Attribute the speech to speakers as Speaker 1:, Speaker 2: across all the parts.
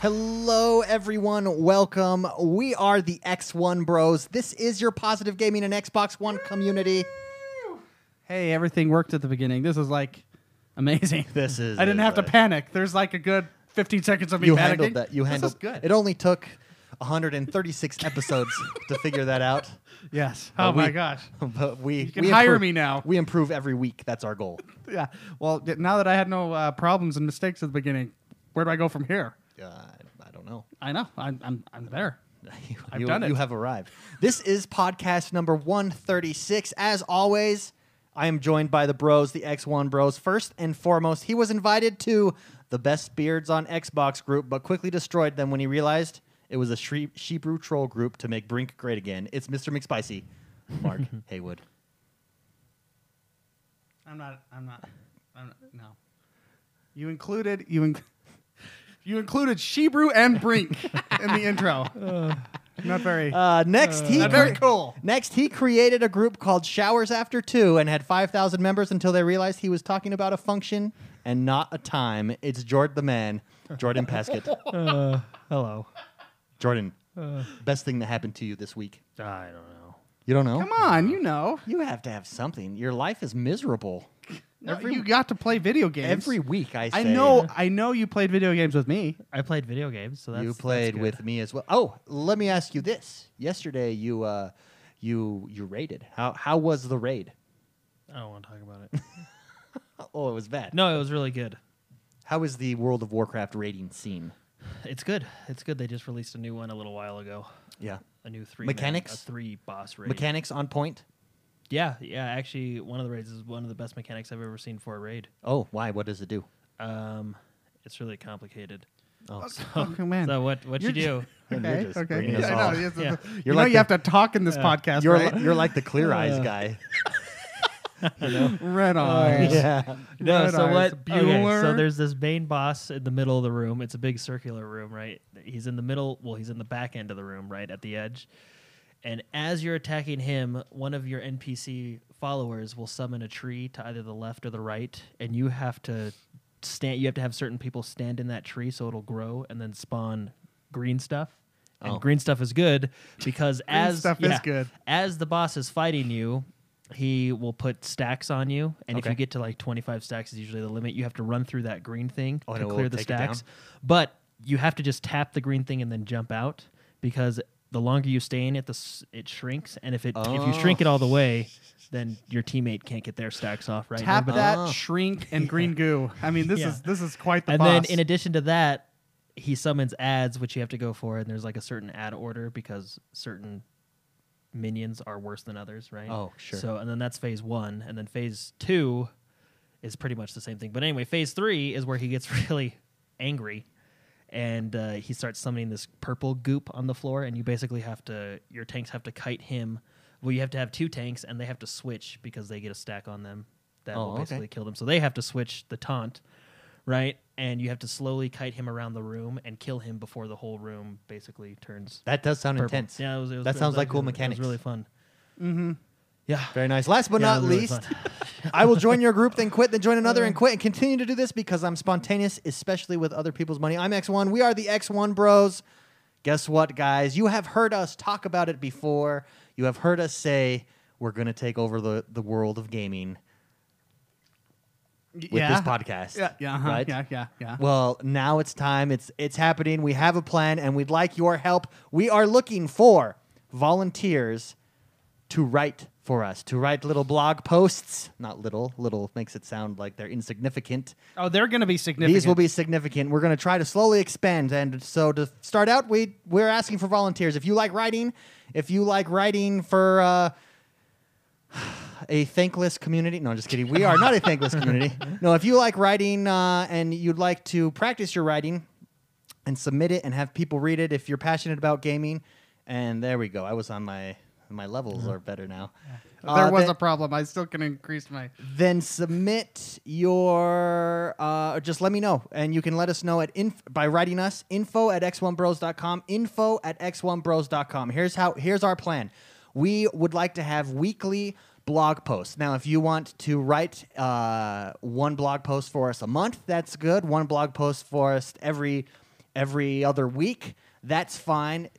Speaker 1: Hello, everyone. Welcome. We are the X1 Bros. This is your positive gaming and Xbox One community.
Speaker 2: hey, everything worked at the beginning. This is like amazing.
Speaker 1: This is-
Speaker 2: I didn't have to
Speaker 1: uh,
Speaker 2: panic. There's like a good 15 seconds of me
Speaker 1: You
Speaker 2: panicking.
Speaker 1: handled that. You
Speaker 2: This
Speaker 1: handled
Speaker 2: is good.
Speaker 1: It only took 136 episodes to figure that out.
Speaker 2: yes. Oh
Speaker 1: we-
Speaker 2: my gosh.
Speaker 1: But we
Speaker 2: can
Speaker 1: we
Speaker 2: hire
Speaker 1: improve-
Speaker 2: me now.
Speaker 1: We improve every week. That's our goal.
Speaker 2: Yeah. Well, d- now that I had no uh, problems and mistakes at the beginning, where do I go from here?
Speaker 1: Uh, I don't know.
Speaker 2: I know. I'm I'm, I'm there.
Speaker 1: you,
Speaker 2: I've
Speaker 1: you-
Speaker 2: done it.
Speaker 1: you have arrived. This is podcast number 136. As always, I am joined by the bros, the X1 bros. First and foremost, he was invited to the Best Beards on Xbox group, but quickly destroyed them when he realized it was a Shre- Shebrew troll group to make Brink great again. It's Mr. McSpicy, Mark Haywood.
Speaker 2: I'm not. I'm not. I'm not no. You included you. In, you included Shebrew and Brink in the intro. not very.
Speaker 1: Uh, next, he
Speaker 2: not very
Speaker 1: cre-
Speaker 2: cool.
Speaker 1: Next, he created a group called Showers After Two and had 5,000 members until they realized he was talking about a function and not a time. It's Jordan the man, Jordan Paskett.
Speaker 3: Uh, Hello. Uh.
Speaker 1: Jordan, best thing that happened to you this week.
Speaker 3: I don't know.
Speaker 1: You don't know?
Speaker 2: Come on, you know.
Speaker 1: You have to have something. Your life is miserable.
Speaker 2: No, you got to play video games
Speaker 1: Every week I say.
Speaker 2: I know, I know you played video games with me.
Speaker 3: I played video games, so that's
Speaker 1: you played
Speaker 3: that's good.
Speaker 1: with me as well. Oh, let me ask you this. Yesterday you uh you you raided. How how was the raid?
Speaker 3: I don't want to talk about it.
Speaker 1: Oh, it was bad.
Speaker 3: no, it was really good.
Speaker 1: How is the World of Warcraft raiding scene?
Speaker 3: It's good. It's good. They just released a new one a little while ago.
Speaker 1: Yeah.
Speaker 3: A new three
Speaker 1: Mechanics?
Speaker 3: a three boss raid.
Speaker 1: Mechanics on point?
Speaker 3: Yeah, yeah. Actually, one of the raids is one of the best mechanics I've ever seen for a raid.
Speaker 1: Oh, why? What does it do?
Speaker 3: Um, it's really complicated.
Speaker 1: Oh,
Speaker 2: Oh, man.
Speaker 3: So what? What you do?
Speaker 1: and you're
Speaker 2: okay,
Speaker 1: just
Speaker 2: okay.
Speaker 1: bringing us
Speaker 2: Yeah, I
Speaker 1: all-
Speaker 2: know, yes,
Speaker 3: Yeah.
Speaker 2: You
Speaker 1: You're
Speaker 2: know
Speaker 1: like
Speaker 2: you
Speaker 1: the-
Speaker 2: have to talk in this podcast,
Speaker 1: you're,
Speaker 2: right?
Speaker 1: li- you're like the clear eyes guy.
Speaker 2: Red eyes.
Speaker 1: yeah.
Speaker 3: No,
Speaker 2: Red
Speaker 3: so
Speaker 2: eyes,
Speaker 3: what? Okay, so
Speaker 2: Bueller.
Speaker 3: there's this main boss in the middle of the room. It's a big circular room, right? He's in the middle. Well, he's in the back end of the room, right at the edge. And as you're attacking him, one of your NPC followers will summon a tree to either the left or the right, and you have to stand. You have to have certain people stand in that tree so it'll grow and then spawn green stuff. And
Speaker 1: Oh.
Speaker 3: green stuff is good because as
Speaker 2: stuff is good.
Speaker 3: as the boss is fighting you, he will put stacks on you, and if
Speaker 1: Okay.
Speaker 3: you get to like 25 stacks is usually the limit. You have to run through that green thing
Speaker 1: Oh, and
Speaker 3: to
Speaker 1: it will
Speaker 3: clear the
Speaker 1: take it down?
Speaker 3: stacks, but you have to just tap the green thing and then jump out because the longer you stay in it, the s- it shrinks, and if it if you shrink it all the way, then your teammate can't get their stacks off right.
Speaker 2: Tap
Speaker 3: But-
Speaker 2: that
Speaker 1: Oh.
Speaker 2: shrink and green goo. I mean, this
Speaker 3: Yeah.
Speaker 2: is this is quite the
Speaker 3: and
Speaker 2: boss.
Speaker 3: then in addition to that, he summons ads which you have to go for, and there's like a certain ad order because certain minions are worse than others, right?
Speaker 1: Oh, sure.
Speaker 3: So and then that's phase one, and then phase two is pretty much the same thing. But anyway, phase three is where he gets really angry. And uh, he starts summoning this purple goop on the floor, and you basically have to your tanks have to kite him. Well, you have to have two tanks, and they have to switch because they get a stack on them that
Speaker 1: Oh,
Speaker 3: will
Speaker 1: okay.
Speaker 3: basically kill them. So they have to switch the taunt, right? And you have to slowly kite him around the room and kill him before the whole room basically turns
Speaker 1: That does sound
Speaker 3: purple.
Speaker 1: intense.
Speaker 3: Yeah, it was, it was-
Speaker 1: that
Speaker 3: it
Speaker 1: sounds
Speaker 3: was
Speaker 1: like cool
Speaker 3: actually-
Speaker 1: mechanics.
Speaker 3: It was really fun. Mm-hmm. Yeah.
Speaker 1: Very nice. Last but
Speaker 3: Yeah, it
Speaker 1: not
Speaker 3: was really
Speaker 1: least,
Speaker 3: fun.
Speaker 1: I will join your group, then quit, then join another, and quit, and continue to do this because I'm spontaneous, especially with other people's money. I'm X1. We are the X1 Bros. Guess what, guys? You have heard us talk about it before. You have heard us say we're going to take over the, the world of gaming with
Speaker 2: yeah.
Speaker 1: this podcast.
Speaker 2: Yeah, yeah, uh-huh,
Speaker 1: right?
Speaker 2: yeah, yeah, yeah.
Speaker 1: Well, now it's time. It's it's happening. We have a plan and we'd like your help. We are looking for volunteers to write for us, to write little blog posts. Not little, little makes it sound like they're insignificant.
Speaker 2: oh, they're going to be significant.
Speaker 1: These will be significant. We're going to try to slowly expand. And so to start out, we we're asking for volunteers. If you like writing, if you like writing for uh, a thankless community, no, just kidding. We are not a thankless community. No, if you like writing uh, and you'd like to practice your writing and submit it and have people read it, if you're passionate about gaming, and there we go. I was on my my levels are better now. Uh,
Speaker 2: there was
Speaker 1: the-
Speaker 2: a problem. I still can increase my.
Speaker 1: then submit your uh, or just let me know and you can let us know at inf- by writing us info at x1bros.com info at x1bros.com here's how here's our plan we would like to have weekly blog posts now if you want to write uh, one blog post for us a month that's good one blog post for us every every other week, that's fine.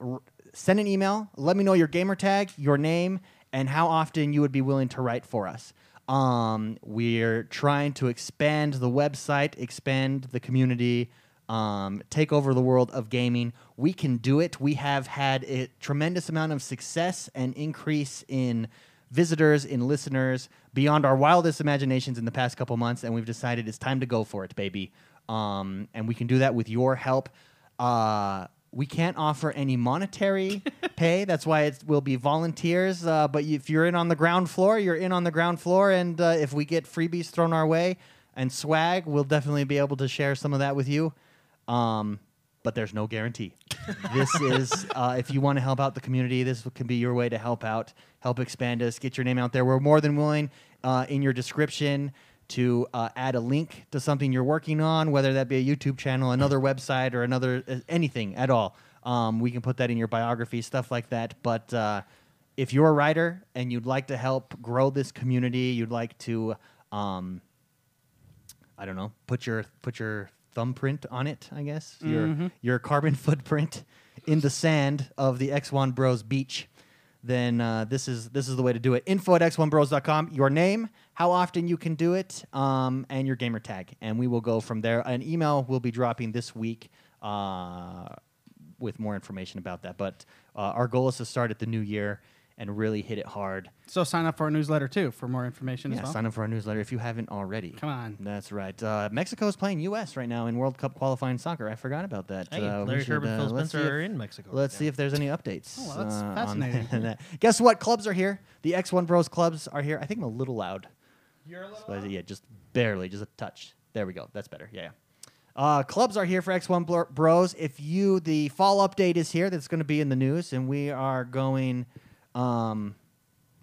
Speaker 1: R- send an email. Let me know your gamer tag, your name, and how often you would be willing to write for us. Um, we're trying to expand the website, expand the community, um, take over the world of gaming. We can do it. We have had a tremendous amount of success and increase in visitors, in listeners, beyond our wildest imaginations in the past couple months, and we've decided it's time to go for it, baby. Um, and we can do that with your help. Uh, we can't offer any monetary pay. That's why it will be volunteers. Uh, but if you're in on the ground floor, you're in on the ground floor. And uh, if we get freebies thrown our way and swag, we'll definitely be able to share some of that with you. Um, but there's no guarantee. this is uh, if you want to help out the community, this can be your way to help out, help expand us, get your name out there. We're more than willing uh, in your description to uh, add a link to something you're working on, whether that be a YouTube channel, another website, or another uh, anything at all. Um, we can put that in your biography, stuff like that. But uh, if you're a writer and you'd like to help grow this community, you'd like to um, I don't know, put your put your thumbprint on it, I guess. Your your carbon footprint in the sand of the X1 Bros beach. Then uh, this is this is the way to do it. Info at x1bros.com. Your name, how often you can do it, um, and your gamer tag, and we will go from there. An email will be dropping this week. Uh, with more information about that. But uh, our goal is to start at the new year and really hit it hard.
Speaker 2: So sign up for our newsletter too for more information
Speaker 1: Yeah,
Speaker 2: as well.
Speaker 1: sign up for our newsletter if you haven't already.
Speaker 2: Come on.
Speaker 1: That's right. Uh, Mexico is playing U.S. right now in World Cup qualifying soccer. I forgot about that.
Speaker 3: Hey,
Speaker 1: Uh, we
Speaker 3: Larry
Speaker 1: should,
Speaker 3: Herb and
Speaker 1: uh,
Speaker 3: Phil
Speaker 1: let's see
Speaker 3: Spencer are
Speaker 1: if-
Speaker 3: in Mexico.
Speaker 1: Let's
Speaker 3: right
Speaker 1: see
Speaker 3: now.
Speaker 1: if there's any updates.
Speaker 2: Oh, well, that's
Speaker 1: uh, on
Speaker 2: fascinating.
Speaker 1: that. Guess what? Clubs are here. The X1 Bros clubs are here. I think I'm a little loud.
Speaker 2: You're a
Speaker 1: So, yeah, just barely, just a touch. There we go. That's better. Yeah. yeah. Uh, clubs are here for X1 Blur- Bros. If you, the fall update is here. That's going to be in the news, and we are going, um,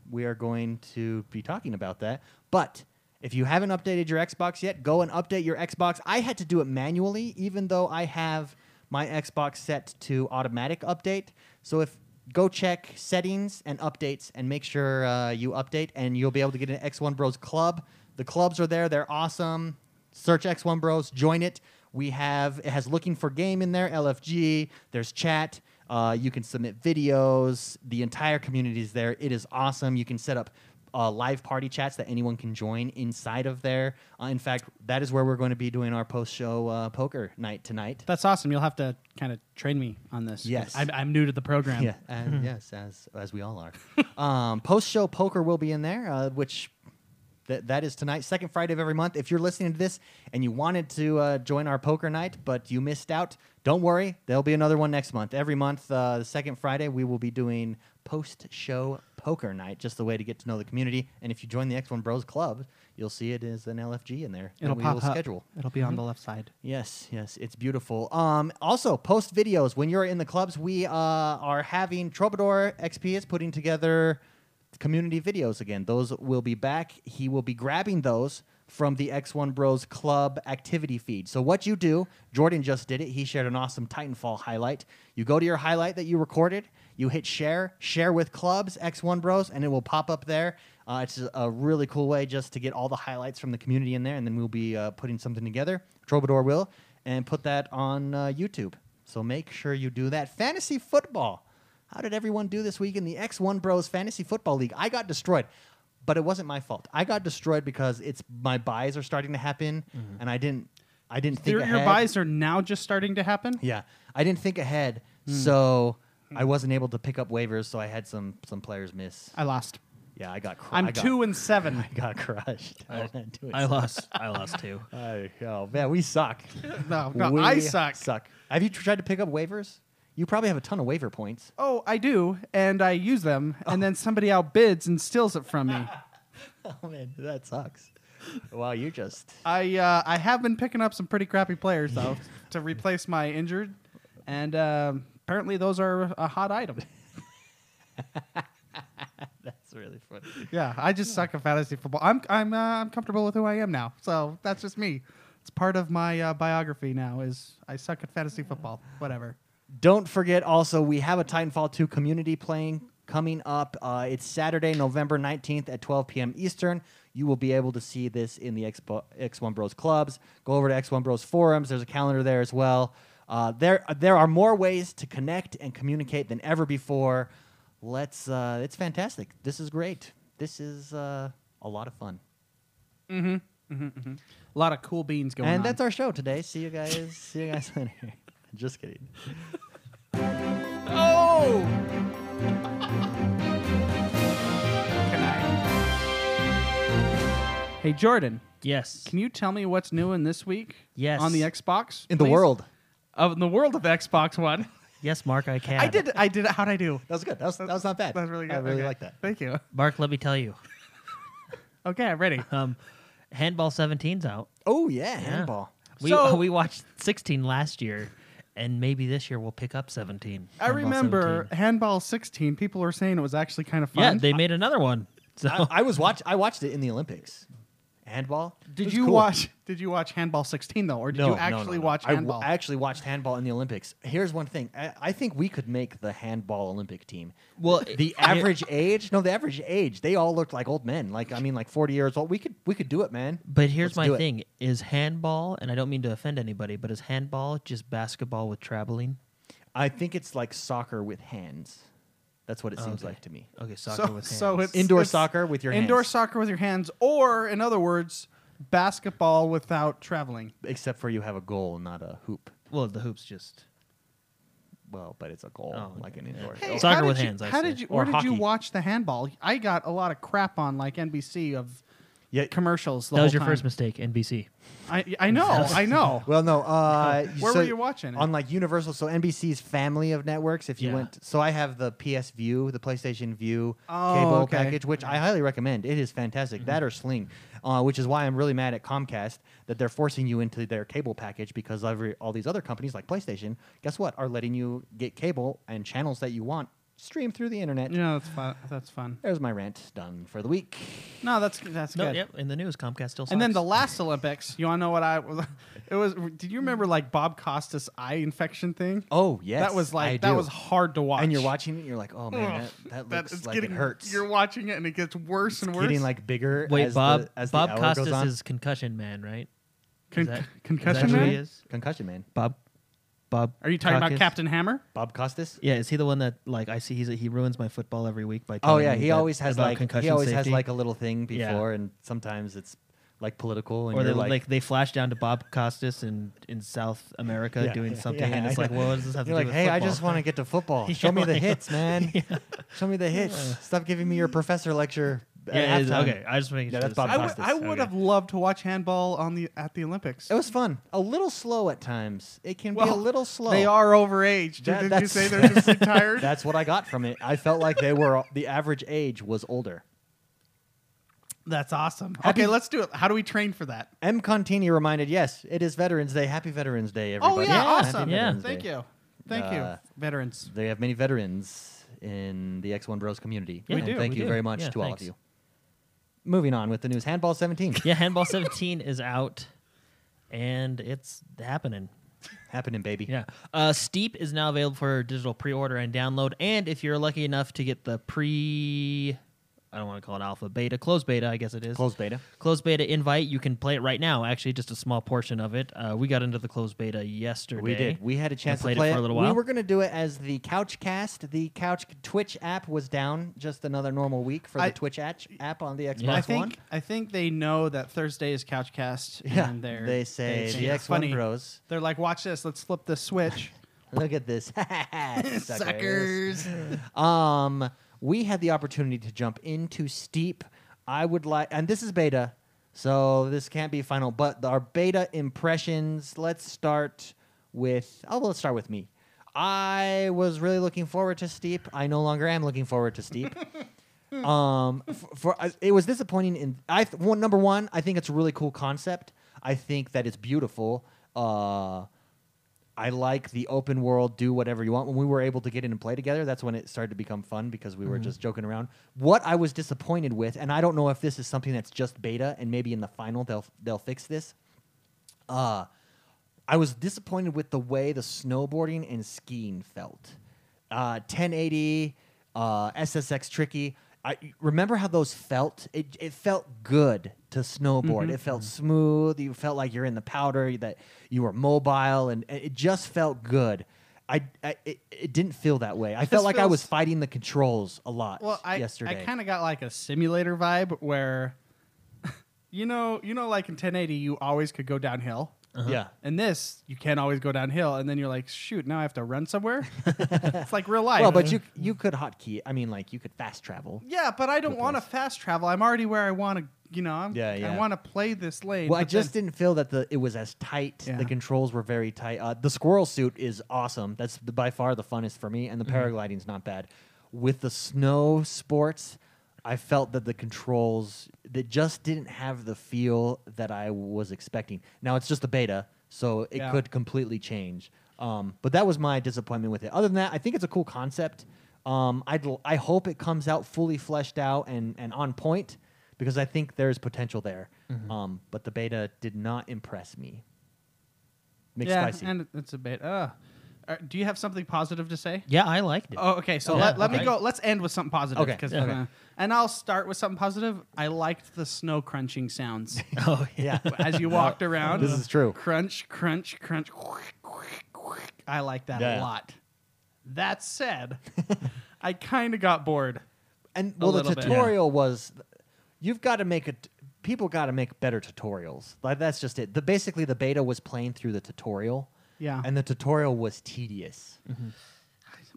Speaker 1: we are going to be talking about that. But if you haven't updated your Xbox yet, go and update your Xbox. I had to do it manually, even though I have my Xbox set to automatic update. So if go check settings and updates and make sure uh, you update, and you'll be able to get an X1 Bros Club. The clubs are there; they're awesome. Search X1 Bros, join it. We have it has looking for game in there, LFG. There's chat. Uh, you can submit videos. The entire community is there. It is awesome. You can set up uh, live party chats that anyone can join inside of there. Uh, in fact, that is where we're going to be doing our post show uh, poker night tonight.
Speaker 2: That's awesome. You'll have to kind of train me on this. 'cause
Speaker 1: Yes.
Speaker 2: I'm, I'm new to the program.
Speaker 1: Yeah,
Speaker 2: Mm-hmm.
Speaker 1: and yes, as as we all are. um, Post show poker will be in there, uh, which that that is tonight, second Friday of every month. If you're listening to this and you wanted to uh, join our poker night but you missed out, don't worry, there'll be another one next month. Every month, uh, the second Friday, we will be doing post show poker night, just the way to get to know the community. And if you join the X1 Bros Club, you'll see it is an LFG in there. that
Speaker 2: It'll
Speaker 1: we
Speaker 2: pop
Speaker 1: will
Speaker 2: up.
Speaker 1: schedule.
Speaker 2: It'll be on the left side.
Speaker 1: Yes, yes, it's beautiful. Um, also, post videos when you're in the clubs. We uh, are having Troubadour XP is putting together community videos again. Those will be back. He will be grabbing those from the X1 Bros Club activity feed. So what you do, Jordan just did it. He shared an awesome Titanfall highlight. You go to your highlight that you recorded. You hit share, share with clubs X1 Bros, and it will pop up there. Uh, it's a- a really cool way just to get all the highlights from the community in there, and then we'll be uh, putting something together. Troubadour will, and put that on uh, YouTube. So make sure you do that. Fantasy football. How did everyone do this week in the X1 Bros Fantasy Football League? I got destroyed, but it wasn't my fault. I got destroyed because it's my buys are starting to happen, and I didn't. I didn't think
Speaker 2: Mm-hmm. Your, your
Speaker 1: ahead.
Speaker 2: buys are now just starting to happen.
Speaker 1: Yeah, I didn't think ahead,
Speaker 2: Hmm.
Speaker 1: so I wasn't able to pick up waivers. So I had some some players miss.
Speaker 2: I lost.
Speaker 1: Yeah, I got. Cr-
Speaker 2: I'm
Speaker 1: Oh, I got-
Speaker 2: two and seven.
Speaker 1: I got crushed. I, didn't do it.
Speaker 3: I lost. I lost too.
Speaker 1: I- oh man, we suck.
Speaker 2: no, no,
Speaker 1: We
Speaker 2: I suck.
Speaker 1: Suck. Have you tried to pick up waivers? You probably have a ton of waiver points.
Speaker 2: Oh, I do, and I use them, and then somebody outbids and steals it from me.
Speaker 1: Oh man, that sucks. Wow, you just
Speaker 2: I uh, I have been picking up some pretty crappy players though to replace my injured, and um apparently those are a hot item.
Speaker 1: That's really funny.
Speaker 2: Yeah, I just suck at fantasy football. I'm I'm uh, I'm comfortable with who I am now, so that's just me. It's part of my uh, biography now. Is I suck at fantasy football. Whatever.
Speaker 1: Don't forget also, we have a Titanfall 2 community playing coming up. Uh, it's Saturday, November 19th at 12 p.m. Eastern. You will be able to see this in the Expo- X1 Bros clubs. Go over to X1 Bros forums. There's a calendar there as well. Uh, there, there are more ways to connect and communicate than ever before. Let's. Uh, it's fantastic. This is great. This is uh, a lot of fun.
Speaker 2: A lot of cool beans going
Speaker 1: and
Speaker 2: on.
Speaker 1: that's our show today. See you guys. see you guys later. Just kidding.
Speaker 2: Oh! Can I? Hey, Jordan,
Speaker 3: Yes.
Speaker 2: can you tell me what's new in this week?
Speaker 3: Yes.
Speaker 2: On the Xbox?
Speaker 1: In the
Speaker 2: please?
Speaker 1: world.
Speaker 2: Of in the world of Xbox One.
Speaker 3: yes, Mark, I can.
Speaker 2: I did. I did. How'd I do?
Speaker 1: That was good. That was, that was not bad.
Speaker 2: That was really good.
Speaker 1: I really
Speaker 2: Okay.
Speaker 1: like that.
Speaker 2: Thank you.
Speaker 3: Mark, let me tell you.
Speaker 2: Okay, I'm ready.
Speaker 3: Um, Handball 17's out.
Speaker 1: Oh yeah, handball.
Speaker 3: We,
Speaker 2: So-
Speaker 3: we watched 16 last year, and maybe this year we'll pick up 17.
Speaker 2: I
Speaker 3: Handball
Speaker 2: remember
Speaker 3: 17.
Speaker 2: Handball 16. People were saying it was actually kind of fun.
Speaker 3: Yeah, they made another one. So
Speaker 1: I, I was watch. I watched it in the Olympics. Handball. It
Speaker 2: Did
Speaker 1: was
Speaker 2: you
Speaker 1: cool.
Speaker 2: watch? Did you watch Handball 16 though, or did you actually watch
Speaker 1: I w-
Speaker 2: Handball?
Speaker 1: I, actually watched handball in the Olympics. Here's one thing: I, I think we could make the handball Olympic team.
Speaker 3: well,
Speaker 1: The average age, no, the average age. They all looked like old men. Like I mean, like 40 years old. We could, we could do it, man.
Speaker 3: But here's
Speaker 1: Let's do
Speaker 3: my
Speaker 1: it.
Speaker 3: thing: is handball, and I don't mean to offend anybody, but is handball just basketball with traveling?
Speaker 1: I think it's like soccer with hands. That's what it seems
Speaker 3: Okay.
Speaker 1: like to me.
Speaker 3: Okay, soccer with hands.
Speaker 2: so it's
Speaker 1: Indoor
Speaker 2: it's
Speaker 1: soccer with your
Speaker 2: indoor
Speaker 1: hands.
Speaker 2: soccer with your hands, or in other words, basketball without traveling.
Speaker 1: Except for you have a goal, not a hoop.
Speaker 3: well, the hoops just
Speaker 1: Well, but it's a goal,
Speaker 3: Oh,
Speaker 1: like an indoor.
Speaker 3: Hey,
Speaker 1: goal.
Speaker 3: Soccer
Speaker 2: how did
Speaker 3: with
Speaker 2: you-
Speaker 3: hands, I
Speaker 2: How
Speaker 3: say.
Speaker 2: did you?
Speaker 1: Or
Speaker 2: Where did you
Speaker 1: hockey.
Speaker 2: watch the handball? I got a lot of crap on like NBC of
Speaker 1: Yeah.
Speaker 2: commercials. The
Speaker 3: that was
Speaker 2: whole
Speaker 3: your
Speaker 2: time.
Speaker 3: first mistake. NBC.
Speaker 2: I I know. I know.
Speaker 1: Well, no. Uh,
Speaker 2: Where
Speaker 1: so
Speaker 2: were you watching it?
Speaker 1: On like Universal, so NBC's family of networks. If you
Speaker 3: Yeah.
Speaker 1: went, so I have the PS View, the PlayStation View
Speaker 2: Oh,
Speaker 1: cable
Speaker 2: okay. Mm-hmm.
Speaker 1: package, which I highly recommend. It is fantastic. That or Sling, uh, which is why I'm really mad at Comcast that they're forcing you into their cable package because every, all these other companies like PlayStation, guess what, are letting you get cable and channels that you want stream through the internet.
Speaker 2: yeah, that's fun. That's fun.
Speaker 1: There's my rant done for the week.
Speaker 2: No, that's that's
Speaker 3: No,
Speaker 2: good.
Speaker 3: yep. In the news, Comcast still. Sucks.
Speaker 2: And then the last Olympics, you want to know what I was? It was. Did you remember like Bob Costas eye infection thing?
Speaker 1: Oh yes,
Speaker 2: that was like
Speaker 1: I
Speaker 2: that
Speaker 1: do.
Speaker 2: was hard to watch.
Speaker 1: And you're watching it, and you're like, oh man,
Speaker 2: Ugh,
Speaker 1: that, that
Speaker 2: that-
Speaker 1: looks
Speaker 2: it's
Speaker 1: like
Speaker 2: getting,
Speaker 1: it hurts.
Speaker 2: You're watching it and it gets worse and
Speaker 1: it's
Speaker 2: worse.
Speaker 1: getting like bigger.
Speaker 3: wait,
Speaker 1: as
Speaker 3: Bob.
Speaker 1: the, as the
Speaker 3: Bob
Speaker 1: hour goes
Speaker 3: Costas
Speaker 1: on.
Speaker 3: is concussion man, right?
Speaker 2: Con-
Speaker 3: is that- is
Speaker 2: concussion
Speaker 3: that who
Speaker 2: man.
Speaker 3: he is?
Speaker 1: concussion man.
Speaker 3: Bob. Bob.
Speaker 2: Are you talking about
Speaker 3: Caucus?
Speaker 2: Captain Hammer?
Speaker 1: Bob Costas.
Speaker 3: Yeah, is he the one that like I see? He's he ruins my football every week by.
Speaker 1: Oh
Speaker 3: telling
Speaker 1: yeah,
Speaker 3: me
Speaker 1: he
Speaker 3: that-
Speaker 1: always has
Speaker 3: about
Speaker 1: like
Speaker 3: concussion
Speaker 1: he always has
Speaker 3: safety.
Speaker 1: like a little thing
Speaker 3: Yeah.
Speaker 1: before, and sometimes it's like political, and
Speaker 3: Or they
Speaker 1: you're
Speaker 3: like,
Speaker 1: like,
Speaker 3: they flash down to Bob Costas in, in South America
Speaker 1: Yeah,
Speaker 3: doing
Speaker 1: yeah,
Speaker 3: something,
Speaker 1: yeah,
Speaker 3: and it's
Speaker 1: I
Speaker 3: like,
Speaker 1: know.
Speaker 3: well, what does this have
Speaker 1: you're
Speaker 3: to
Speaker 1: like,
Speaker 3: do with
Speaker 1: hey, I
Speaker 3: football?"
Speaker 1: just want to get to football.
Speaker 3: Yeah,
Speaker 1: Show me the
Speaker 3: like- Mm.
Speaker 1: hits, man. Show me the hits. Stop giving me your professor lecture. at
Speaker 3: Yeah, it is.
Speaker 1: halftime."
Speaker 3: okay. I just making
Speaker 1: Yeah,
Speaker 3: sure.
Speaker 1: that's
Speaker 3: this-
Speaker 1: Bob
Speaker 2: I
Speaker 1: Costas.
Speaker 2: would- I would
Speaker 3: Okay.
Speaker 2: have loved to watch handball on the at the Olympics.
Speaker 1: It was fun. A little slow at times. It can be a
Speaker 2: Well,
Speaker 1: little slow.
Speaker 2: They are overage.
Speaker 1: That-
Speaker 2: Did, did you
Speaker 1: that's-
Speaker 2: say they're just too tired?
Speaker 1: That's what I got from it. I felt like they were the average age was older.
Speaker 2: That's awesome.
Speaker 1: Happy-
Speaker 2: okay, let's do it. How do we train for that?
Speaker 1: M. Contini reminded, yes, it is Veterans Day. Happy Veterans Day, everybody.
Speaker 2: Oh yeah,
Speaker 3: Yeah,
Speaker 2: awesome.
Speaker 3: yeah.
Speaker 1: Veterans
Speaker 2: Thank
Speaker 1: Day.
Speaker 2: you. Thank
Speaker 1: Uh,
Speaker 2: you, veterans.
Speaker 1: They have many veterans in the X1 Bros community.
Speaker 3: Yeah,
Speaker 1: and
Speaker 2: we do,
Speaker 1: Thank
Speaker 3: we
Speaker 1: you
Speaker 3: do.
Speaker 1: very much
Speaker 3: Yeah,
Speaker 1: to all of
Speaker 3: thanks.
Speaker 1: you. Moving on with the news. Handball 17
Speaker 3: Yeah, Handball 17 is out, and it's happening.
Speaker 1: happening, baby.
Speaker 3: Yeah. Uh, Steep is now available for digital pre order and download. And if you're lucky enough to get the pre, I don't want to call it alpha, beta, closed beta, I guess it is.
Speaker 1: Closed beta.
Speaker 3: Closed beta invite. You can play it right now, actually, just a small portion of it. Uh, we got into the closed beta yesterday.
Speaker 1: We did. We had a chance to
Speaker 3: played it
Speaker 1: play
Speaker 3: for a little while.
Speaker 1: We were going to do it as the Couch Cast. The Couch Twitch app was down just another normal week for
Speaker 2: I-
Speaker 1: the Twitch at- app on the Xbox
Speaker 3: I
Speaker 2: I
Speaker 3: That's
Speaker 2: think
Speaker 1: One.
Speaker 2: I think they know that Thursday is Couchcast.
Speaker 1: Yeah,
Speaker 2: and they're,
Speaker 1: they say
Speaker 2: they
Speaker 1: the
Speaker 2: it's
Speaker 1: X1
Speaker 2: funny.
Speaker 1: Bros.
Speaker 2: They're like, watch this. Let's flip the switch.
Speaker 1: Look at this. Suckers. um, we had the opportunity to jump into steep. I would like, and this is beta, so this can't be final. But our beta impressions. Let's start with. Oh, let's start with me. I was really looking forward to steep. I no longer am looking forward to steep. um, f- for, I it was disappointing. In I th- one number one, I think it's a really cool concept. I think that it's beautiful. Uh, I like the open world, do whatever you want. When we were able to get in and play together, that's when it started to become fun because we were just joking around. What I was disappointed with, and I don't know if this is something that's just beta, and maybe in the final they'll they'll fix this. Uh, I was disappointed with the way the snowboarding and skiing felt. Uh, 1080, uh, SSX tricky. I remember how those felt. It, it felt good to snowboard.
Speaker 2: Mm-hmm.
Speaker 1: It felt smooth. You felt like you're in the powder. That you were mobile, and it it just felt good. I, I it, it didn't feel that way. I felt like I
Speaker 2: feels-
Speaker 1: was fighting the controls a lot
Speaker 2: Well, I
Speaker 1: yesterday.
Speaker 2: I kind of got like a simulator vibe where, you know, you know, like in 1080, you always could go downhill.
Speaker 1: Uh-huh. yeah.
Speaker 2: And this, you can't always go downhill, and then you're like, shoot, now I have to run somewhere. it's like real life.
Speaker 1: Well, but you you could hotkey. I mean, like you could fast travel.
Speaker 2: Yeah, but I don't want to fast travel. I'm already where I want to. You know, I'm,
Speaker 1: Yeah, yeah.
Speaker 2: I want to play this lane.
Speaker 1: Well, I
Speaker 2: but then-
Speaker 1: just didn't feel that the it was as tight.
Speaker 2: Yeah.
Speaker 1: The controls were very tight. Uh, the squirrel suit is awesome. That's the, by far the funnest for me, and
Speaker 2: Mm-hmm.
Speaker 1: the paragliding's not bad. With the snow sports, I felt that the controls that just didn't have the feel that I was expecting. Now it's just the beta, so it
Speaker 2: Yeah.
Speaker 1: could completely change. Um, but that was my disappointment with it. Other than that, I think it's a cool concept. Um, I'd l- I hope it comes out fully fleshed out and, and on point because I think there's potential there.
Speaker 2: Mm-hmm.
Speaker 1: Um, but the beta did not impress me. Mixed
Speaker 2: yeah,
Speaker 1: spicy.
Speaker 2: and it's a bit. Uh, uh, do you have something positive to say?
Speaker 3: Yeah, I liked it.
Speaker 2: Oh, okay. So
Speaker 3: Oh,
Speaker 2: let,
Speaker 3: yeah,
Speaker 2: let
Speaker 3: okay.
Speaker 2: me go. Let's end with something positive.
Speaker 1: Okay,
Speaker 2: 'cause,
Speaker 1: okay.
Speaker 2: uh, and I'll start with something positive. I liked the snow crunching sounds
Speaker 3: Oh,
Speaker 1: yeah.
Speaker 2: as you walked around.
Speaker 1: This is true.
Speaker 2: Crunch, crunch, crunch. Quick, quick, quick. I like that a
Speaker 1: Yeah.
Speaker 2: lot. That said, I kind of got bored.
Speaker 1: and
Speaker 2: A
Speaker 1: well, the
Speaker 2: little bit.
Speaker 1: tutorial was you've got to make it. People got to make better tutorials. Like that's just it. The basically the beta was playing through the tutorial.
Speaker 2: Yeah.
Speaker 1: And the tutorial was tedious.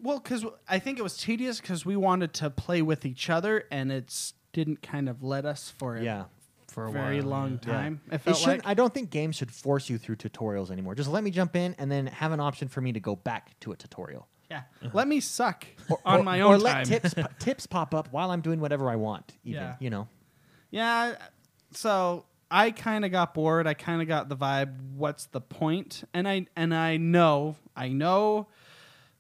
Speaker 2: Well, because I think it was tedious because we wanted to play with each other, and it's didn't kind of let us for a
Speaker 1: Yeah.
Speaker 3: for a
Speaker 2: very
Speaker 3: while,
Speaker 2: long
Speaker 1: Yeah.
Speaker 3: yeah.
Speaker 2: time. It
Speaker 1: It
Speaker 2: felt
Speaker 1: shouldn't-
Speaker 2: like
Speaker 1: I don't think games should force you through tutorials anymore. Just let me jump in and then have an option for me to go back to a tutorial.
Speaker 2: yeah. Let me suck
Speaker 1: Or,
Speaker 2: on
Speaker 1: or-
Speaker 2: my
Speaker 1: or
Speaker 2: own
Speaker 1: let
Speaker 2: time.
Speaker 1: tips po- tips pop up while I'm doing whatever I want. Even
Speaker 2: Yeah.
Speaker 1: you know.
Speaker 2: Yeah. So I kind of got bored. I kind of got the vibe. What's the point? And I and I know I know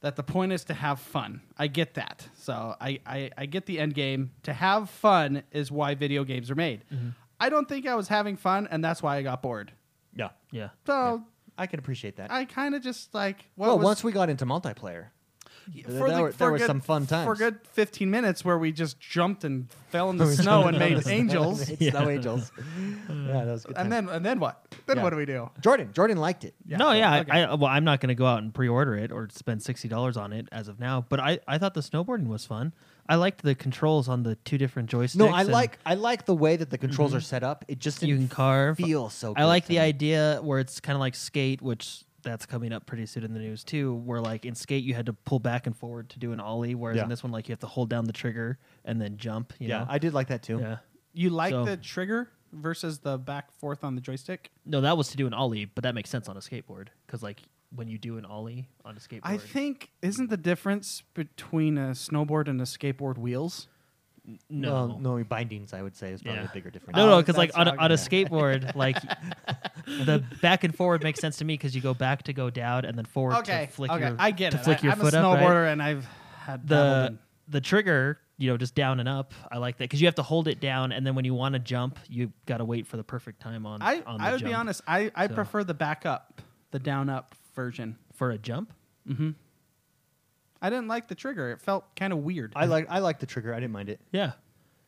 Speaker 2: that the point is to have fun. I get that. So I I, I get the end game. To have fun is why video games are made.
Speaker 1: Mm-hmm.
Speaker 2: I don't think I was having fun, and that's why I got bored.
Speaker 1: Yeah.
Speaker 3: Yeah.
Speaker 2: So.
Speaker 1: I can appreciate that.
Speaker 2: I kind of just like what
Speaker 1: well,
Speaker 2: was-
Speaker 1: once we got into multiplayer,
Speaker 2: y-
Speaker 1: th- there were- there were some fun
Speaker 2: for
Speaker 1: times.
Speaker 2: good fifteen minutes where we just jumped and fell in the snow and made angels,
Speaker 1: it's no angels.
Speaker 3: Uh,
Speaker 1: yeah, that was good.
Speaker 2: and
Speaker 1: times.
Speaker 2: then and then what? Then
Speaker 1: Yeah.
Speaker 2: what do we do?
Speaker 1: Jordan, Jordan liked it.
Speaker 3: No,
Speaker 2: so-
Speaker 3: yeah,
Speaker 2: okay.
Speaker 3: I, I well, I'm not going to go out and pre-order it or spend sixty dollars on it as of now. But I, I thought the snowboarding was fun. I liked the controls on the two different joysticks.
Speaker 1: No, I
Speaker 3: and Mm-hmm.
Speaker 1: like I like the way that the controls are set up. It just didn't
Speaker 3: you can carve.
Speaker 1: feel so.
Speaker 3: I
Speaker 1: good
Speaker 3: like
Speaker 1: to
Speaker 3: the
Speaker 1: me.
Speaker 3: idea where it's kind of like skate, which that's coming up pretty soon in the news too. Where like in skate you had to pull back and forward to do an ollie, whereas
Speaker 1: Yeah.
Speaker 3: in this one like you have to hold down the trigger and then jump. You
Speaker 1: Yeah,
Speaker 3: know?
Speaker 1: I did like that too.
Speaker 3: yeah.
Speaker 2: You like
Speaker 3: So-
Speaker 2: the trigger versus the back forth on the joystick?
Speaker 3: No, that was to do an ollie, but that makes sense on a skateboard because like when you do an ollie on a skateboard,
Speaker 2: I think isn't the difference between a snowboard and a skateboard wheels?
Speaker 3: no,
Speaker 1: Well, no bindings. I would say is probably
Speaker 3: Yeah.
Speaker 1: a bigger difference. Uh,
Speaker 3: No,
Speaker 2: Oh,
Speaker 3: no, because like
Speaker 2: that's
Speaker 3: on a,
Speaker 2: how-
Speaker 3: on a
Speaker 2: yeah.
Speaker 3: skateboard, like the back and forward makes sense to me because you go back to go down and then forward
Speaker 2: Okay,
Speaker 3: to flick
Speaker 2: okay,
Speaker 3: your
Speaker 2: I get
Speaker 3: to
Speaker 2: it.
Speaker 3: flick
Speaker 2: I,
Speaker 3: your
Speaker 2: I'm
Speaker 3: foot
Speaker 2: a
Speaker 3: up. right?
Speaker 2: snowboarder and I've had dabbled
Speaker 3: The
Speaker 2: in-
Speaker 3: the trigger, you know, just down and up. I like that because you have to hold it down, and then when you want to jump, you got to wait for the perfect time on.
Speaker 2: I
Speaker 3: on
Speaker 2: I
Speaker 3: the
Speaker 2: would be
Speaker 3: jump.
Speaker 2: honest. I I
Speaker 3: So-
Speaker 2: prefer the back up, the down up version. Mm-hmm.
Speaker 3: for a jump.
Speaker 2: I didn't like the trigger. It felt kind of weird.
Speaker 1: I like I like the trigger. I didn't mind it.
Speaker 3: Yeah,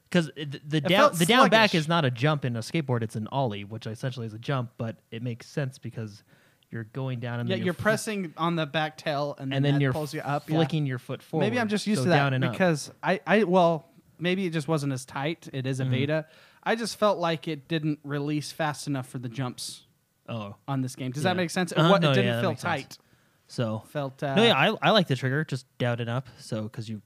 Speaker 3: because the, the down
Speaker 2: felt
Speaker 3: the down back
Speaker 2: sluggish.
Speaker 3: is not a jump in a skateboard; it's an ollie, which essentially is a jump, but it makes sense because you're going down and
Speaker 2: yeah,
Speaker 3: then
Speaker 2: you're,
Speaker 3: you're fl-
Speaker 2: pressing on the back tail, and then,
Speaker 3: and then
Speaker 2: that
Speaker 3: you're
Speaker 2: pulls you up, yeah.
Speaker 3: flicking your foot forward.
Speaker 2: Maybe I'm just used
Speaker 3: so
Speaker 2: to that
Speaker 3: down and up.
Speaker 2: because I, I well maybe it just wasn't as tight. It
Speaker 3: Mm-hmm.
Speaker 2: is a beta. I just felt like it didn't release fast enough for the jumps
Speaker 3: oh.
Speaker 2: on this game. Does
Speaker 3: Yeah.
Speaker 2: that make sense? It,
Speaker 3: Uh,
Speaker 2: wa-
Speaker 3: no,
Speaker 2: it
Speaker 3: yeah,
Speaker 2: didn't
Speaker 3: that
Speaker 2: feel
Speaker 3: makes sense.
Speaker 2: tight.
Speaker 3: So
Speaker 2: Felt uh,
Speaker 3: no, yeah, I, I like the trigger, just down and up. So because you,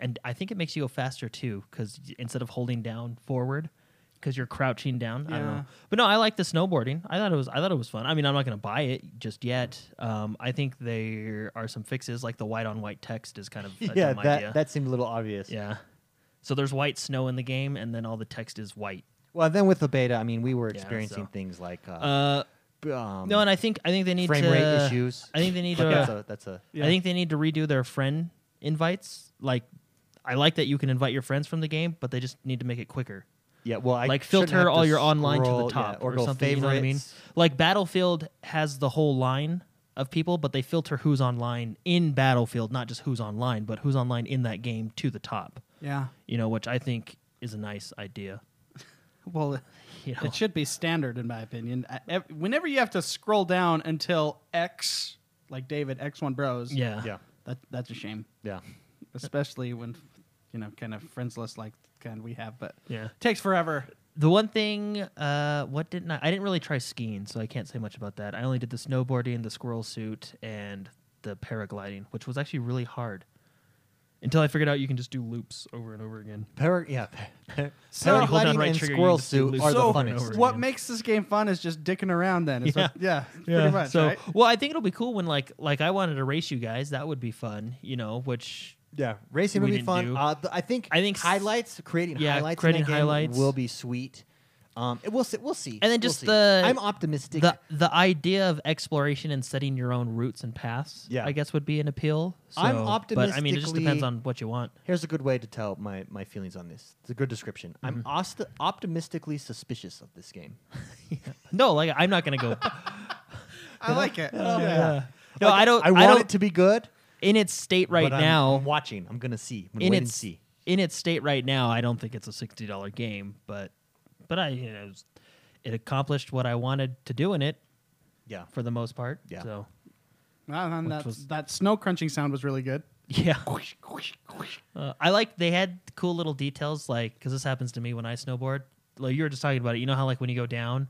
Speaker 3: and I think it makes you go faster too, because instead of holding down forward, because you're crouching down. I don't
Speaker 2: Yeah.
Speaker 3: know, but no, I like the snowboarding. I thought it was I thought it was fun. I mean, I'm not gonna buy it just yet. Um, I think there are some fixes, like the white on white text is kind of a
Speaker 1: yeah,
Speaker 3: dumb
Speaker 1: that
Speaker 3: idea.
Speaker 1: that seemed a little obvious.
Speaker 3: yeah. So there's white snow in the game, and then all the text is white.
Speaker 1: Well, then with the beta, I mean, we were
Speaker 3: Yeah,
Speaker 1: experiencing
Speaker 3: so-
Speaker 1: things like uh,
Speaker 3: Uh,
Speaker 1: b- um,
Speaker 3: no, and I think I think they need
Speaker 1: frame
Speaker 3: to,
Speaker 1: rate issues.
Speaker 3: I think they need
Speaker 1: But
Speaker 3: to.
Speaker 1: that's a that's a
Speaker 2: Yeah.
Speaker 3: I think they need to redo their friend invites. Like, I like that you can invite your friends from the game, but they just need to make it quicker.
Speaker 1: yeah. Well, I
Speaker 3: like,
Speaker 1: shouldn't have
Speaker 3: filter
Speaker 1: to
Speaker 3: all your online to
Speaker 1: scroll,
Speaker 3: the top
Speaker 1: yeah, or, go
Speaker 3: something. You know what I mean?
Speaker 1: favorites.
Speaker 3: Like, Battlefield has the whole line of people, but they filter who's online in Battlefield, not just who's online, but who's online in that game to the top.
Speaker 2: Yeah.
Speaker 3: you know, which I think is a nice idea.
Speaker 2: Well,
Speaker 3: You know,
Speaker 2: it should be standard, in my opinion. I- ev- Whenever you have to scroll down until X, like David, X1 Bros,
Speaker 3: yeah,
Speaker 1: Yeah.
Speaker 2: that, that's a shame.
Speaker 1: Yeah.
Speaker 2: Especially when, you know, kind of friends list like kind we have, but
Speaker 3: yeah.
Speaker 2: takes forever.
Speaker 3: The one thing, uh, what didn't I? I didn't really try skiing, so I can't say much about that. I only did the snowboarding, the squirrel suit, and the paragliding, which was actually really hard. Until I figured out you can just do loops over and over again.
Speaker 1: Para- yeah. Paragliding
Speaker 2: So-
Speaker 3: Hold on, right
Speaker 1: and
Speaker 3: trigger, you
Speaker 1: squirrel
Speaker 3: just do
Speaker 1: suit
Speaker 3: loop
Speaker 1: are
Speaker 2: over
Speaker 1: the
Speaker 3: and over.
Speaker 1: funnest.
Speaker 2: What
Speaker 3: yeah.
Speaker 2: makes this game fun is just dicking around then. It's
Speaker 3: Yeah.
Speaker 2: What, yeah, pretty much.
Speaker 3: so,
Speaker 2: right?
Speaker 3: well, I think it'll be cool when like like I wanted to race you guys. That would be fun, you know. Which
Speaker 1: Yeah, racing
Speaker 3: We
Speaker 1: would be
Speaker 3: didn't
Speaker 1: fun.
Speaker 3: do.
Speaker 1: Uh, th- I think
Speaker 3: I think s-
Speaker 1: highlights, creating
Speaker 3: Yeah,
Speaker 1: highlights, in
Speaker 3: creating
Speaker 1: that game
Speaker 3: highlights.
Speaker 1: will be sweet. Um, it- we'll see. We'll see.
Speaker 3: And
Speaker 1: We'll
Speaker 3: then just
Speaker 1: see.
Speaker 3: the-
Speaker 1: I'm optimistic.
Speaker 3: the the idea of exploration and setting your own routes and paths,
Speaker 1: Yeah.
Speaker 3: I guess would be an appeal. So,
Speaker 1: I'm
Speaker 3: but I mean, it just
Speaker 1: optimistically-
Speaker 3: depends on what you want.
Speaker 1: Here's a good way to tell my, my feelings on this. It's a good description. I'm
Speaker 3: Mm-hmm.
Speaker 1: ost- optimistically suspicious of this game.
Speaker 3: No, like I'm not gonna go.
Speaker 2: I like it. yeah.
Speaker 3: No,
Speaker 1: Like,
Speaker 3: I don't.
Speaker 1: I want
Speaker 3: don't,
Speaker 1: it to be good
Speaker 3: in its state right
Speaker 1: but I'm-
Speaker 3: now.
Speaker 1: I'm watching. I'm gonna see. I'm gonna
Speaker 3: in
Speaker 1: wait and
Speaker 3: its
Speaker 1: see.
Speaker 3: in its state right now, I don't think it's a sixty dollar game, but but I you know, it was- it accomplished what I wanted to do in it
Speaker 1: Yeah.
Speaker 3: for the most part.
Speaker 1: Yeah.
Speaker 3: So
Speaker 2: Well, and
Speaker 3: Which
Speaker 2: that,
Speaker 3: was-
Speaker 2: that snow crunching sound was really good.
Speaker 3: yeah, Uh, I like they had cool little details like because this happens to me when I snowboard. Like you were just talking about it, you know how like when you go down.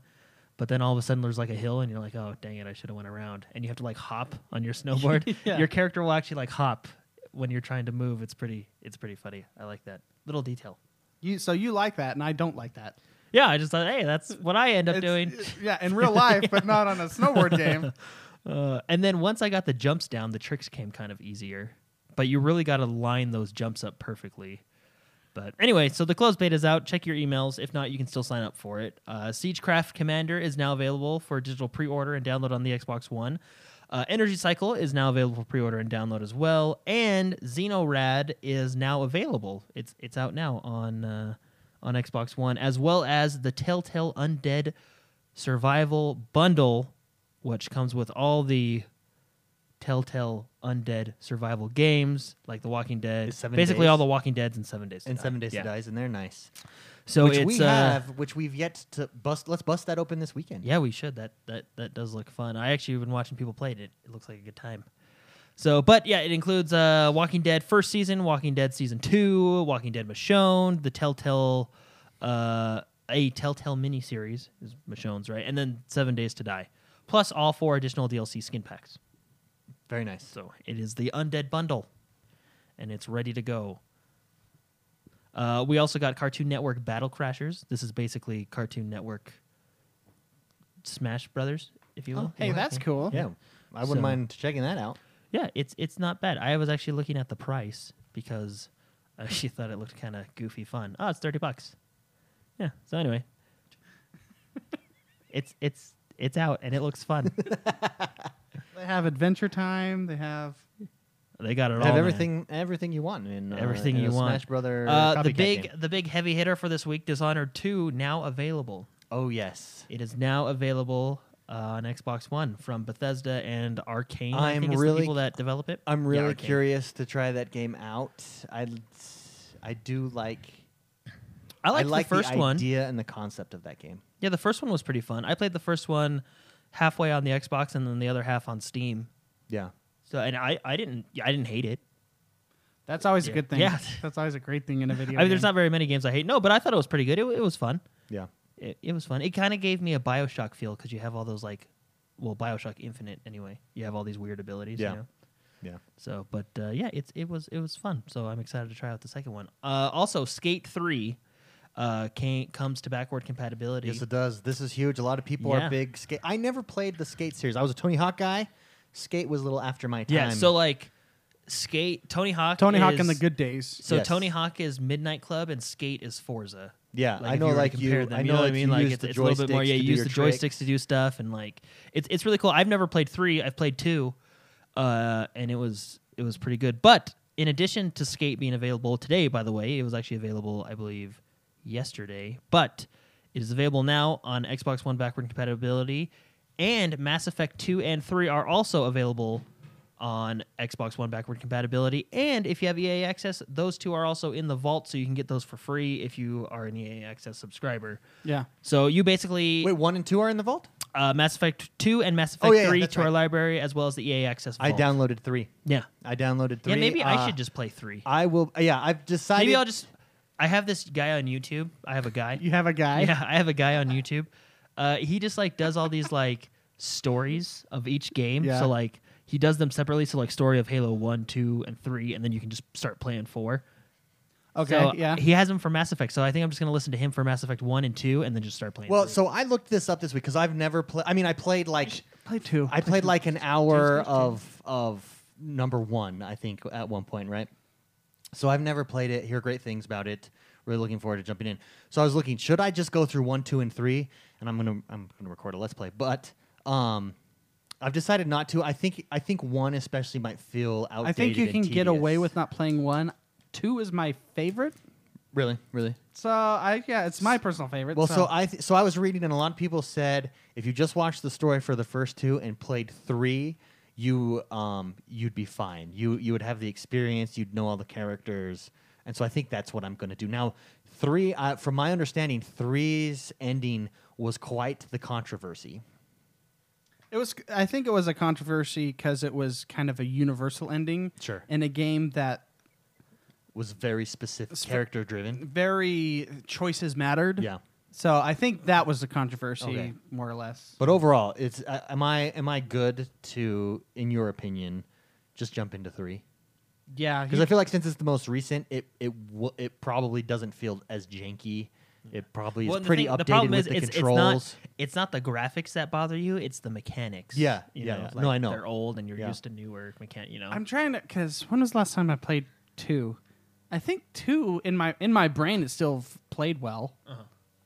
Speaker 3: But then all of a sudden there's like a hill and you're like, oh dang it, I should have went around. And you have to like hop on your snowboard.
Speaker 2: Yeah.
Speaker 3: Your character will actually like hop when you're trying to move. It's pretty, it's pretty funny. I like that little detail.
Speaker 2: You so you like that, and I don't like that.
Speaker 3: Yeah, I just thought, hey, that's what I end up
Speaker 2: It's-
Speaker 3: doing.
Speaker 2: yeah, in real life, but not on a snowboard game.
Speaker 3: Uh, and then once I got the jumps down, the tricks came kind of easier. But you really got to line those jumps up perfectly. But anyway, so the closed beta is out. Check your emails. If not, you can still sign up for it. Uh, Siegecraft Commander is now available for digital pre order and download on the Xbox One. Uh, Energy Cycle is now available for pre order and download as well. And Xenorad is now available. It's it's out now on uh, on Xbox One, as well as the Telltale Undead Survival Bundle, which comes with all the Telltale Undead survival games like The Walking Dead,
Speaker 1: It's seven
Speaker 3: basically
Speaker 1: days.
Speaker 3: all the Walking Dead's in Seven Days to
Speaker 1: And
Speaker 3: Die.
Speaker 1: seven days
Speaker 3: Yeah.
Speaker 1: to dies, and they're nice.
Speaker 3: So
Speaker 1: which
Speaker 3: it's
Speaker 1: we
Speaker 3: uh,
Speaker 1: have, which we've yet to bust. Let's bust that open this weekend.
Speaker 3: yeah, we should. That that that does look fun. I actually have been watching people play it. It, it looks like a good time. So, but yeah, it includes uh, Walking Dead first season, Walking Dead season two, Walking Dead Michonne, the Telltale, uh, a Telltale miniseries is Michonne's right, and then Seven Days to Die, plus all four additional DLC skin packs.
Speaker 1: Very nice.
Speaker 3: So it is the Undead Bundle, and it's ready to go. Uh, we also got Cartoon Network Battle Crashers. This is basically Cartoon Network Smash Brothers, if you will.
Speaker 2: Oh, hey,
Speaker 3: Yeah.
Speaker 2: that's cool.
Speaker 1: yeah, I wouldn't
Speaker 3: So-
Speaker 1: mind checking that out.
Speaker 3: Yeah, it's it's not bad. I was actually looking at the price because I actually thought it looked kind of goofy fun. Oh, it's thirty bucks. Yeah. So anyway, it's it's it's out and it looks fun.
Speaker 2: They have Adventure Time. They have
Speaker 3: they got it all.
Speaker 1: Have
Speaker 3: man.
Speaker 1: everything, everything you want in uh,
Speaker 3: Everything
Speaker 1: in
Speaker 3: you
Speaker 1: a
Speaker 3: want.
Speaker 1: Smash Brother.
Speaker 3: Uh, the
Speaker 1: copycat
Speaker 3: big
Speaker 1: game.
Speaker 3: the big heavy hitter for this week, Dishonored Two, now available.
Speaker 1: Oh yes,
Speaker 3: It is now available uh, on Xbox One from Bethesda and Arcane. I
Speaker 1: I'm
Speaker 3: think is the
Speaker 1: really-
Speaker 3: people that develop it.
Speaker 1: I'm
Speaker 3: Yeah,
Speaker 1: really
Speaker 3: Arcane.
Speaker 1: curious to try that game out. I, I do like.
Speaker 3: I liked
Speaker 1: like
Speaker 3: the first
Speaker 1: the
Speaker 3: one.
Speaker 1: idea and the concept of that game.
Speaker 3: Yeah, the first one was pretty fun. I played the first one halfway on the Xbox and then the other half on Steam.
Speaker 1: Yeah,
Speaker 3: So and I, I didn't I didn't hate it.
Speaker 2: that's always
Speaker 3: Yeah.
Speaker 2: a good thing.
Speaker 3: Yeah.
Speaker 2: that's always a great thing in a video.
Speaker 3: I mean, there's
Speaker 2: game.
Speaker 3: not very many games I hate. No, but I thought it was pretty good. It, it was fun.
Speaker 1: yeah,
Speaker 3: It, it was fun. It kind of gave me a Bioshock feel because you have all those like, well, Bioshock Infinite anyway. You have all these weird abilities.
Speaker 1: Yeah.
Speaker 3: You know?
Speaker 1: yeah.
Speaker 3: So, but uh, yeah, it's it was it was fun. So I'm excited to try out the second one. Uh, also, Skate Three uh, can comes to backward compatibility.
Speaker 1: Yes, it does. This is huge. A lot of people
Speaker 3: Yeah.
Speaker 1: are big skate. I never played the skate series. I was a Tony Hawk guy. Skate was a little after my time.
Speaker 3: yeah. So like, Skate Tony Hawk.
Speaker 2: Tony Hawk
Speaker 3: is-
Speaker 2: in the good days.
Speaker 3: So
Speaker 1: Yes.
Speaker 3: Tony Hawk is Midnight Club and Skate is Forza.
Speaker 1: Yeah,
Speaker 3: Like,
Speaker 1: I
Speaker 3: if
Speaker 1: know,
Speaker 3: were to
Speaker 1: like,
Speaker 3: compare
Speaker 1: you-
Speaker 3: them,
Speaker 1: I
Speaker 3: you
Speaker 1: know,
Speaker 3: what I
Speaker 1: like,
Speaker 3: mean.
Speaker 1: you
Speaker 3: Like
Speaker 1: use
Speaker 3: it's,
Speaker 1: the
Speaker 3: it's a little bit more.
Speaker 1: joysticks
Speaker 3: Yeah,
Speaker 1: to
Speaker 3: you
Speaker 1: do
Speaker 3: use
Speaker 1: your
Speaker 3: the
Speaker 1: tricks.
Speaker 3: joysticks to do stuff, and like it's it's really cool. I've never played three. I've played two, uh, and it was it was pretty good. But in addition to Skate being available today, by the way, it was actually available, I believe, yesterday. But it is available now on Xbox One backward compatibility, and Mass Effect two and three are also available on Xbox One backward compatibility. And if you have EA Access, those two are also in the vault, so you can get those for free if you are an EA Access subscriber.
Speaker 2: Yeah.
Speaker 3: So you basically
Speaker 1: Wait, one and two are in the vault.
Speaker 3: uh, Mass Effect two and Mass
Speaker 1: Oh,
Speaker 3: Effect
Speaker 1: yeah, yeah,
Speaker 3: three
Speaker 1: that's
Speaker 3: to our
Speaker 1: right.
Speaker 3: library as well as the EA Access.
Speaker 1: I
Speaker 3: vault.
Speaker 1: downloaded three.
Speaker 3: Yeah,
Speaker 1: I downloaded three.
Speaker 3: yeah. Maybe
Speaker 1: Uh,
Speaker 3: I should just play three.
Speaker 1: I will. Yeah, I've decided.
Speaker 3: Maybe I'll just. I have this guy on YouTube. I have a guy.
Speaker 2: You have a guy.
Speaker 3: yeah, I have a guy on YouTube. Uh, he just like does all these like stories of each game.
Speaker 2: Yeah.
Speaker 3: So like he does them separately. So like story of Halo one, two, and three, and then you can just start playing four.
Speaker 2: Okay.
Speaker 3: So,
Speaker 2: yeah.
Speaker 3: He has them for Mass Effect. So I think I'm just gonna listen to him for Mass Effect one and two, and then just start playing.
Speaker 1: Well,
Speaker 3: three.
Speaker 1: so I looked this up this week because I've never played. I mean, I played like
Speaker 2: play two.
Speaker 1: I played
Speaker 2: two.
Speaker 1: like an hour
Speaker 3: Tuesdays,
Speaker 1: of of number one, I think, at one point, right? So I've never played it. Hear great things about it. Really looking forward to jumping in. So I was looking, should I just go through one, two, and three? And I'm gonna I'm gonna record a let's play, but um, I've decided not to. I think I think one especially might feel outdated.
Speaker 2: I think you
Speaker 1: and
Speaker 2: can get away
Speaker 1: tedious.
Speaker 2: with not playing one. Two is my favorite.
Speaker 1: really, really.
Speaker 2: So I yeah, it's my personal favorite.
Speaker 1: Well, so I th- so I was reading, and a lot of people said if you just watched the story for the first two and played three, you um you'd be fine. You you would have the experience. You'd know all the characters, and so I think that's what I'm going to do now. Three, uh, from my understanding, three's ending was quite the controversy.
Speaker 2: It was. I think it was a controversy because it was kind of a universal ending.
Speaker 1: Sure.
Speaker 2: In a game that
Speaker 1: Was very specific,
Speaker 2: Sp-
Speaker 1: character
Speaker 2: Mm.
Speaker 1: driven.
Speaker 2: very choices mattered.
Speaker 1: Yeah.
Speaker 2: So I think that was the controversy,
Speaker 1: Okay.
Speaker 2: more or less.
Speaker 1: But overall, it's uh, am I am I good to, in your opinion, just jump into three?
Speaker 2: yeah,
Speaker 1: Because
Speaker 2: you-
Speaker 1: I feel like since it's the most recent, it it w- it probably doesn't feel as janky. It probably is
Speaker 3: Well, the
Speaker 1: pretty
Speaker 3: thing-
Speaker 1: updated
Speaker 3: the problem
Speaker 1: with
Speaker 3: is
Speaker 1: the
Speaker 3: it's,
Speaker 1: controls.
Speaker 3: It's not, it's not the graphics that bother you; it's the mechanics.
Speaker 1: Yeah, yeah,
Speaker 3: you know,
Speaker 1: yeah. No,
Speaker 3: like,
Speaker 1: I know.
Speaker 3: they're old, and you're
Speaker 1: Yeah.
Speaker 3: used to newer mechanic. You know,
Speaker 2: I'm trying to because when was the last time I played two? I think two in my in my brain it still f- played well.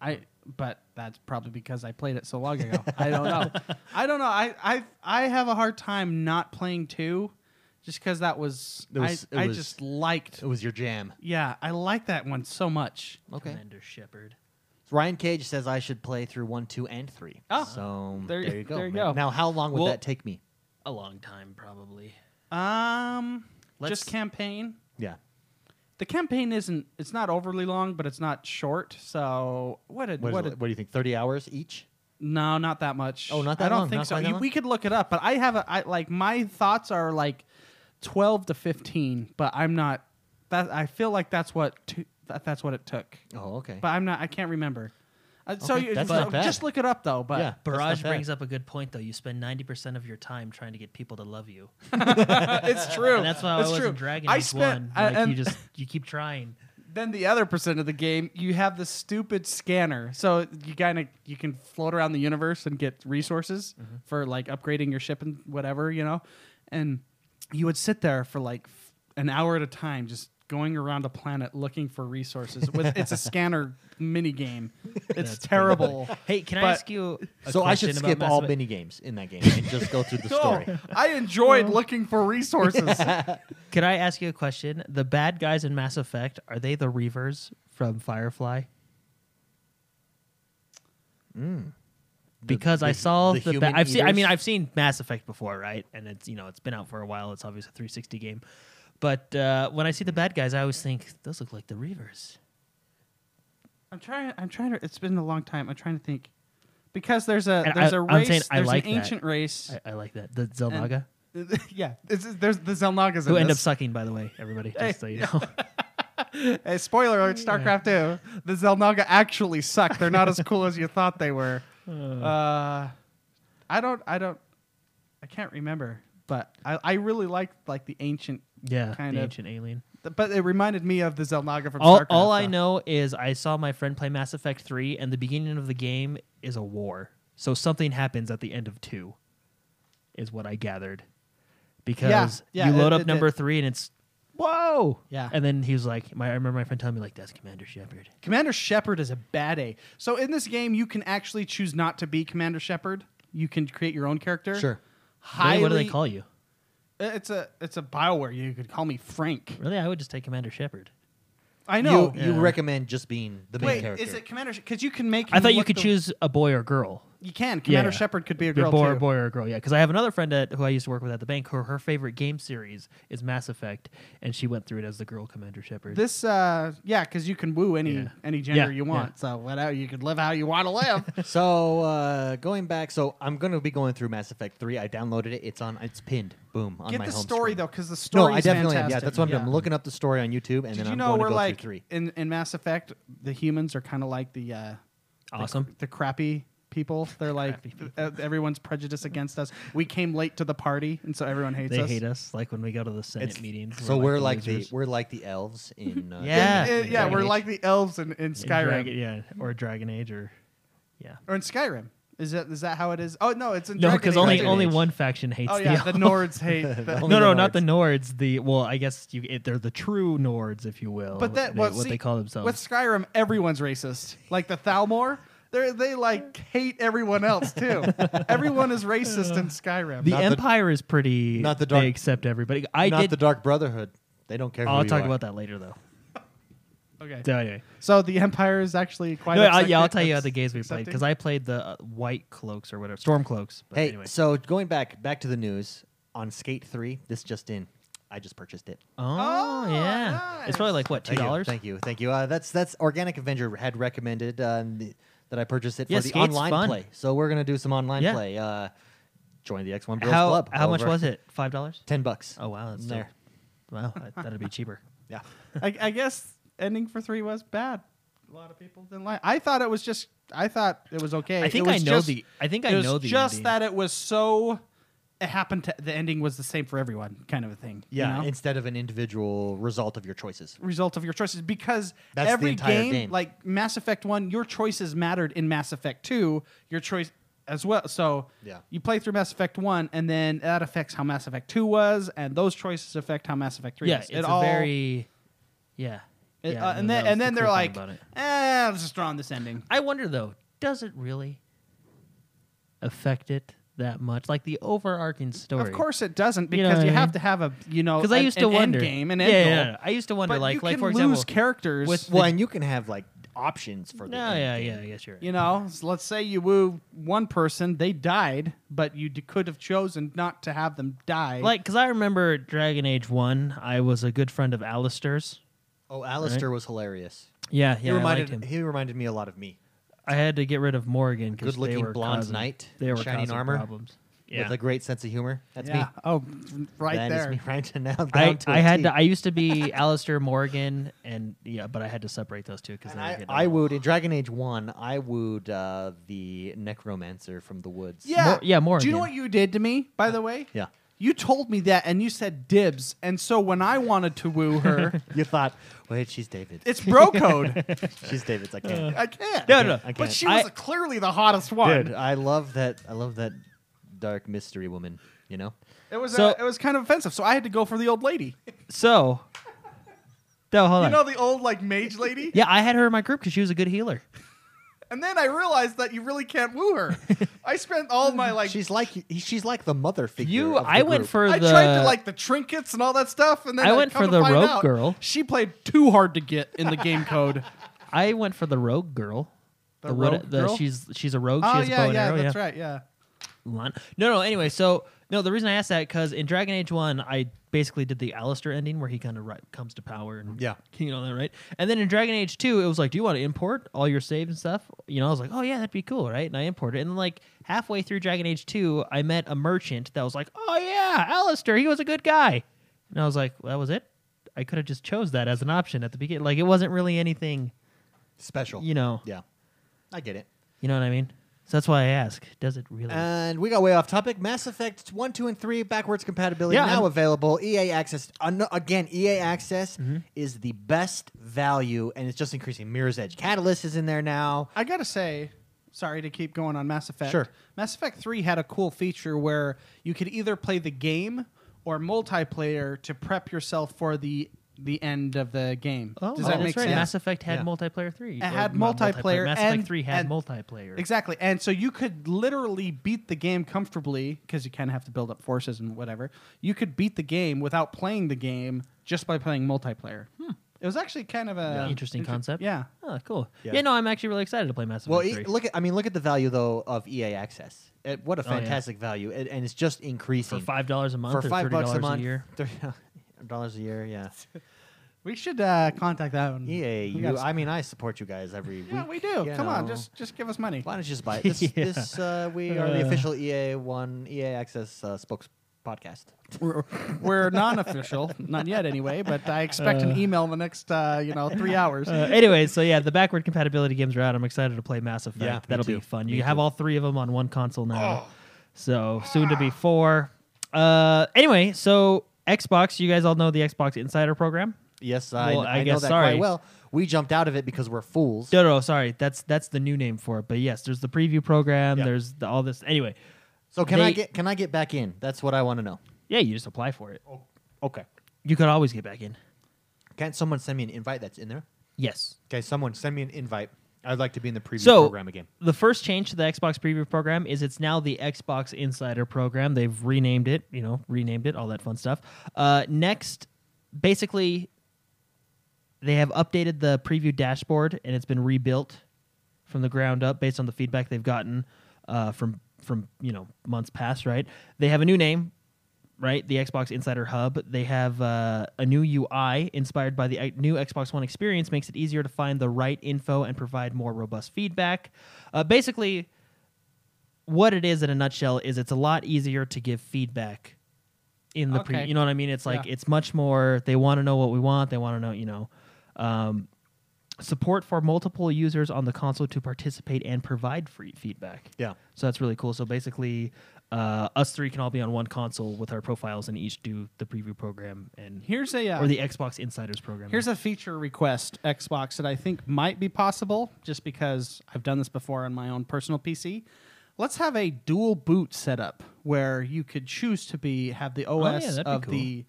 Speaker 2: I but that's probably because I played it so long ago. I don't know. I don't know. I I I have a hard time not playing two, just because that was,
Speaker 1: It was- it
Speaker 2: I, I
Speaker 1: was-
Speaker 2: just liked.
Speaker 1: it was your jam.
Speaker 2: Yeah, I like that one so much.
Speaker 1: Okay.
Speaker 3: Commander Shepard.
Speaker 1: Ryan Cage says I should play through one, two, and three.
Speaker 2: Oh.
Speaker 1: so
Speaker 2: There
Speaker 1: Ah, there,
Speaker 2: you-
Speaker 1: you go.
Speaker 2: there you
Speaker 1: man.
Speaker 2: go.
Speaker 1: Now, how long would
Speaker 3: Well-
Speaker 1: that take me?
Speaker 3: A long time, probably.
Speaker 2: Um,
Speaker 3: Let's-
Speaker 2: just campaign.
Speaker 1: Yeah.
Speaker 2: The campaign isn't. It's not overly long, but it's not short. So what? A,
Speaker 1: What,
Speaker 2: what?
Speaker 1: is
Speaker 2: a-
Speaker 1: it, what do you think? Thirty hours each?
Speaker 2: No, not that much.
Speaker 1: Oh, not
Speaker 2: I
Speaker 1: that
Speaker 2: don't
Speaker 1: long,
Speaker 2: think
Speaker 1: not
Speaker 2: so.
Speaker 1: quite that
Speaker 2: You-
Speaker 1: long?
Speaker 2: we could look it up, but I have a I like my thoughts are like twelve to fifteen, but I'm not. That I feel like that's what two, that, that's what it took,
Speaker 1: Oh, okay.
Speaker 2: but I'm not. I can't remember. Uh, so
Speaker 1: Okay,
Speaker 2: you,
Speaker 1: that's
Speaker 2: so
Speaker 1: not bad.
Speaker 2: just look it up though. But
Speaker 1: Yeah. That's not
Speaker 3: Barrage
Speaker 1: bad.
Speaker 3: brings up a good point, though. You spend ninety percent of your time trying to get people to love you,
Speaker 2: it's true.
Speaker 3: and that's why I
Speaker 2: It's
Speaker 3: was
Speaker 2: true.
Speaker 3: in Dragon
Speaker 2: I
Speaker 3: Age
Speaker 2: spent,
Speaker 3: One.
Speaker 2: I-
Speaker 3: Like
Speaker 2: and
Speaker 3: you just you keep trying.
Speaker 2: then the other percent of the game, you have the stupid scanner. So you kind of you can float around the universe and get resources
Speaker 1: Mm-hmm.
Speaker 2: for like upgrading your ship and whatever, you know. And you would sit there for like f- an hour at a time just going around a planet looking for resources with it's a scanner mini game. It's terrible.
Speaker 3: Hey, can
Speaker 2: But-
Speaker 3: I ask you? A
Speaker 1: so I should
Speaker 3: question about
Speaker 1: skip
Speaker 3: Mass
Speaker 1: all
Speaker 3: Effect?
Speaker 1: mini games in that game and just go through the story.
Speaker 2: No, I enjoyed looking for resources.
Speaker 3: Can I ask you a question? The bad guys in Mass Effect are they the Reavers from Firefly? Because I
Speaker 1: Hmm. the-
Speaker 3: saw
Speaker 1: the
Speaker 3: the, ba-
Speaker 1: human
Speaker 3: I've seen. I mean,
Speaker 1: eaters?
Speaker 3: I've seen Mass Effect before, right? And it's you know it's been out for a while. It's obviously a 360 game, but uh, when I see the bad guys, I always think those look like the Reavers.
Speaker 2: I'm trying. I'm trying to. It's been a long time. I'm trying to think because there's a
Speaker 3: And
Speaker 2: there's
Speaker 3: I-
Speaker 2: a
Speaker 3: I'm
Speaker 2: race.
Speaker 3: saying I
Speaker 2: there's
Speaker 3: like
Speaker 2: an
Speaker 3: that.
Speaker 2: ancient race.
Speaker 3: I, I like that the Zelnaga
Speaker 2: And- yeah, this is, there's the Zelnagas
Speaker 3: who
Speaker 2: in
Speaker 3: end up
Speaker 2: this.
Speaker 3: sucking. By the way, everybody, just so you know.
Speaker 2: Hey, spoiler alert: StarCraft Two. The Zelnaga actually suck. They're not as cool as you thought they were. Uh, I don't. I don't. I can't remember, but I, I really liked like the ancient.
Speaker 3: yeah,
Speaker 2: Kind
Speaker 3: the
Speaker 2: of.
Speaker 3: ancient alien.
Speaker 2: But it reminded me of the Zelnaga from
Speaker 3: all,
Speaker 2: StarCraft.
Speaker 3: all I
Speaker 2: though.
Speaker 3: know is I saw my friend play Mass Effect 3, and the beginning of the game is a war. So something happens at the end of 2, is what I gathered. Because
Speaker 2: yeah,
Speaker 3: you
Speaker 2: it-
Speaker 3: load up
Speaker 2: it-
Speaker 3: number
Speaker 2: it-
Speaker 3: 3 and it's, whoa!
Speaker 2: Yeah.
Speaker 3: And then he was like, my, I remember my friend telling me, like, that's Commander Shepard.
Speaker 2: Commander Shepard is a bad A. So in this game, you can actually choose not to be Commander Shepard. You can create your own character.
Speaker 1: Sure.
Speaker 2: Highly,
Speaker 3: Really, what do they call you?
Speaker 2: It's a it's a Bioware. You could call me Frank.
Speaker 3: Really, I would just take Commander Shepard.
Speaker 2: I know.
Speaker 1: You, you
Speaker 3: Yeah.
Speaker 1: recommend just being the main
Speaker 2: Wait,
Speaker 1: character?
Speaker 2: is it Commander? Because you can make.
Speaker 3: I
Speaker 2: him
Speaker 3: thought you
Speaker 2: look
Speaker 3: could
Speaker 2: the-
Speaker 3: choose a boy or girl.
Speaker 2: you can. Commander
Speaker 3: yeah.
Speaker 2: Shepard could be a
Speaker 3: Be a
Speaker 2: girl
Speaker 3: boy,
Speaker 2: too.
Speaker 3: boy or a girl, yeah. Because I have another friend at, who I used to work with at the bank. Her her favorite game series is Mass Effect, and she went through it as the girl Commander Shepard.
Speaker 2: This, uh, yeah, because you can woo any
Speaker 3: Yeah.
Speaker 2: any gender
Speaker 3: Yeah,
Speaker 2: you
Speaker 3: yeah.
Speaker 2: want. So whatever, you can live how you want to live.
Speaker 1: So uh, going back, so I'm gonna be going through Mass Effect three. I downloaded it. It's on. It's pinned. Boom. On
Speaker 2: Get
Speaker 1: my
Speaker 2: the
Speaker 1: home
Speaker 2: story
Speaker 1: screen.
Speaker 2: though, because the story.
Speaker 1: no, I
Speaker 2: is
Speaker 1: definitely am.
Speaker 2: fantastic.
Speaker 1: Yeah, that's what I'm doing. I'm looking up the story on YouTube, and then
Speaker 2: Did you
Speaker 1: I'm
Speaker 2: know
Speaker 1: going
Speaker 2: we're
Speaker 1: to go
Speaker 2: like
Speaker 1: through three.
Speaker 2: in in Mass Effect, the humans are kind of like the uh,
Speaker 3: awesome.
Speaker 2: the crappy people. They're like
Speaker 3: crappy people.
Speaker 2: uh, everyone's prejudiced against us. We came late to the party, and so everyone hates
Speaker 3: They
Speaker 2: us.
Speaker 3: hate us, like when we go to the Senate
Speaker 1: It's-
Speaker 3: meetings.
Speaker 1: So we're like the
Speaker 3: losers.
Speaker 1: we're like the elves in uh,
Speaker 2: Uh,
Speaker 3: Yeah.
Speaker 2: yeah,
Speaker 1: Dragon
Speaker 2: we're
Speaker 1: Age.
Speaker 2: like the elves in, in
Speaker 3: In
Speaker 2: Skyrim
Speaker 3: Dragon- yeah, or Dragon Age, or yeah.
Speaker 2: or in Skyrim. Is that is that how it is? Oh no, it's in
Speaker 3: No,
Speaker 2: Dragon
Speaker 3: because
Speaker 2: Age.
Speaker 3: only
Speaker 1: Dragon
Speaker 3: only
Speaker 1: Age.
Speaker 3: one faction hates
Speaker 2: Oh yeah,
Speaker 3: the,
Speaker 2: the Nords hate. the-
Speaker 1: Only
Speaker 3: no,
Speaker 1: the
Speaker 3: no, not the Nords. The well, I guess you it, they're the true Nords, if you will.
Speaker 2: But that
Speaker 3: they-
Speaker 2: well,
Speaker 3: what
Speaker 2: see,
Speaker 3: they call themselves.
Speaker 2: with Skyrim, everyone's racist. Like the Thalmor, they they like hate everyone else too. everyone is racist in Skyrim.
Speaker 3: the
Speaker 1: Not the-
Speaker 3: Empire is pretty.
Speaker 1: not the dark-
Speaker 3: They accept everybody. I
Speaker 1: not
Speaker 3: did. Oh,
Speaker 1: the Dark Brotherhood. They don't care. who
Speaker 3: I'll
Speaker 1: you
Speaker 3: talk
Speaker 1: are.
Speaker 3: about that later, though.
Speaker 2: okay,
Speaker 3: So anyway,
Speaker 2: so the Empire is actually quite.
Speaker 3: no, I,
Speaker 2: accept-
Speaker 3: yeah, I'll tell you how the games we played
Speaker 2: accepting.
Speaker 3: because I played the uh, white cloaks or whatever, storm cloaks. But
Speaker 1: Hey,
Speaker 3: anyway.
Speaker 1: so going back back to the news on Skate Three. This just in, I just purchased it.
Speaker 3: oh,
Speaker 2: Oh,
Speaker 3: yeah, it's probably like what two
Speaker 1: Thank you,
Speaker 3: dollars.
Speaker 1: Thank you, thank you. Uh, that's that's Organic Avenger had recommended uh, and the- that I purchase it for
Speaker 3: Yeah,
Speaker 1: the
Speaker 3: skate's
Speaker 1: online
Speaker 3: fun.
Speaker 1: play. So we're gonna do some online
Speaker 3: Yeah.
Speaker 1: play. Uh, join the X1 Bros
Speaker 3: How
Speaker 1: Club.
Speaker 3: how much
Speaker 1: Over
Speaker 3: was it? Five dollars.
Speaker 1: Ten bucks.
Speaker 3: Oh wow, that's
Speaker 1: there.
Speaker 3: there. Wow, that'd be cheaper.
Speaker 1: Yeah.
Speaker 2: I, I guess ending for three was bad. A lot of people didn't like. I thought it was just. I thought it was okay.
Speaker 3: I
Speaker 2: It
Speaker 3: think
Speaker 2: was
Speaker 3: I know
Speaker 2: just-
Speaker 3: the. I think I
Speaker 2: It was
Speaker 3: know the.
Speaker 2: just
Speaker 3: ending.
Speaker 2: that it was so. It happened to the ending was the same for everyone, kind of a thing. you
Speaker 1: Yeah.
Speaker 2: know?
Speaker 1: Instead of an individual result of your choices.
Speaker 2: result of your choices because
Speaker 1: That's the
Speaker 2: every
Speaker 1: entire
Speaker 2: game,
Speaker 1: game.
Speaker 2: like Mass Effect 1, your choices mattered in Mass Effect 2, your choice as well. So
Speaker 1: Yeah.
Speaker 2: you play through Mass Effect 1 and then that affects how Mass Effect 2 was and those choices affect how Mass Effect 3
Speaker 3: Yeah,
Speaker 2: was.
Speaker 3: it's a very. Yeah.
Speaker 2: it-
Speaker 3: yeah
Speaker 2: uh,
Speaker 3: no,
Speaker 2: and
Speaker 3: that
Speaker 2: then
Speaker 3: was
Speaker 2: and
Speaker 3: the
Speaker 2: then they're
Speaker 3: cool thing
Speaker 2: like,
Speaker 3: about it.
Speaker 2: eh, let's just draw on this ending.
Speaker 3: I wonder though, does it really affect it that much? Like the overarching story.
Speaker 2: Of course it doesn't
Speaker 3: You know
Speaker 2: because you,
Speaker 3: what I
Speaker 2: have
Speaker 3: mean?
Speaker 2: to have a you know
Speaker 3: because I
Speaker 2: an-
Speaker 3: used
Speaker 2: an
Speaker 3: to wonder.
Speaker 2: end game and
Speaker 3: yeah,
Speaker 2: end
Speaker 3: yeah,
Speaker 2: goal.
Speaker 3: yeah. I used to wonder,
Speaker 2: But
Speaker 3: like,
Speaker 2: you
Speaker 3: like
Speaker 2: can
Speaker 3: for
Speaker 2: lose
Speaker 3: example,
Speaker 2: characters
Speaker 3: with-
Speaker 1: Well, and you can have like options for the.
Speaker 3: no,
Speaker 1: end
Speaker 3: yeah,
Speaker 1: game.
Speaker 3: yeah, yes, you're right.
Speaker 2: You know, so let's say you woo one person, they died, but you d- could have chosen not to have them die.
Speaker 3: like because I remember Dragon Age One. I was a good friend of Alistair's.
Speaker 1: Oh, Alistair was hilarious.
Speaker 3: Yeah, yeah,
Speaker 1: he
Speaker 3: I liked
Speaker 1: reminded
Speaker 3: him.
Speaker 1: he reminded me a lot of me
Speaker 3: I had to get rid of Morgan because they
Speaker 1: Good-looking
Speaker 3: were
Speaker 1: blonde
Speaker 3: causing,
Speaker 1: knight
Speaker 3: They
Speaker 1: in
Speaker 3: were
Speaker 1: shining
Speaker 3: causing
Speaker 1: armor.
Speaker 3: problems. Yeah,
Speaker 1: with a great sense of humor. That's me.
Speaker 2: yeah. Oh, right
Speaker 1: That is
Speaker 2: there.
Speaker 1: me right now. Down
Speaker 3: I,
Speaker 1: to a
Speaker 3: I had
Speaker 1: T.
Speaker 3: to. I used to be Alistair Morgan, and yeah, but I had to separate those two because
Speaker 1: And
Speaker 3: they were
Speaker 1: I,
Speaker 3: getting
Speaker 1: I
Speaker 3: along.
Speaker 1: wooed in Dragon Age One. I wooed uh, the necromancer from the woods.
Speaker 2: Yeah.
Speaker 3: Mor- yeah, Morrigan.
Speaker 2: Do you know what you did to me, by the way?
Speaker 1: Uh, yeah.
Speaker 2: You told me that and you said dibs. And so when I wanted to woo her,
Speaker 1: You thought, wait, she's David.
Speaker 2: it's bro code.
Speaker 1: she's David's. I can't.
Speaker 2: I can't.
Speaker 3: No, no.
Speaker 1: I can't.
Speaker 2: But she was
Speaker 3: I-
Speaker 2: clearly the hottest one.
Speaker 1: Dude, I love that. I love that dark mystery woman. You know,
Speaker 2: It was
Speaker 3: So-
Speaker 2: uh, it was kind of offensive. So I had to go for the old lady.
Speaker 3: So, no, hold
Speaker 2: You
Speaker 3: on.
Speaker 2: know the old like mage lady?
Speaker 3: yeah, I had her in my group because she was a good healer.
Speaker 2: And then I realized that you really can't woo her. I spent all my like
Speaker 1: she's like she's like the mother figure.
Speaker 3: You,
Speaker 1: of the
Speaker 3: I went
Speaker 1: group.
Speaker 3: for
Speaker 2: I
Speaker 3: the.
Speaker 2: tried to like the trinkets and all that stuff, and then
Speaker 3: I went
Speaker 2: come
Speaker 3: for
Speaker 2: to
Speaker 3: the
Speaker 2: find
Speaker 3: rope
Speaker 2: out,
Speaker 3: girl.
Speaker 2: She played too hard to get in the game code.
Speaker 3: I went for the rogue girl.
Speaker 2: The
Speaker 3: wood-
Speaker 2: rogue girl?
Speaker 3: She's she's a rogue. she
Speaker 2: oh
Speaker 3: has a bow
Speaker 2: yeah,
Speaker 3: and
Speaker 2: yeah,
Speaker 3: arrow,
Speaker 2: that's
Speaker 3: yeah.
Speaker 2: right. Yeah,
Speaker 3: Lon- No, no. Anyway, so no, the reason I asked that because in Dragon Age One, I basically did the Alistair ending where he kind of ri- comes to power and
Speaker 1: Yeah.
Speaker 3: you know that right. And then in Dragon Age Two, it was like, do you want to import all your saves and stuff? You know, I was like, oh yeah, that'd be cool, right? And I imported, it. and like halfway through Dragon Age Two, I met a merchant that was like, oh yeah, Alistair, he was a good guy, and I was like, well, that was it. I could have just chose that as an option at the beginning. Like it wasn't really anything,
Speaker 1: special.
Speaker 3: you know.
Speaker 1: Yeah, I get it.
Speaker 3: You know what I mean? So that's why I ask. Does it really?
Speaker 1: And we got way off topic. Mass Effect 1, 2, and 3 backwards compatibility
Speaker 3: Yeah,
Speaker 1: now
Speaker 3: I'm-
Speaker 1: available. EA Access. an- Again, EA Access
Speaker 3: Mm-hmm.
Speaker 1: is the best value, and it's just increasing. Mirror's Edge Catalyst is in there now.
Speaker 2: I gotta say, sorry to keep going on Mass Effect.
Speaker 1: Sure.
Speaker 2: Mass Effect Three had a cool feature where you could either play the game or multiplayer to prep yourself for the the end of the game.
Speaker 3: Oh,
Speaker 2: Does that
Speaker 3: that's
Speaker 2: make
Speaker 3: right.
Speaker 2: sense?
Speaker 3: Mass Effect had
Speaker 1: Yeah.
Speaker 3: multiplayer three.
Speaker 2: It
Speaker 3: Or
Speaker 2: had
Speaker 3: not
Speaker 2: multiplayer
Speaker 3: Mass
Speaker 2: and-
Speaker 3: Effect three had
Speaker 2: and-
Speaker 3: multiplayer.
Speaker 2: Exactly. And so you could literally beat the game comfortably because you kind of have to build up
Speaker 1: Hmm.
Speaker 2: forces and whatever. You could beat the game without playing the game just by playing multiplayer. It was actually kind of a
Speaker 3: Interesting
Speaker 2: inter-
Speaker 3: concept.
Speaker 2: Yeah.
Speaker 3: Oh, cool.
Speaker 1: Yeah.
Speaker 3: Yeah. no, I'm actually really excited to play Mass Effect
Speaker 1: Well, e-
Speaker 3: 3.
Speaker 1: look at I mean, look at the value though of EA Access. It, what a
Speaker 3: Oh, yeah.
Speaker 1: fantastic value, and, and it's just
Speaker 3: for
Speaker 1: increasing
Speaker 3: five dollars a month
Speaker 1: For
Speaker 3: or
Speaker 1: five
Speaker 3: thirty
Speaker 1: bucks
Speaker 3: dollars
Speaker 1: a month,
Speaker 3: year.
Speaker 1: dollars a year. Yeah,
Speaker 2: We should uh, contact that one.
Speaker 1: EA. You,
Speaker 2: We got-
Speaker 1: I mean, I support you guys every week.
Speaker 2: yeah, we do.
Speaker 1: you
Speaker 2: Come on,
Speaker 1: know.
Speaker 2: just just give us money.
Speaker 1: Why don't you just buy it? This,
Speaker 3: Yeah.
Speaker 1: this uh, we are the
Speaker 3: Uh.
Speaker 1: official EA One EA Access uh, spokes podcast.
Speaker 2: We're, we're non-official, not yet anyway. But I expect an
Speaker 3: Uh.
Speaker 2: email in the next uh, you know three hours.
Speaker 3: Uh, anyway, so yeah, the backward compatibility games are out. I'm excited to play Mass Effect.
Speaker 1: Yeah, me
Speaker 3: That'll
Speaker 1: too.
Speaker 3: be fun.
Speaker 1: Me
Speaker 3: You have
Speaker 1: too. Oh.
Speaker 3: all three of them on one console now. So soon to be four. Uh, anyway, so Xbox, you guys all know the Xbox Insider program.
Speaker 1: Yes, I,
Speaker 3: Well,
Speaker 1: kn-
Speaker 3: I
Speaker 1: I know
Speaker 3: guess-
Speaker 1: that quite
Speaker 3: sorry.
Speaker 1: well. We jumped out of it because we're fools.
Speaker 3: No, no, sorry, that's that's the new name for it. But yes, there's the preview program.
Speaker 1: Yeah.
Speaker 3: There's the, all this. Anyway,
Speaker 1: so can I
Speaker 3: They-
Speaker 1: get can I get back in? That's what I want to know.
Speaker 3: yeah, you just apply for it.
Speaker 1: Okay.
Speaker 3: You could always get back in.
Speaker 1: Can't someone send me an invite that's in there?
Speaker 3: Yes.
Speaker 1: Okay, someone send me an invite. I'd like to be in the preview
Speaker 3: So-
Speaker 1: program again.
Speaker 3: The first change to the Xbox preview program is it's now the Xbox Insider program. They've renamed it, you know, renamed it, all that fun stuff. Uh, next, basically, they have updated the preview dashboard and it's been rebuilt from the ground up based on the feedback they've gotten uh, from from you know months past. Right? They have a new name, right? The Xbox Insider Hub. They have uh, a new UI inspired by the uh, new Xbox One experience, makes it easier to find the right info and provide more robust feedback. Uh, basically, what it is in a nutshell is it's a lot easier to give feedback in the pre
Speaker 2: Okay.
Speaker 3: you know what i mean it's like
Speaker 2: Yeah.
Speaker 3: it's much more they want to know what we want they want to know you know um, support for multiple users on the console to participate and provide free feedback
Speaker 1: Yeah.
Speaker 3: so that's really cool so basically uh, us three can all be on one console with our profiles and each do the preview program and
Speaker 2: Here's a uh,
Speaker 3: or the xbox insiders program
Speaker 2: Here's a feature request, Xbox, that I think might be possible just because I've done this before on my own personal PC. Let's have a dual boot setup where you could choose to be have the
Speaker 3: Oh, yeah,
Speaker 2: OS
Speaker 3: that'd be
Speaker 2: of
Speaker 3: cool.
Speaker 2: the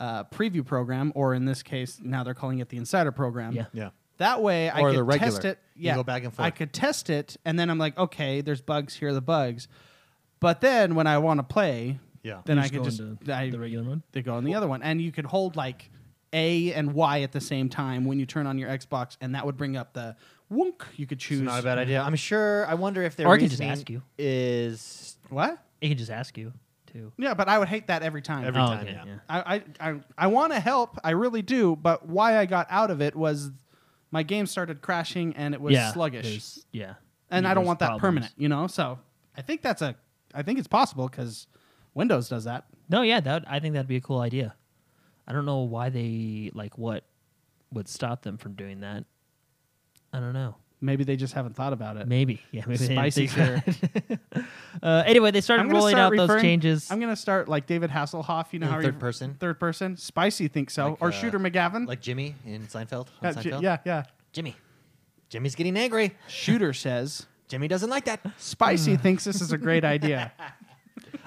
Speaker 2: uh, preview program, or in this case, now they're calling it the insider program.
Speaker 3: Yeah.
Speaker 1: Yeah.
Speaker 2: That way, I
Speaker 1: Or
Speaker 2: could
Speaker 1: the regular.
Speaker 2: test it.
Speaker 1: You go back and forth.
Speaker 2: I could test it, and then I'm like, okay, there's bugs. Here are the bugs. But then when I want to play,
Speaker 1: Yeah.
Speaker 2: then
Speaker 3: You
Speaker 2: I
Speaker 3: just
Speaker 2: could
Speaker 3: go
Speaker 2: just
Speaker 3: into
Speaker 2: I-
Speaker 3: the regular mode?
Speaker 2: They go on the other one, and you could hold like A and Y at the same time when you turn on your Xbox, and that would bring up the wonk. You could choose.
Speaker 1: It's not a bad idea. I'm sure. I wonder if their
Speaker 3: Or I can just
Speaker 1: reasoning
Speaker 3: ask you.
Speaker 1: is
Speaker 2: What?
Speaker 3: it can just ask you too
Speaker 2: Yeah, but I would hate that every time.
Speaker 1: Every
Speaker 3: Oh,
Speaker 1: time,
Speaker 3: okay,
Speaker 1: yeah.
Speaker 3: yeah.
Speaker 2: I I I, I want to help. I really do. But why I got out of it was my game started crashing and it was
Speaker 3: yeah
Speaker 2: sluggish.
Speaker 3: there's- yeah
Speaker 2: and I don't
Speaker 3: There's
Speaker 2: want that
Speaker 3: problems.
Speaker 2: permanent, you know. So I think that's a, I think it's possible because Windows does that.
Speaker 3: No, yeah, that I think that'd be a cool idea. I don't know why they like what would stop them from doing that. I don't know.
Speaker 2: Maybe they just haven't thought about it.
Speaker 3: Maybe, yeah, maybe they didn't
Speaker 2: Spicy
Speaker 3: think
Speaker 2: here.
Speaker 3: so. Uh, anyway, they
Speaker 2: I'm
Speaker 3: started
Speaker 2: gonna
Speaker 3: rolling
Speaker 2: start
Speaker 3: out those
Speaker 2: referring-
Speaker 3: changes.
Speaker 2: I'm gonna start like David Hasselhoff. You know
Speaker 1: In
Speaker 2: how
Speaker 1: third
Speaker 2: he-
Speaker 1: person?
Speaker 2: third person. Spicy thinks so,
Speaker 1: Like,
Speaker 2: or
Speaker 1: uh,
Speaker 2: Shooter McGavin.
Speaker 1: like Jimmy in Seinfeld.
Speaker 2: yeah,
Speaker 1: on
Speaker 2: j-
Speaker 1: Seinfeld.
Speaker 2: yeah, yeah.
Speaker 1: Jimmy. Jimmy's getting angry.
Speaker 2: Shooter says
Speaker 1: Jimmy doesn't like that.
Speaker 2: Spicy
Speaker 3: "Hmm."
Speaker 2: thinks this is a great idea.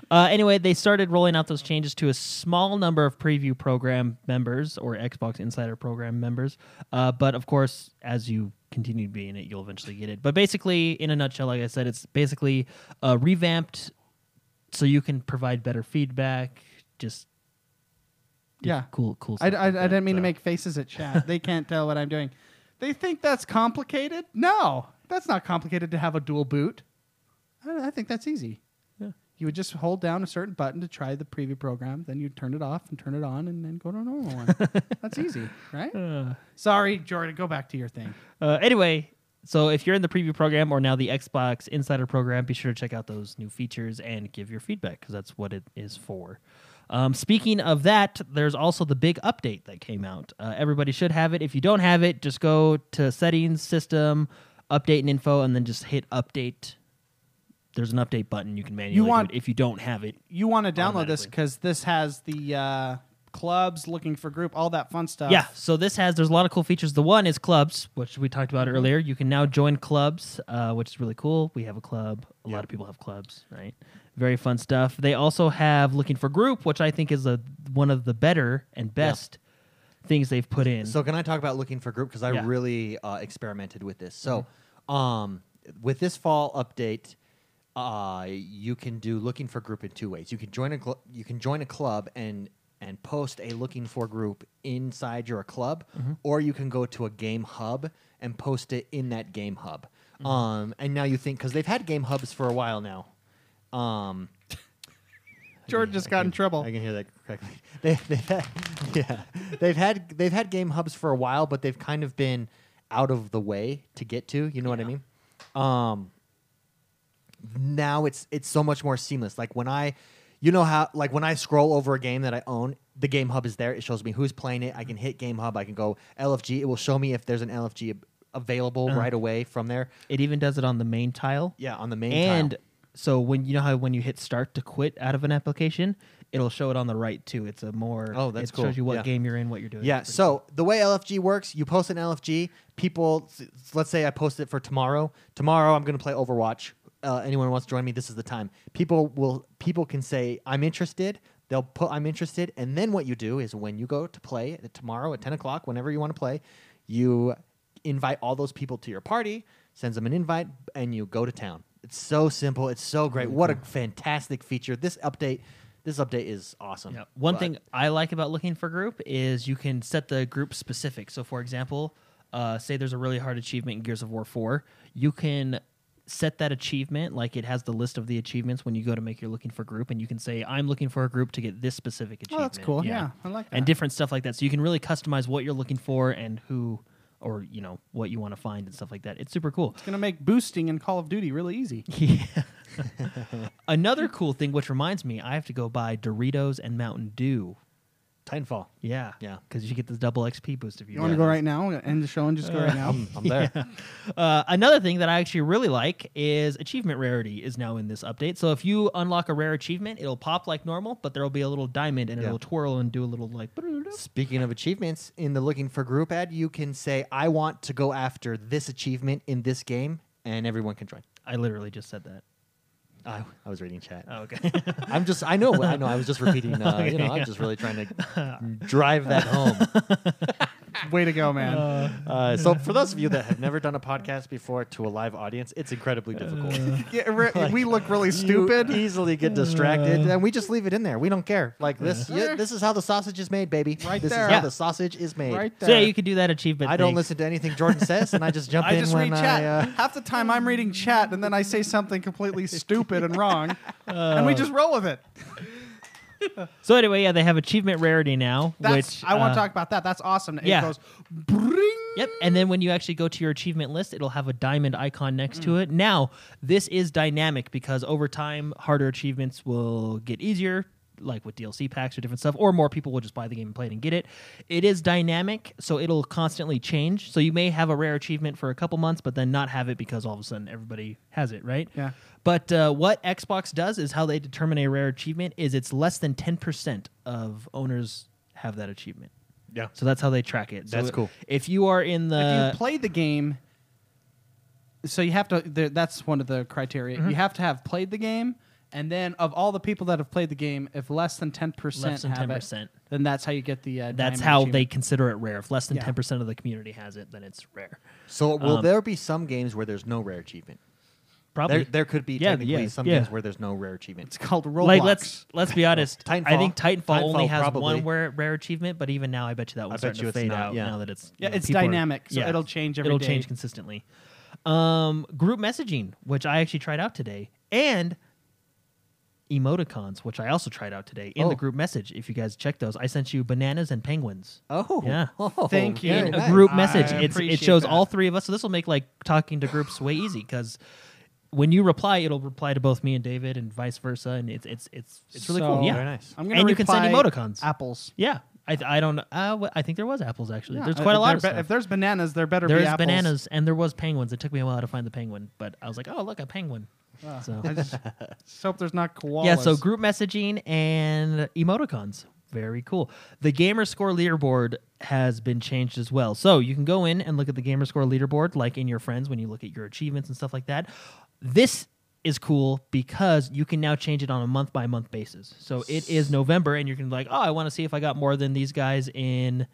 Speaker 3: Uh, anyway, they started rolling out those changes to a small number of preview program members or Xbox Insider program members. Uh, but of course, as you continue to be in it, you'll eventually get it. But basically, in a nutshell, like I said, it's basically uh, revamped so you can provide better feedback. Just
Speaker 2: Yeah.
Speaker 3: cool, cool.
Speaker 2: I, I,
Speaker 3: stuff
Speaker 2: I
Speaker 3: like that,
Speaker 2: didn't mean to
Speaker 3: so.
Speaker 2: make faces at chat. they can't tell what I'm doing. They think that's complicated. No, that's not complicated to have a dual boot. I, I think that's easy.
Speaker 3: Yeah.
Speaker 2: You would just hold down a certain button to try the preview program, then you turn it off and turn it on, and then go to a normal one. That's easy, right? Sorry, Jordan, go back to your thing.
Speaker 3: Uh, anyway, so if you're in the preview program or now the Xbox Insider program, be sure to check out those new features and give your feedback because that's what it is for. Um, speaking of that, there's also the big update that came out. Uh, everybody should have it. If you don't have it, just go to settings, system, update and info, and then just hit update. There's an update button you can manually do
Speaker 2: want-
Speaker 3: it if you don't have it.
Speaker 2: You want to download this
Speaker 3: Automatically.
Speaker 2: because this has the uh, clubs, looking for group, all that fun stuff.
Speaker 3: Yeah, so this has there's a lot of cool features. The one is clubs, which we talked about earlier. You can now join clubs, uh, which is really cool. We have a club. A
Speaker 1: Yeah.
Speaker 3: lot of people have clubs, right? Very fun stuff. They also have looking for group, which I think is a, one of the better and best things they've put in.
Speaker 1: So can I talk about looking for group because I
Speaker 3: Yeah. Mm-hmm.
Speaker 1: really uh, experimented with this. So, um, with this fall update, uh, you can do looking for group in two ways. You can join a cl- you can join a club and and post a looking for group inside your club,
Speaker 3: Mm-hmm.
Speaker 1: or you can go to a game hub and post it in that game hub.
Speaker 3: Mm-hmm.
Speaker 1: Um, and now you think because they've had game hubs for a while now. Um,
Speaker 2: George just got in trouble.
Speaker 1: I can hear that correctly. They, they've had, yeah, they've had they've had game hubs for a while, but they've kind of been out of the way to get to. You know what I mean? Um, now it's it's so much more seamless. Like when I, you know how like when I scroll over a game that I own, the game hub is there. It shows me who's playing it. I can hit game hub. I can go LFG. It will show me if there's an LFG ab- available
Speaker 3: Uh-huh.
Speaker 1: right away from there.
Speaker 3: It even does it on the main tile.
Speaker 1: Yeah, on the main
Speaker 3: and
Speaker 1: tile.
Speaker 3: so when you know how when you hit start to quit out of an application, it'll show it on the right too. It's a more
Speaker 1: Oh, that's
Speaker 3: it
Speaker 1: cool.
Speaker 3: shows you what
Speaker 1: Yeah.
Speaker 3: game you're in, what you're doing.
Speaker 1: Yeah.
Speaker 3: It's pretty
Speaker 1: So the way LFG works, you post an LFG. People, s- s- let's say I post it for tomorrow. Tomorrow I'm going to play Overwatch. Uh, anyone who wants to join me? This is the time. People will. People can say I'm interested. They'll put I'm interested, and then what you do is when you go to play at- tomorrow at 10 o'clock, whenever you want to play, you invite all those people to your party, sends them an invite, and you go to town. It's so simple. It's so great. What a fantastic feature! This update, this update is awesome.
Speaker 3: Yeah. One
Speaker 1: But-
Speaker 3: thing I like about looking for group is you can set the group specific. So, for example, uh, say there's a really hard achievement in Gears of War 4, you can set that achievement like it has the list of the achievements when you go to make your looking for group, and you can say, I'm looking for a group to get this specific
Speaker 2: Oh,
Speaker 3: achievement.
Speaker 2: that's cool. Yeah, I like
Speaker 3: And
Speaker 2: that.
Speaker 3: different stuff like that. So, you can really customize what you're looking for and who. Or you know what you want to find and stuff like that. It's super cool.
Speaker 2: It's gonna make boosting in Call of Duty really easy.
Speaker 3: Yeah. Another cool thing, which reminds me, I have to go buy Doritos and Mountain Dew
Speaker 1: Titanfall.
Speaker 3: yeah.
Speaker 1: Yeah.
Speaker 3: Because you get the double XP boost if you,
Speaker 2: You want to
Speaker 3: do
Speaker 2: go
Speaker 3: that.
Speaker 2: right now? End the show and just go right now.
Speaker 1: I'm, I'm there.
Speaker 3: Uh, another thing that I actually really like is achievement rarity is now in this update. So if you unlock a rare achievement, it'll pop like normal, but there'll be a little diamond and
Speaker 1: Yeah.
Speaker 3: it'll twirl and do a little like.
Speaker 1: Speaking of achievements, in the looking for group ad, you can say, I want to go after this achievement in this game, and everyone can join.
Speaker 3: I literally just said that.
Speaker 1: I, I was reading chat.
Speaker 3: Oh, okay.
Speaker 1: I'm just, I know, I know, I was just repeating, uh, you know, I'm just really trying to drive that home.
Speaker 2: Way to go, man.
Speaker 1: Uh, so, for those of you that have never done a podcast before to a live audience, it's
Speaker 2: Uh,
Speaker 1: incredibly difficult.
Speaker 2: yeah, re- we look really
Speaker 1: You
Speaker 2: stupid.
Speaker 1: easily get distracted, and we just leave it in there. We don't care. Like this,
Speaker 2: Yeah.
Speaker 1: yeah, this is how the sausage is made, baby.
Speaker 2: Right
Speaker 1: this is
Speaker 2: there.
Speaker 1: how
Speaker 3: Yeah.
Speaker 1: the sausage is made.
Speaker 2: Right
Speaker 3: so yeah,
Speaker 2: there.
Speaker 3: you could do that achievement.
Speaker 1: I don't
Speaker 3: thing.
Speaker 1: listen to anything Jordan says, and I just jump
Speaker 2: I
Speaker 1: in
Speaker 2: just
Speaker 1: when
Speaker 2: read chat.
Speaker 1: I. Uh,
Speaker 2: Half the time I'm reading chat, and then I say something completely stupid and wrong, and
Speaker 3: Uh,
Speaker 2: we just roll with it.
Speaker 3: So anyway, yeah, they have achievement rarity now,
Speaker 2: That's
Speaker 3: which
Speaker 2: I want
Speaker 3: uh,
Speaker 2: to talk about that. That's awesome. It
Speaker 3: yeah.
Speaker 2: goes, bring.
Speaker 3: Yep, and then when you actually go to your achievement list, it'll have a diamond icon next to it. Now, this is dynamic because over time, harder achievements will get easier, like with DLC packs or different stuff, or more people will just buy the game and play it and get it. It is dynamic, so it'll constantly change. So you may have a rare achievement for a couple months, but then not have it because all of a sudden everybody has it, right?
Speaker 2: Yeah.
Speaker 3: But uh, what Xbox does is how they determine a rare achievement is it's less than 10% of owners have that achievement.
Speaker 1: Yeah.
Speaker 3: So that's how they track it. So
Speaker 1: That's cool.
Speaker 3: If you are in the
Speaker 2: if you played the game, so you have to. There, that's one of the criteria.
Speaker 3: Mm-hmm.
Speaker 2: You have to have played the game, and then of all the people that have played the game, if less than ten percent
Speaker 3: Less than
Speaker 2: have
Speaker 3: 10%.
Speaker 2: it, then that's how you get the. Uh,
Speaker 3: that's
Speaker 2: diamond
Speaker 3: how
Speaker 2: achievement.
Speaker 3: they consider it rare. If less than
Speaker 2: Yeah.
Speaker 3: ten percent of the community has it, then it's rare.
Speaker 1: So will
Speaker 3: Um,
Speaker 1: there be some games where there's no rare achievement?
Speaker 3: Probably
Speaker 1: There, there could be
Speaker 3: Yeah,
Speaker 1: technically
Speaker 3: yeah,
Speaker 1: some
Speaker 3: yeah.
Speaker 1: games where there's no rare achievement.
Speaker 2: It's called Roblox.
Speaker 3: like let's let's be honest. I
Speaker 1: Titanfall.
Speaker 3: think Titanfall, only
Speaker 1: Titanfall,
Speaker 3: has
Speaker 1: probably.
Speaker 3: one rare, rare achievement, but even now, I bet you that one's
Speaker 1: bet
Speaker 3: starting
Speaker 1: you it's
Speaker 3: to fade
Speaker 1: not,
Speaker 3: out
Speaker 1: yeah.
Speaker 3: now that it's
Speaker 2: Yeah,
Speaker 3: you know,
Speaker 2: it's
Speaker 3: people are-
Speaker 2: dynamic, so it'll change every
Speaker 3: it'll
Speaker 2: day.
Speaker 3: change consistently. Um, group messaging, which I actually tried out today, and emoticons, which I also tried out today in
Speaker 1: Oh.
Speaker 3: the group message. If you guys check those, I sent you bananas and penguins.
Speaker 1: Oh,
Speaker 3: Yeah.
Speaker 1: Oh,
Speaker 2: Thank you.
Speaker 1: very
Speaker 3: in a
Speaker 1: nice.
Speaker 3: group
Speaker 2: I
Speaker 3: message. It's, it
Speaker 2: appreciate
Speaker 3: shows
Speaker 2: that.
Speaker 3: all three of us. So this will make like talking to groups way easy because when you reply, it'll reply to both me and David and vice versa, and it's it's it's it's really
Speaker 2: So-
Speaker 3: cool. Yeah,
Speaker 1: Very nice.
Speaker 2: I'm gonna
Speaker 3: and you can send
Speaker 2: reply
Speaker 3: emoticons.
Speaker 2: Apples.
Speaker 3: yeah, I I don't uh, wh- I think there was apples actually. There's
Speaker 2: Yeah,
Speaker 3: quite a
Speaker 2: if
Speaker 3: lot
Speaker 2: there
Speaker 3: of
Speaker 2: be-
Speaker 3: stuff.
Speaker 2: If there's bananas, there better be
Speaker 3: there's
Speaker 2: apples.
Speaker 3: bananas and there was penguins. It took me a while to find the penguin, but I was like, oh look, a penguin. So
Speaker 2: I just just hope there's not koalas.
Speaker 3: yeah, so group messaging and emoticons. Very cool. The gamer score leaderboard has been changed as well. So you can go in and look at the gamer score leaderboard, like in your friends, when you look at your achievements and stuff like that. This is cool because you can now change it on a month by month basis. So it is November, and you can like, oh, I want to see if I got more than these guys in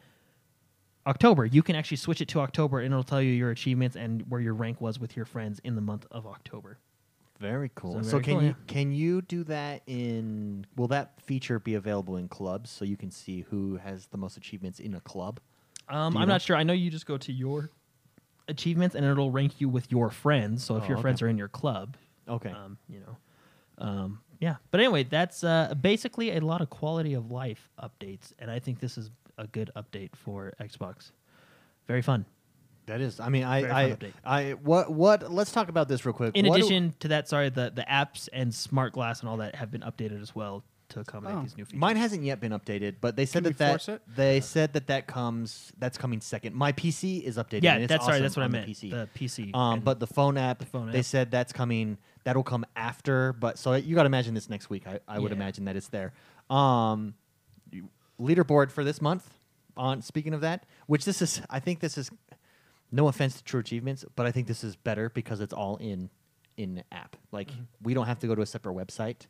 Speaker 3: October. You can actually switch it to October, and it'll tell you your achievements and where your rank was with your friends in the month of October.
Speaker 1: Very cool.
Speaker 3: So
Speaker 1: So,
Speaker 3: very
Speaker 1: can
Speaker 3: cool,
Speaker 1: you
Speaker 3: yeah.
Speaker 1: can you do that in? Will that feature be available in clubs so you can see who has the most achievements in a club?
Speaker 3: Um,
Speaker 1: Do you
Speaker 3: I'm
Speaker 1: know?
Speaker 3: not sure. I know you just go to your achievements and it'll rank you with your friends. So if
Speaker 1: Oh,
Speaker 3: your
Speaker 1: okay.
Speaker 3: friends are in your club,
Speaker 1: Okay.
Speaker 3: um, you know, um, yeah. But anyway, that's uh, basically a lot of quality of life updates, and I think this is a good update for Xbox. Very fun.
Speaker 1: that is. I mean, I,
Speaker 3: Very fun
Speaker 1: I,
Speaker 3: update.
Speaker 1: I, what, what? Let's talk about this real quick.
Speaker 3: In
Speaker 1: What do-
Speaker 3: addition to that, sorry, the the apps and smart glass and all that have been updated as well to accommodate
Speaker 2: Oh.
Speaker 3: these new features.
Speaker 1: Mine hasn't yet been updated, but they said
Speaker 2: Can
Speaker 1: that
Speaker 2: we
Speaker 1: that
Speaker 2: force it?
Speaker 1: they said that that comes that's coming second. My PC is updated.
Speaker 3: yeah,
Speaker 1: and it's
Speaker 3: that's sorry,
Speaker 1: awesome
Speaker 3: that's what I
Speaker 1: on
Speaker 3: meant.
Speaker 1: The PC,
Speaker 3: The PC,
Speaker 1: um,
Speaker 3: and-
Speaker 1: but the phone app,
Speaker 3: phone
Speaker 1: they
Speaker 3: app.
Speaker 1: said that's coming. That'll come after, but so you got to imagine this next week. I, I would
Speaker 3: Yeah.
Speaker 1: imagine that it's there. Um, you- leaderboard for this month. On speaking of that, which this is, I think this is, no offense to True Achievements, but I think this is better because it's all in in app. Like we don't have to go to a separate website.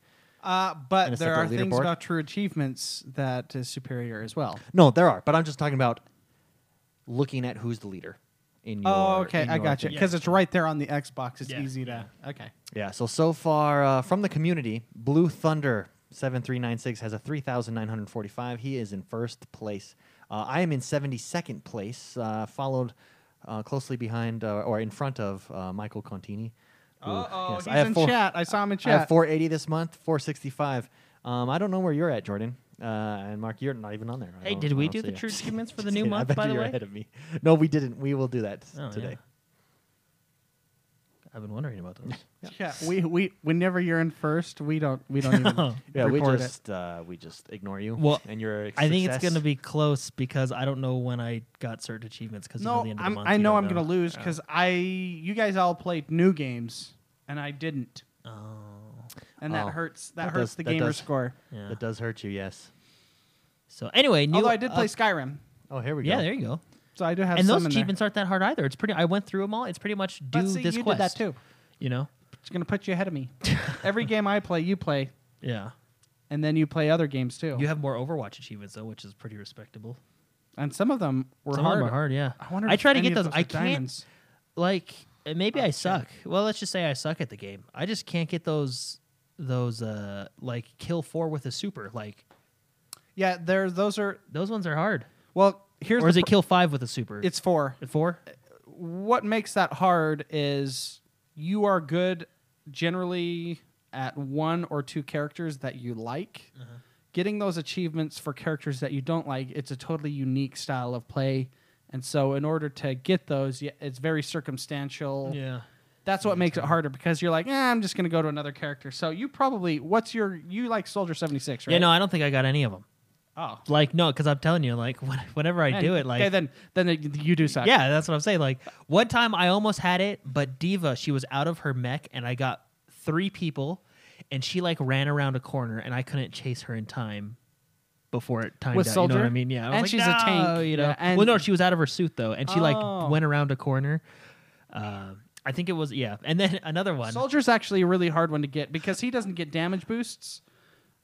Speaker 1: And
Speaker 2: Uh,
Speaker 1: a
Speaker 2: but there are
Speaker 1: separate
Speaker 2: things
Speaker 1: leaderboard?
Speaker 2: about true achievements that is superior as well.
Speaker 1: No, there are, but I'm just talking about looking at who's the leader. In your,
Speaker 2: oh, okay,
Speaker 1: in
Speaker 2: I
Speaker 1: your
Speaker 2: got you
Speaker 1: thing.
Speaker 2: because it's right there on the Xbox. It's
Speaker 3: Yeah,
Speaker 2: easy to okay.
Speaker 1: Yeah. So so far uh, from the community, Blue Thunder seven three nine six has a three thousand nine hundred forty five. He is in first place. Uh, I am in seventy second place, uh, followed uh, closely behind uh, or in front of uh, Michael Contini. who-
Speaker 2: Oh,
Speaker 1: yes,
Speaker 2: he's in
Speaker 1: four-
Speaker 2: chat. I saw him in
Speaker 1: I have
Speaker 2: chat.
Speaker 1: four eighty this month, four sixty five. Um, I don't know where you're at, Jordan. Uh, and Mark, you're not even on there. I
Speaker 3: Hey,
Speaker 1: don't-
Speaker 3: did
Speaker 1: I
Speaker 3: we
Speaker 1: don't
Speaker 3: do
Speaker 1: see
Speaker 3: the
Speaker 1: you.
Speaker 3: true achievements for the
Speaker 1: Just
Speaker 3: new
Speaker 1: kidding. I
Speaker 3: month,
Speaker 1: bet
Speaker 3: by the
Speaker 1: you're
Speaker 3: way?
Speaker 1: ahead of me. No, we didn't. We will do that
Speaker 3: Oh,
Speaker 1: today.
Speaker 3: I've been wondering about those.
Speaker 2: Yeah. we we whenever you're in first, we don't we don't even
Speaker 1: Yeah, we
Speaker 2: report it.
Speaker 1: just uh, we just ignore you.
Speaker 3: Well,
Speaker 1: and your
Speaker 3: I think it's
Speaker 1: success.
Speaker 3: going to be close because I don't know when I got certain achievements because
Speaker 2: No,
Speaker 3: the end of the
Speaker 2: I'm,
Speaker 3: month.
Speaker 2: I
Speaker 3: you
Speaker 2: know
Speaker 3: don't
Speaker 2: I'm gonna lose because I you guys all played new games and I didn't,
Speaker 3: Oh,
Speaker 2: and that
Speaker 1: Oh.
Speaker 2: hurts. That,
Speaker 1: That
Speaker 2: hurts
Speaker 1: does-
Speaker 2: the
Speaker 1: that
Speaker 2: gamer
Speaker 1: does-
Speaker 2: score.
Speaker 3: yeah.
Speaker 1: That does hurt you, yes.
Speaker 3: So anyway, new,
Speaker 2: Although I did play
Speaker 3: up-
Speaker 2: Skyrim,
Speaker 1: Oh, here we
Speaker 3: yeah,
Speaker 1: go.
Speaker 3: there you go.
Speaker 2: so I do have
Speaker 3: uh, and
Speaker 2: some
Speaker 3: those
Speaker 2: in
Speaker 3: achievements aren't that hard either. It's pretty. I went through them all. It's pretty much
Speaker 2: there.
Speaker 3: do
Speaker 2: But see,
Speaker 3: this
Speaker 2: you
Speaker 3: quest.
Speaker 2: did that too.
Speaker 3: You know.
Speaker 2: It's gonna put you ahead of me. Every game I play, you play,
Speaker 3: Yeah.
Speaker 2: and then you play other games too.
Speaker 3: You have more Overwatch achievements though, which is pretty respectable.
Speaker 2: and some of them were
Speaker 3: Some of
Speaker 2: hard.
Speaker 3: them are hard. Yeah.
Speaker 2: I wonder.
Speaker 3: I
Speaker 2: if
Speaker 3: try to
Speaker 2: any
Speaker 3: get
Speaker 2: of
Speaker 3: those. I
Speaker 2: are
Speaker 3: can't
Speaker 2: diamonds.
Speaker 3: like. uh, Maybe
Speaker 2: Oh,
Speaker 3: I
Speaker 2: shit.
Speaker 3: suck. Well, let's just say I suck at the game. I just can't get those those uh like kill four with a super. Like
Speaker 2: Yeah, there. Those are.
Speaker 3: those ones are hard.
Speaker 2: Well, here's.
Speaker 3: or is
Speaker 2: the
Speaker 3: it kill five with a super?
Speaker 2: pr- It's four.
Speaker 3: four.
Speaker 2: what makes that hard is you are good generally at one or two characters that you like.
Speaker 3: Uh-huh.
Speaker 2: Getting those achievements for characters that you don't like, it's a totally unique style of play. And so, in order to get those, y- it's very circumstantial.
Speaker 3: Yeah.
Speaker 2: That's what makes it harder because you're like, eh, I'm just going to go to another character. So, you probably, what's your, you like Soldier 76, right?
Speaker 3: Yeah. No, I don't think I got any of them.
Speaker 2: Oh.
Speaker 3: Like no, because I'm telling you, like when, whenever I
Speaker 2: Man,
Speaker 3: do it, like
Speaker 2: Okay, then, then you do suck.
Speaker 3: yeah, that's what I'm saying. Like one time I almost had it, but Diva, she was out of her mech, and I got three people, and she like ran around a corner, and I couldn't chase her in time. Before it timed
Speaker 2: With
Speaker 3: out, you know what I
Speaker 2: Soldier?
Speaker 3: mean? Yeah, I was
Speaker 2: And
Speaker 3: like,
Speaker 2: she's a tank,
Speaker 3: "No," you know.
Speaker 2: yeah, and-
Speaker 3: well, no, she was out of her suit though, and she like
Speaker 2: Oh.
Speaker 3: went around a corner. Uh, I think it was yeah, and then another one.
Speaker 2: Soldier's actually a really hard one to get because he doesn't get damage boosts.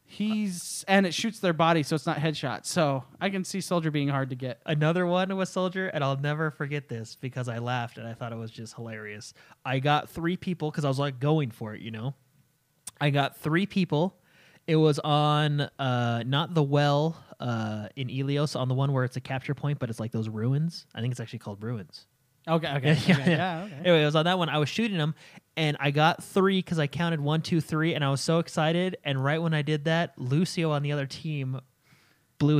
Speaker 2: He's and it shoots their body, so it's not headshots. So I can see Soldier being hard to get.
Speaker 3: another one was soldier and i'll never forget this because i laughed and i thought it was just hilarious i got three people because i was like going for it you know i got three people it was on uh not the well uh in elios on the one where it's a capture point but it's like those ruins i think it's actually called ruins
Speaker 2: Okay, okay,
Speaker 3: yeah,
Speaker 2: yeah, okay.
Speaker 3: Anyway, it was on that one. I was shooting them, and I got three because I counted one, two, three, and I was so excited. And right when I did that, Lucio on the other team blew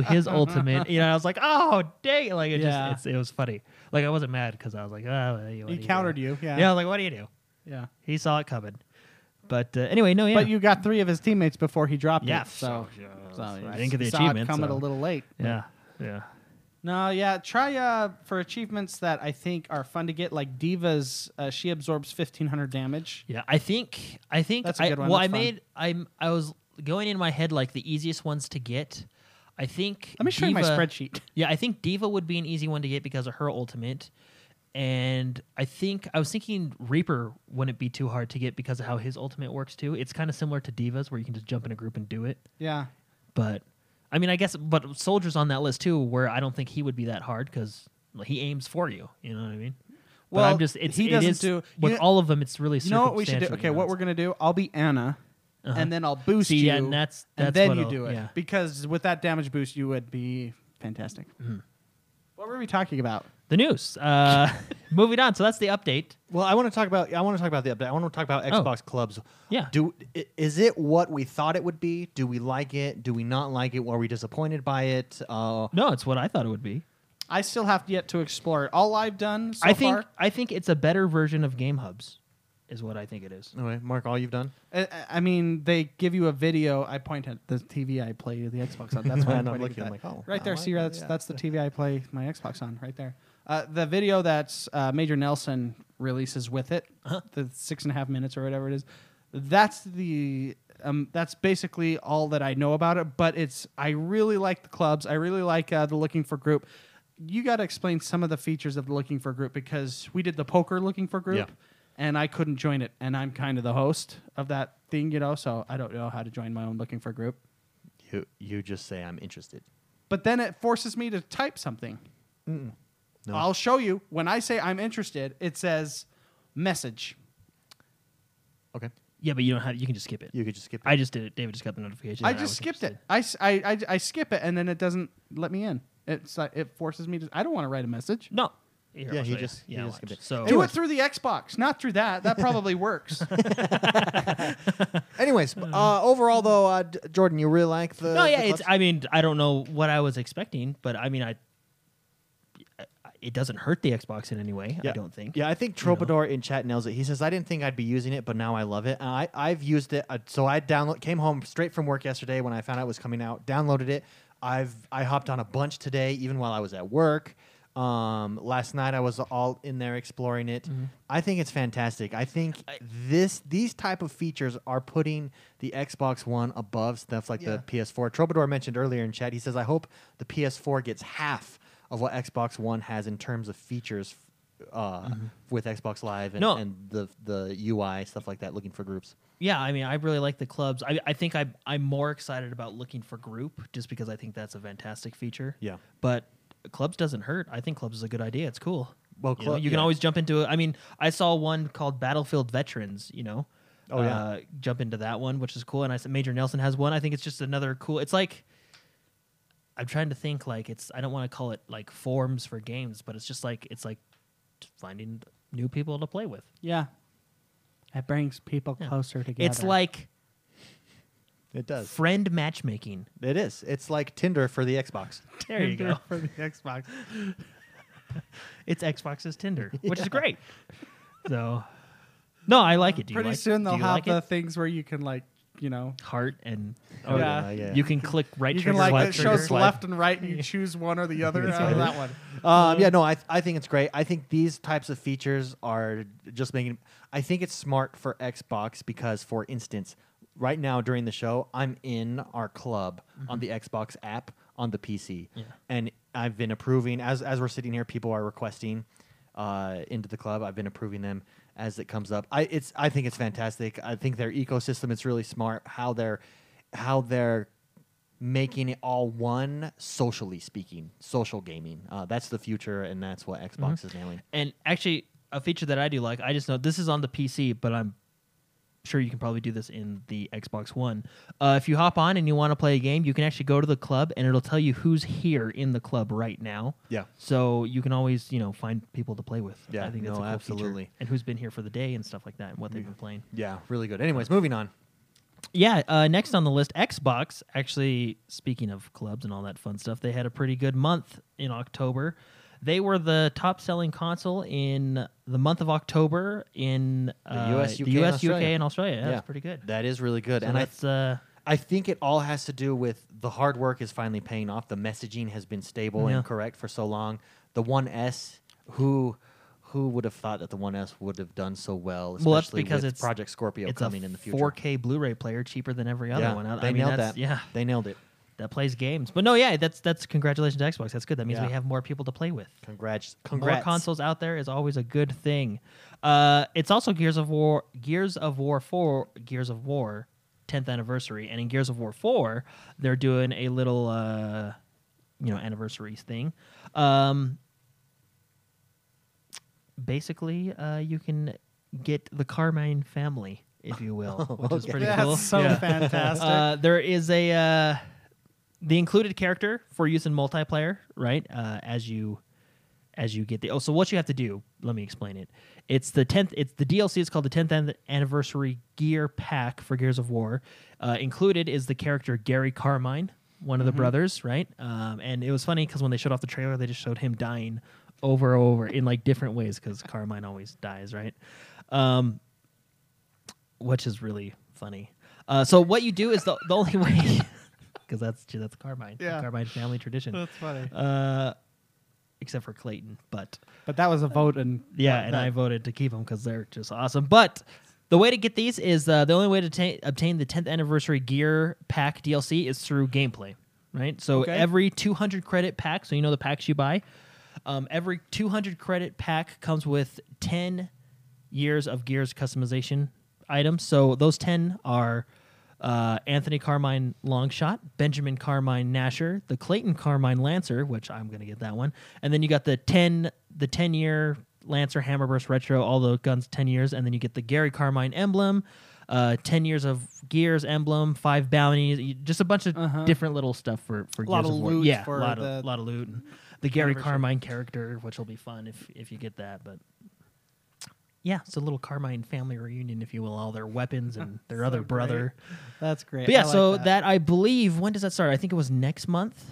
Speaker 3: his ultimate. You know, I was like, "Oh, dang!" Like it
Speaker 2: Yeah.
Speaker 3: just, it's, it was funny. Like I wasn't mad because I was like, "Oh, what do you
Speaker 2: He
Speaker 3: do?"
Speaker 2: countered you, yeah.
Speaker 3: yeah. I was like, "What do you do?"
Speaker 2: yeah.
Speaker 3: He saw it coming. But uh, anyway, no, yeah,
Speaker 2: But you got three of his teammates before he dropped
Speaker 3: Yeah,
Speaker 2: it. So,
Speaker 3: so, yeah,
Speaker 2: so
Speaker 3: I
Speaker 2: you
Speaker 3: didn't get the
Speaker 2: saw
Speaker 3: achievement,
Speaker 2: It coming
Speaker 3: so.
Speaker 2: a little late.
Speaker 3: yeah, yeah.
Speaker 2: No, yeah. Try uh, for achievements that I think are fun to get, like Diva's. Uh, she absorbs fifteen hundred damage.
Speaker 3: Yeah, I think I think
Speaker 2: That's a
Speaker 3: I-
Speaker 2: good one.
Speaker 3: Well,
Speaker 2: That's
Speaker 3: I
Speaker 2: fun.
Speaker 3: made I'm I was going in my head like the easiest ones to get. I think.
Speaker 2: Let me show you my
Speaker 3: Diva-
Speaker 2: spreadsheet.
Speaker 3: Yeah, I think Diva would be an easy one to get because of her ultimate, and I think I was thinking Reaper wouldn't be too hard to get because of how his ultimate works too. It's kind of similar to Diva's where you can just jump in a group and do it.
Speaker 2: Yeah.
Speaker 3: But I mean, I guess but Soldier's on that list too, where I don't think he would be that hard because he aims for you. You know what I mean? but
Speaker 2: Well,
Speaker 3: I'm just it's,
Speaker 2: he
Speaker 3: it
Speaker 2: doesn't
Speaker 3: is-
Speaker 2: do- you
Speaker 3: with
Speaker 2: know-
Speaker 3: all of them. It's really
Speaker 2: You know what we should do?
Speaker 3: circumstantially
Speaker 2: Okay, what we're
Speaker 3: balanced.
Speaker 2: gonna do? I'll be Anna,
Speaker 3: Uh-huh.
Speaker 2: and then I'll boost
Speaker 3: See,
Speaker 2: you.
Speaker 3: yeah, and that's-
Speaker 2: and
Speaker 3: that's
Speaker 2: then
Speaker 3: what
Speaker 2: you
Speaker 3: I'll-
Speaker 2: do it
Speaker 3: yeah.
Speaker 2: because with that damage boost, you would be fantastic. What were we talking about?
Speaker 3: the news. Uh, moving on. So that's the update.
Speaker 1: Well, I want to talk about I want to talk about the update. I want to talk about Xbox clubs.
Speaker 3: Oh. Yeah.
Speaker 1: Do i- is it what we thought it would be? Do we like it? Do we not like it? Are we disappointed by it? Uh,
Speaker 3: No, it's what I thought it would be.
Speaker 2: I still have yet to explore it. All I've done so
Speaker 3: I think
Speaker 2: far,
Speaker 3: I think it's a better version of Game Hubs, is what I think it is.
Speaker 1: anyway, Mark, all you've done.
Speaker 2: I, I- I mean, they give you a video. I point at the TV I play the Xbox on. That's why I'm
Speaker 1: And I'm
Speaker 2: pointing
Speaker 1: looking,
Speaker 2: at
Speaker 1: I'm
Speaker 2: that.
Speaker 1: like, oh,
Speaker 2: right there.
Speaker 1: I
Speaker 2: See,
Speaker 1: like that,
Speaker 2: that's
Speaker 1: yeah.
Speaker 2: that's the TV I play my Xbox on. Right there. Uh, the video that's uh, Major Nelson releases with it,
Speaker 1: Uh-huh.
Speaker 2: the six and a half minutes or whatever it is. That's the um, that's basically all that I know about it. But it's I really like the clubs. I really like uh, the looking for group. You got to explain some of the features of the looking for group because we did the poker looking for group
Speaker 1: Yeah.
Speaker 2: and I couldn't join it. And I'm kind of the host of that thing, you know, so I don't know how to join my own looking for group.
Speaker 1: You you just say I'm interested.
Speaker 2: But then it forces me to type something.
Speaker 1: No.
Speaker 2: I'll show you. When I say I'm interested, it says message.
Speaker 1: Okay.
Speaker 3: Yeah, but you don't have. You can just skip it.
Speaker 1: You could just skip. It.
Speaker 3: I just did it. David just got the notification.
Speaker 2: I
Speaker 3: and
Speaker 2: just
Speaker 3: was
Speaker 2: skipped it.
Speaker 3: interested.
Speaker 2: I, s- I- I- I skip it and then it doesn't let me in. It's like, it forces me to. I don't want to write a message.
Speaker 3: No. Here,
Speaker 1: Yeah,
Speaker 3: I'll
Speaker 1: he
Speaker 3: show you.
Speaker 1: just- he
Speaker 3: yeah,
Speaker 1: just
Speaker 3: watch.
Speaker 1: skipped it.
Speaker 3: So
Speaker 2: Do it through the Xbox, not through that. That probably works.
Speaker 1: Anyways, uh, overall though, uh, D- Jordan, you really like the.
Speaker 3: no, yeah,
Speaker 1: the
Speaker 3: it's.
Speaker 1: clubs?
Speaker 3: I mean, I don't know what I was expecting, but I mean, I. I- It doesn't hurt the Xbox in any way. I don't think.
Speaker 1: Yeah, I think Troubadour in chat nails it. He says, "I didn't think I'd be using it, but now I love it. And I I've used it. Uh, so I download came home straight from work yesterday when I found out it was coming out. Downloaded it. I've I hopped on a bunch today, even while I was at work. Um, last night I was all in there exploring it.
Speaker 3: Mm-hmm.
Speaker 1: I think it's fantastic. I think this these type of features are putting the Xbox One above stuff like
Speaker 2: Yeah.
Speaker 1: the PS4. Troubadour mentioned earlier in chat. He says, "I hope the PS4 gets half." Of what Xbox One has in terms of features uh, with Xbox Live and,
Speaker 3: No.
Speaker 1: and the the UI stuff like that, looking for groups.
Speaker 3: yeah, I mean, I really like the clubs. I, I think I, I'm more excited about looking for group just because I think that's a fantastic feature.
Speaker 1: Yeah.
Speaker 3: But clubs doesn't hurt. I think clubs is a good idea. It's cool.
Speaker 1: Well,
Speaker 3: you, know,
Speaker 1: club-
Speaker 3: you can
Speaker 1: yeah.
Speaker 3: always jump into it. I mean, I saw one called Battlefield Veterans, you know.
Speaker 1: Oh, yeah.
Speaker 3: Uh, jump into that one, which is cool. And I said Major Nelson has one. I think it's just another cool. It's like. I'm trying to think like it's I don't want to call it like forms for games, but it's just like it's like finding new people to play with.
Speaker 2: yeah. It brings people
Speaker 3: Yeah.
Speaker 2: closer together.
Speaker 3: It's like
Speaker 1: It does.
Speaker 3: friend matchmaking.
Speaker 1: It is. It's like Tinder for the Xbox.
Speaker 3: There you go.
Speaker 2: for the Xbox.
Speaker 3: It's Xbox's Tinder, which is great. So, no, I like it. Do you
Speaker 2: Pretty
Speaker 3: like-
Speaker 2: soon
Speaker 3: do
Speaker 2: they'll
Speaker 3: you
Speaker 2: have
Speaker 3: like
Speaker 2: the
Speaker 3: it?
Speaker 2: things where you can like, you know,
Speaker 3: heart and
Speaker 1: Oh, yeah,
Speaker 2: Yeah.
Speaker 1: yeah.
Speaker 3: you can click right
Speaker 2: you can
Speaker 3: trigger,
Speaker 2: like
Speaker 3: left
Speaker 2: it
Speaker 3: trigger.
Speaker 2: shows left and right, and you choose one or the other. out of that one.
Speaker 1: Um, yeah, no, I, th- I think it's great. I think these types of features are just making. I think it's smart for Xbox because, for instance, right now during the show, I'm in our club on the Xbox app on the PC, and I've been approving as as we're sitting here. People are requesting uh, into the club. I've been approving them as it comes up. I it's I think it's fantastic. I think their ecosystem is really smart. How they're how they're making it all one socially speaking social gaming uh, that's the future and that's what xbox
Speaker 3: Mm-hmm.
Speaker 1: is nailing
Speaker 3: And actually, a feature that I do like, I just know this is on the PC, but I'm sure you can probably do this in the Xbox One. Uh, if you hop on and you want to play a game, you can actually go to the club and it'll tell you who's here in the club right now.
Speaker 1: Yeah.
Speaker 3: So you can always, you know, find people to play with.
Speaker 1: Yeah,
Speaker 3: I think that's
Speaker 1: no,
Speaker 3: a cool
Speaker 1: absolutely.
Speaker 3: Feature. And who's been here for the day and stuff like that and what
Speaker 2: Mm-hmm.
Speaker 3: they've been playing.
Speaker 1: yeah really good anyways moving on
Speaker 3: Yeah, uh, next on the list, Xbox. Actually, speaking of clubs and all that fun stuff, they had a pretty good month in October. They were the top selling console in the month of October in uh,
Speaker 1: US,
Speaker 3: the
Speaker 1: UK, and
Speaker 3: US, UK,
Speaker 1: Australia.
Speaker 3: and Australia. Yeah, That's pretty good.
Speaker 1: that is really good
Speaker 3: So
Speaker 1: and i
Speaker 3: that's, uh,
Speaker 1: I think it all has to do with the hard work is finally paying off. The messaging has been stable
Speaker 3: Yeah.
Speaker 1: and correct for so long. The One S, who who would have thought that the One S would have done so well? Especially
Speaker 3: Well, that's because
Speaker 1: with
Speaker 3: it's-
Speaker 1: Project Scorpio
Speaker 3: it's
Speaker 1: coming
Speaker 3: a
Speaker 1: in the future.
Speaker 3: 4K Blu-ray player, cheaper than every other
Speaker 1: yeah,
Speaker 3: one. I,
Speaker 1: they
Speaker 3: I mean,
Speaker 1: nailed
Speaker 3: that's,
Speaker 1: that.
Speaker 3: Yeah,
Speaker 1: they nailed it.
Speaker 3: that plays games. But no, yeah, that's that's congratulations to Xbox. That's good. That means
Speaker 1: Yeah.
Speaker 3: we have more people to play with.
Speaker 1: Congrats! Congrats!
Speaker 3: More consoles out there is always a good thing. Uh, it's also Gears of War, Gears of War Four, Gears of War, 10th anniversary, and in Gears of War Four, they're doing a little, uh, you know, anniversary thing. Um, basically uh, you can get the Carmine family, if you will, which is pretty
Speaker 2: That's
Speaker 3: cool.
Speaker 2: so
Speaker 3: Yeah.
Speaker 2: fantastic.
Speaker 3: Uh, there is a uh, the included character for use in multiplayer, right? Uh, as you as you get the oh, so what you have to do? Let me explain it. It's the tenth. It's the DLC. It's called the tenth anniversary gear pack for Gears of War. Uh, included is the character Gary Carmine, one
Speaker 2: Mm-hmm.
Speaker 3: of the brothers, right? Um, and it was funny because when they showed off the trailer, they just showed him dying over and over in like different ways because Carmine always dies, right? Um, which is really funny. Uh, so what you do is the, the only way, because that's that's Carmine,
Speaker 2: Yeah.
Speaker 3: Carmine family tradition,
Speaker 2: That's funny.
Speaker 3: uh, except for Clayton. But
Speaker 2: But that was a vote, and
Speaker 3: yeah,
Speaker 2: that-
Speaker 3: and
Speaker 2: that-
Speaker 3: I voted to keep them because they're just awesome. But the way to get these is uh, the only way to ta- obtain the 10th anniversary gear pack DLC is through gameplay, right? So
Speaker 2: Okay.
Speaker 3: every 200 credit pack, so you know the packs you buy, um, every 200 credit pack comes with 10 years of Gears customization items. So those 10 are. Uh, Anthony Carmine Longshot, Benjamin Carmine Nasher, the Clayton Carmine Lancer, which I'm gonna get that one, and then you got the ten the ten year Lancer Hammerburst Retro, all the guns ten years, and then you get the Gary Carmine emblem, uh, ten years of Gears emblem, five bounties, you- just a bunch of
Speaker 2: Uh-huh.
Speaker 3: different little stuff for for
Speaker 2: A lot
Speaker 3: Gears
Speaker 2: of
Speaker 3: War.
Speaker 2: loot
Speaker 3: yeah,
Speaker 2: for
Speaker 3: a lot
Speaker 2: the-
Speaker 3: of lot of loot, and the Gary
Speaker 2: Anniversary.
Speaker 3: Carmine character, which will be fun if if you get that, but. Yeah, it's a little Carmine family reunion, if you will. All their weapons and their
Speaker 2: Ah, So
Speaker 3: other
Speaker 2: great.
Speaker 3: brother.
Speaker 2: That's great.
Speaker 3: But yeah,
Speaker 2: I like
Speaker 3: so that. I believe when does that start? I think it was next month.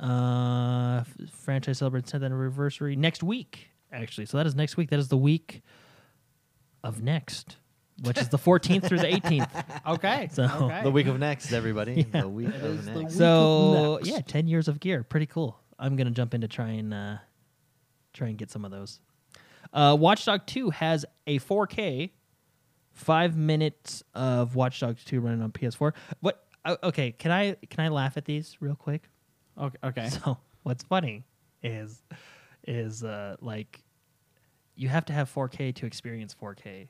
Speaker 3: Uh, f- franchise celebrates 10th anniversary next week, actually. So that is next week. That is the week of next, which is the 14th through the 18th.
Speaker 2: okay.
Speaker 3: So-
Speaker 2: okay.
Speaker 1: The week of next, everybody. The week
Speaker 2: It
Speaker 1: of
Speaker 2: is the
Speaker 1: next.
Speaker 2: week.
Speaker 3: So
Speaker 2: next.
Speaker 3: yeah, 10 years of gear, pretty cool. I'm gonna jump in to try and uh, try and get some of those. Uh, Watchdog 2 has a 4K, five minutes of Watchdog 2 running on PS4. What? o- Okay, can I can I laugh at these real quick?
Speaker 2: okay. okay.
Speaker 3: So what's funny is is uh, like you have to have 4K to experience 4K.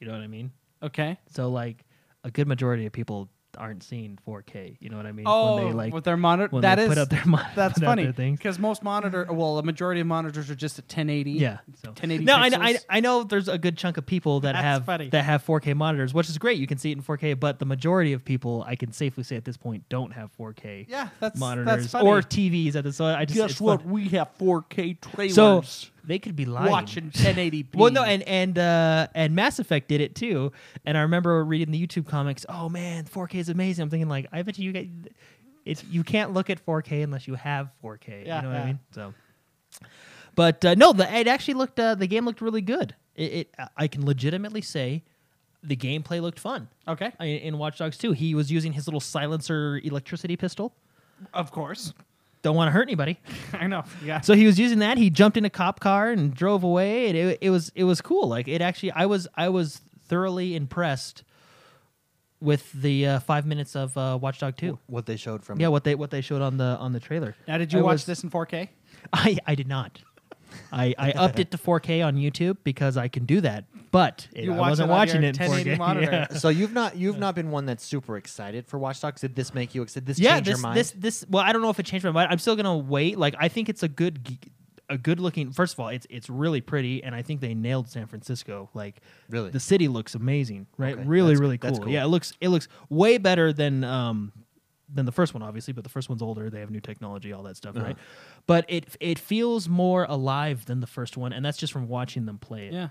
Speaker 3: You know what I mean?
Speaker 2: Okay.
Speaker 3: So like a good majority of people aren't seeing 4K. You know what I mean?
Speaker 2: Oh,
Speaker 3: when they like
Speaker 2: with their monitor.
Speaker 3: when
Speaker 2: That
Speaker 3: they
Speaker 2: is
Speaker 3: put up their mon-
Speaker 2: that's
Speaker 3: put up
Speaker 2: funny
Speaker 3: their things.
Speaker 2: because most monitor, well, a majority of monitors are just at 1080.
Speaker 3: Yeah. So.
Speaker 2: 1080.
Speaker 3: No, I, kn-
Speaker 2: pixels.
Speaker 3: I, kn- I know there's a good chunk of people that
Speaker 2: That's
Speaker 3: have
Speaker 2: funny.
Speaker 3: that have 4K monitors, which is great. You can see it in 4K, but the majority of people, I can safely say at this point, don't have 4K
Speaker 2: yeah, that's
Speaker 3: monitors
Speaker 2: that's funny.
Speaker 3: or TVs at this. So I just it's fun.
Speaker 2: We have 4K trailers.
Speaker 3: So they could be lying.
Speaker 2: watching 1080p.
Speaker 3: Well, no, and and uh, and Mass Effect did it too. And I remember reading the YouTube comics. Oh man, 4K is amazing. I'm thinking like, I bet you guys, it's you can't look at 4K unless you have 4K.
Speaker 2: Yeah,
Speaker 3: you know what
Speaker 2: yeah.
Speaker 3: I mean? So, but uh, no, the it actually looked uh, the game looked really good. It, it I can legitimately say, the gameplay looked fun.
Speaker 2: okay,
Speaker 3: I- In Watch Dogs 2, he was using his little silencer electricity pistol.
Speaker 2: of course,
Speaker 3: Don't want to hurt anybody.
Speaker 2: I know. Yeah,
Speaker 3: So he was using that. He jumped in a cop car and drove away. And it, it was it was cool. Like it actually, I was I was thoroughly impressed with the uh, five minutes of uh, Watchdog Two.
Speaker 1: What they showed from
Speaker 3: Yeah, what they what they showed on the on the trailer.
Speaker 2: now did you
Speaker 3: I
Speaker 2: watch
Speaker 3: was-
Speaker 2: this in 4K?
Speaker 3: I I did not. I, I upped it to 4K on YouTube because I can do that, but it-
Speaker 2: You
Speaker 3: I
Speaker 2: watch
Speaker 3: wasn't
Speaker 2: it on
Speaker 3: watching
Speaker 2: your
Speaker 3: it in
Speaker 2: 1080
Speaker 3: 4K.
Speaker 2: monitor.
Speaker 3: Yeah,
Speaker 1: So you've not you've not been one that's super excited for Watch Dogs. Did this make you excited? Did this
Speaker 3: yeah
Speaker 1: change your
Speaker 3: this
Speaker 1: mind?
Speaker 3: this this. Well, I don't know if it changed my mind. I'm still gonna wait. Like I think it's a good g- a good looking. First of all, it's it's really pretty, and I think they nailed San Francisco. Like
Speaker 1: really?
Speaker 3: The city looks amazing, right?
Speaker 1: Okay,
Speaker 3: really,
Speaker 1: that's-
Speaker 3: really cool.
Speaker 1: that's cool.
Speaker 3: Yeah, it looks it looks way better than um than the first one, obviously, but the first one's older. They have new technology, all that
Speaker 1: Uh-huh.
Speaker 3: stuff, right? But it it feels more alive than the first one, and that's just from watching them play it.
Speaker 2: Yeah,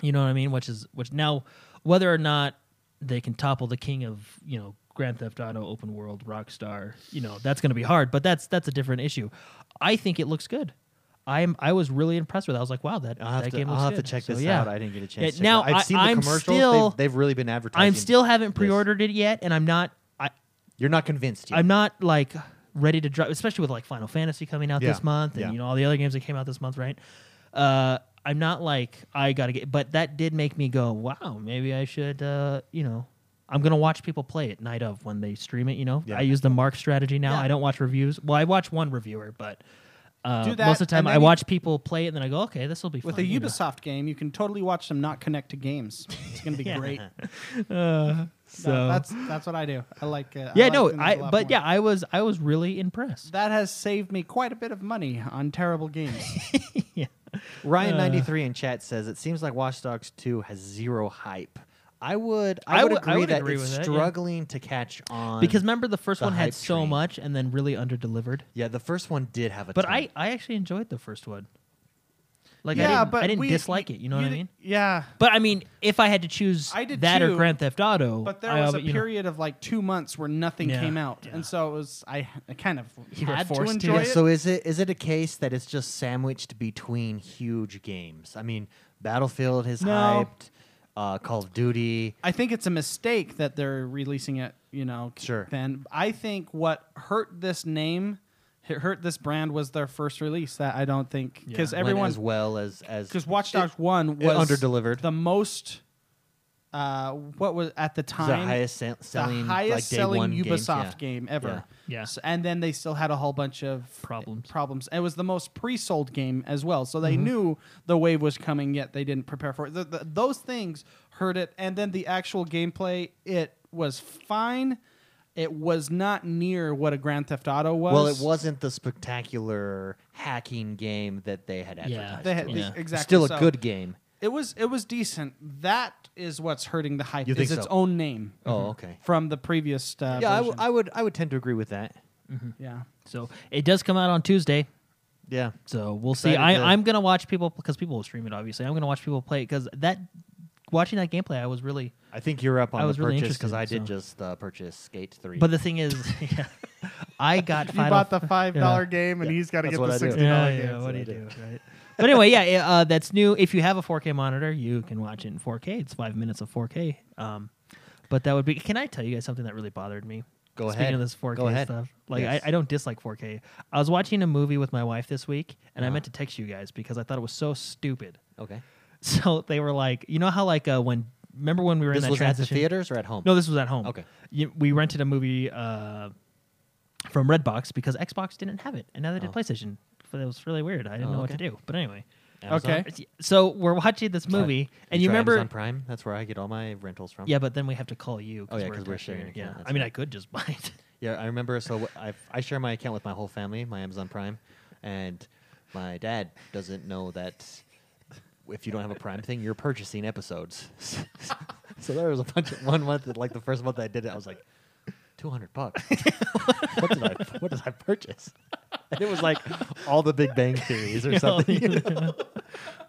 Speaker 3: You know what I mean? Which is which now whether or not they can topple the king of you know Grand Theft Auto open world Rockstar, you know that's going to be hard. But that's that's a different issue. I think it looks good. I'm I was really impressed with. it. I was like, wow, that
Speaker 1: I'll have,
Speaker 3: that
Speaker 1: to,
Speaker 3: game
Speaker 1: I'll
Speaker 3: looks
Speaker 1: have to
Speaker 3: good.
Speaker 1: check
Speaker 3: So,
Speaker 1: this
Speaker 3: yeah.
Speaker 1: out. I didn't get a chance.
Speaker 3: Yeah,
Speaker 1: to check
Speaker 3: now
Speaker 1: it out.
Speaker 3: I-
Speaker 1: I've seen the
Speaker 3: I'm
Speaker 1: commercials.
Speaker 3: still-
Speaker 1: they've, they've really been advertising.
Speaker 3: I'm still haven't
Speaker 1: this.
Speaker 3: pre-ordered it yet, and I'm not. I
Speaker 1: You're not convinced yet.
Speaker 3: I'm not like ready to drop, especially with like Final Fantasy coming out
Speaker 1: Yeah,
Speaker 3: this month, and
Speaker 1: yeah.
Speaker 3: you know all the other games that came out this month, right? Uh, I'm not like I gotta get, but that did make me go, wow, maybe I should, uh, you know. I'm gonna watch people play it night of when they stream it. You know,
Speaker 1: Yeah.
Speaker 3: I use the mark strategy now.
Speaker 2: Yeah.
Speaker 3: I don't watch reviews. Well, I watch one reviewer, but uh,
Speaker 2: Do that,
Speaker 3: most of the time
Speaker 2: and
Speaker 3: I
Speaker 2: then you-
Speaker 3: watch people play it, and then I go, okay, this will be
Speaker 2: with
Speaker 3: fun.
Speaker 2: a
Speaker 3: you know.
Speaker 2: Ubisoft game, you can totally watch them not connect to games. It's gonna be great. No,
Speaker 3: Uh, so
Speaker 2: that's that's what I do. I like. Uh, I
Speaker 3: yeah,
Speaker 2: like
Speaker 3: no,
Speaker 2: doing that
Speaker 3: I
Speaker 2: a lot
Speaker 3: but
Speaker 2: more.
Speaker 3: yeah, I was I was really impressed.
Speaker 2: that has saved me quite a bit of money on terrible games.
Speaker 3: yeah.
Speaker 1: Ryan93 in chat says it seems like Watch Dogs 2 has zero hype. I would I,
Speaker 3: I
Speaker 1: would
Speaker 3: would- I
Speaker 1: agree
Speaker 3: would
Speaker 1: that
Speaker 3: agree
Speaker 1: it's
Speaker 3: with that, yeah.
Speaker 1: struggling to catch on
Speaker 3: because remember the first
Speaker 1: The
Speaker 3: one
Speaker 1: hype
Speaker 3: had so
Speaker 1: train.
Speaker 3: much and then really underdelivered.
Speaker 1: yeah, the first one did have a
Speaker 3: But
Speaker 1: ton.
Speaker 3: I, I actually enjoyed the first one. Like I
Speaker 2: yeah,
Speaker 3: didn't,
Speaker 2: but
Speaker 3: I didn't
Speaker 2: we-
Speaker 3: dislike it. You know what I
Speaker 2: di-
Speaker 3: mean?
Speaker 2: Yeah,
Speaker 3: But I mean, if I had to choose
Speaker 2: I did
Speaker 3: that
Speaker 2: too,
Speaker 3: or Grand Theft Auto,
Speaker 2: but there
Speaker 3: I,
Speaker 2: was
Speaker 3: uh,
Speaker 2: a
Speaker 3: you know,
Speaker 2: period of like two months where nothing
Speaker 3: Yeah,
Speaker 2: came out,
Speaker 3: yeah.
Speaker 2: and so it was I, I kind of
Speaker 3: You were
Speaker 2: had to
Speaker 3: forced to.
Speaker 2: enjoy
Speaker 1: Yeah,
Speaker 2: it.
Speaker 1: so is it is it a case that it's just sandwiched between huge games? I mean, Battlefield is
Speaker 2: No.
Speaker 1: hyped, uh, Call of Duty.
Speaker 2: I think it's a mistake that they're releasing it, you know.
Speaker 1: Sure.
Speaker 2: Then I think what hurt this name, it hurt this brand was their first release. That I don't think because
Speaker 3: Yeah.
Speaker 1: went as
Speaker 2: everyone
Speaker 1: well as as
Speaker 2: because Watch Dogs
Speaker 1: It-
Speaker 2: One
Speaker 1: it
Speaker 2: was
Speaker 1: underdelivered.
Speaker 2: the most. Uh, what was at the time
Speaker 1: the highest sell- selling
Speaker 2: the highest
Speaker 1: like day
Speaker 2: selling
Speaker 1: one games,
Speaker 2: Ubisoft
Speaker 1: yeah.
Speaker 2: game ever.
Speaker 3: Yeah. Yeah.
Speaker 2: S- and then they still had a whole bunch of eh,
Speaker 3: Problems. Mm-hmm.
Speaker 2: Problems. It was the most pre-sold game as well, so they knew the wave was coming, yet they didn't prepare for it. Th- th- those things hurt it, and then the actual gameplay, it was fine. It was not near what a Grand Theft Auto was.
Speaker 1: Well, it wasn't the spectacular hacking game that they had
Speaker 3: Yeah.
Speaker 1: advertised.
Speaker 2: They had-
Speaker 1: to us.
Speaker 3: Yeah.
Speaker 1: It's
Speaker 2: exactly.
Speaker 1: Still a
Speaker 2: so
Speaker 1: good game.
Speaker 2: It was. It was decent. That is what's hurting the hype.
Speaker 1: You think
Speaker 2: is its
Speaker 1: so?
Speaker 2: own name
Speaker 3: Mm-hmm.
Speaker 1: Oh, okay.
Speaker 2: from the previous. Uh,
Speaker 1: Yeah, I, w-
Speaker 2: version.
Speaker 1: I would I would tend to agree with that.
Speaker 2: yeah.
Speaker 3: So it does come out on Tuesday.
Speaker 1: Yeah.
Speaker 3: So we'll see.
Speaker 1: Excited to-
Speaker 3: I, I'm gonna watch people because people will stream it. Obviously, I'm gonna watch people play it because that watching that gameplay, I was really.
Speaker 1: I think you're up on
Speaker 3: I
Speaker 1: the
Speaker 3: was really
Speaker 1: purchase because
Speaker 3: interested,
Speaker 1: I did
Speaker 3: so.
Speaker 1: just uh, purchase Skate 3.
Speaker 3: But the thing is, yeah, I got
Speaker 2: You
Speaker 3: Final
Speaker 2: bought the five dollar
Speaker 3: yeah.
Speaker 2: game, and
Speaker 1: Yeah,
Speaker 2: he's got to
Speaker 1: that's
Speaker 2: get
Speaker 1: what
Speaker 2: the
Speaker 1: I do.
Speaker 2: sixty
Speaker 3: Yeah,
Speaker 2: dollar
Speaker 3: yeah,
Speaker 2: game.
Speaker 3: what do you
Speaker 1: what I
Speaker 3: do, right? But anyway, yeah, it, uh, that's new. If you have a 4K monitor, you can watch it in 4K. It's five minutes of 4K. Um, but that would be. Can I tell you guys something that really bothered me?
Speaker 1: Go
Speaker 3: Speaking
Speaker 1: ahead.
Speaker 3: of this 4K
Speaker 1: Go ahead.
Speaker 3: stuff, like
Speaker 1: Yes.
Speaker 3: I, I don't dislike 4K. I was watching a movie with my wife this week, and I
Speaker 1: Uh-huh.
Speaker 3: meant to text you guys because I thought it was so stupid.
Speaker 1: okay.
Speaker 3: So they were like, you know how like uh, when remember when we were
Speaker 1: This
Speaker 3: in that
Speaker 1: was at the
Speaker 3: transition?
Speaker 1: theaters or at home?
Speaker 3: No, this was at home.
Speaker 1: Okay.
Speaker 3: You, we rented a movie uh, from Redbox because Xbox didn't have it, and now they did
Speaker 1: Oh.
Speaker 3: PlayStation. So that was really weird. I didn't
Speaker 1: Oh,
Speaker 3: know what
Speaker 1: okay.
Speaker 3: to do. But anyway,
Speaker 1: Amazon?
Speaker 2: Okay.
Speaker 3: so we're watching this
Speaker 1: Try-
Speaker 3: movie, and you
Speaker 1: try
Speaker 3: remember,
Speaker 1: Amazon Prime? That's where I get all my rentals from.
Speaker 3: yeah. But then we have to call you.
Speaker 1: Oh, yeah, 'cause
Speaker 3: a
Speaker 1: we're
Speaker 3: tax
Speaker 1: sharing
Speaker 3: payer.
Speaker 1: an account,
Speaker 3: Yeah,
Speaker 1: that's
Speaker 3: I mean,
Speaker 1: right.
Speaker 3: I could just buy it.
Speaker 1: Yeah, I remember. So wh- I've, I share my account with my whole family, my Amazon Prime, and my dad doesn't know that if you don't have a Prime thing, you're purchasing episodes. so there was a bunch of one month, that, like the first month I did it, I was like, two hundred bucks. what did I What did I purchase? And it was like all the Big Bang theories or something. you know?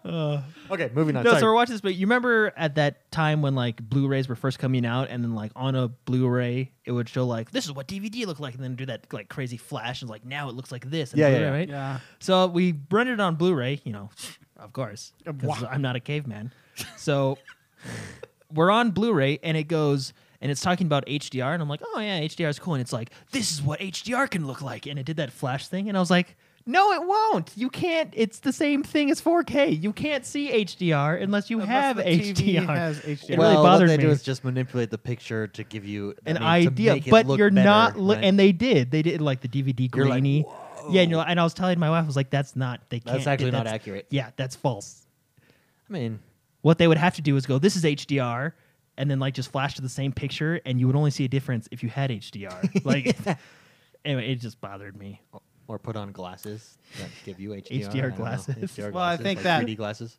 Speaker 1: okay, moving on.
Speaker 3: no,
Speaker 1: Sorry.
Speaker 3: so we're watching this, but you remember at that time when like Blu-rays were first coming out, and then like on a Blu-ray, it would show like this is what DVD looked like, and then do that like crazy flash, and like now it looks like this. And
Speaker 1: Yeah, yeah,
Speaker 3: Blu-ray,
Speaker 1: yeah.
Speaker 3: right?
Speaker 2: Yeah.
Speaker 3: So we rented it on Blu-ray, you know, of course,
Speaker 2: Uh,
Speaker 3: 'cause
Speaker 2: wha-
Speaker 3: I'm not a caveman. So we're on Blu-ray, and it goes, and it's talking about HDR, and I'm like, oh yeah, HDR is cool, and it's like, this is what HDR can look like, and it did that flash thing, and I was like. No, it won't. You can't. It's the same thing as 4K. You can't see HDR unless you
Speaker 2: Unless
Speaker 3: have
Speaker 2: the TV
Speaker 3: HDR.
Speaker 2: has HDR.
Speaker 3: It
Speaker 1: well,
Speaker 3: really bothered
Speaker 1: what they
Speaker 3: me
Speaker 1: do is just manipulate the picture to give you
Speaker 3: an
Speaker 1: I mean, to
Speaker 3: idea,
Speaker 1: make it
Speaker 3: but
Speaker 1: look
Speaker 3: you're
Speaker 1: better,
Speaker 3: not. Li-
Speaker 1: right?
Speaker 3: And they did. They did like the DVD
Speaker 1: You're like,
Speaker 3: grainy. yeah, and, you're like- and I was telling my wife, I was like, "That's not. They can't.
Speaker 1: That's actually not
Speaker 3: that's-
Speaker 1: accurate.
Speaker 3: Yeah, that's false.
Speaker 1: I mean,
Speaker 3: What they would have to do is go, "This is HDR," and then like just flash to the same picture, and you would only see a difference if you had HDR. Like, anyway, it just bothered me.
Speaker 1: or put on glasses that give you HDR,
Speaker 3: HDR
Speaker 1: I don't know,
Speaker 3: glasses.
Speaker 1: HDR
Speaker 2: Well, I
Speaker 1: glasses,
Speaker 2: think
Speaker 1: like
Speaker 2: that-
Speaker 1: 3D glasses.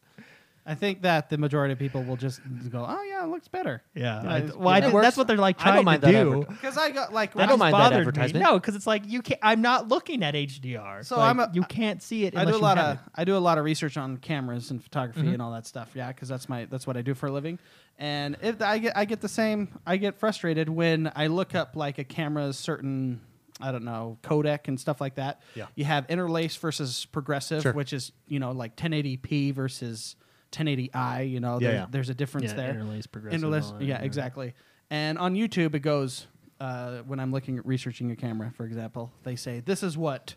Speaker 2: I think that the majority of people will just go, "Oh yeah, it looks better."
Speaker 3: Yeah,
Speaker 2: Yeah,
Speaker 3: I-
Speaker 2: it's-
Speaker 3: well, I
Speaker 2: yeah.
Speaker 3: did-
Speaker 1: That
Speaker 3: that's
Speaker 1: works.
Speaker 3: what they're like
Speaker 1: I don't
Speaker 3: trying
Speaker 1: mind
Speaker 3: to
Speaker 1: that
Speaker 3: do.
Speaker 1: advertisement.
Speaker 2: Because I got like
Speaker 1: I
Speaker 2: when
Speaker 1: don't
Speaker 2: I-
Speaker 1: mind that
Speaker 3: bothered
Speaker 1: advertisement.
Speaker 3: Me. No, because it's like you can't. I'm not looking at HDR.
Speaker 2: So
Speaker 3: Like,
Speaker 2: I'm a-
Speaker 3: you can't see it.
Speaker 2: I do
Speaker 3: unless
Speaker 2: a
Speaker 3: you
Speaker 2: lot
Speaker 3: have
Speaker 2: of
Speaker 3: it.
Speaker 2: I do a lot of research on cameras and photography and all that stuff. Yeah, because that's my that's what I do for a living. And if I get I get the same I get frustrated when I look up like a camera's certain I don't know codec and stuff like that.
Speaker 1: Yeah.
Speaker 2: you have interlace versus progressive,
Speaker 1: Sure.
Speaker 2: which is you know like 1080p versus 1080i. You know,
Speaker 1: Yeah,
Speaker 2: there's,
Speaker 1: yeah.
Speaker 2: there's a difference
Speaker 3: Yeah,
Speaker 2: there.
Speaker 3: interlace, progressive,
Speaker 2: Interlace-
Speaker 3: all that,
Speaker 2: yeah,
Speaker 3: yeah.
Speaker 2: exactly. And on YouTube, it goes uh, when I'm looking at researching a camera, for example, they say this is what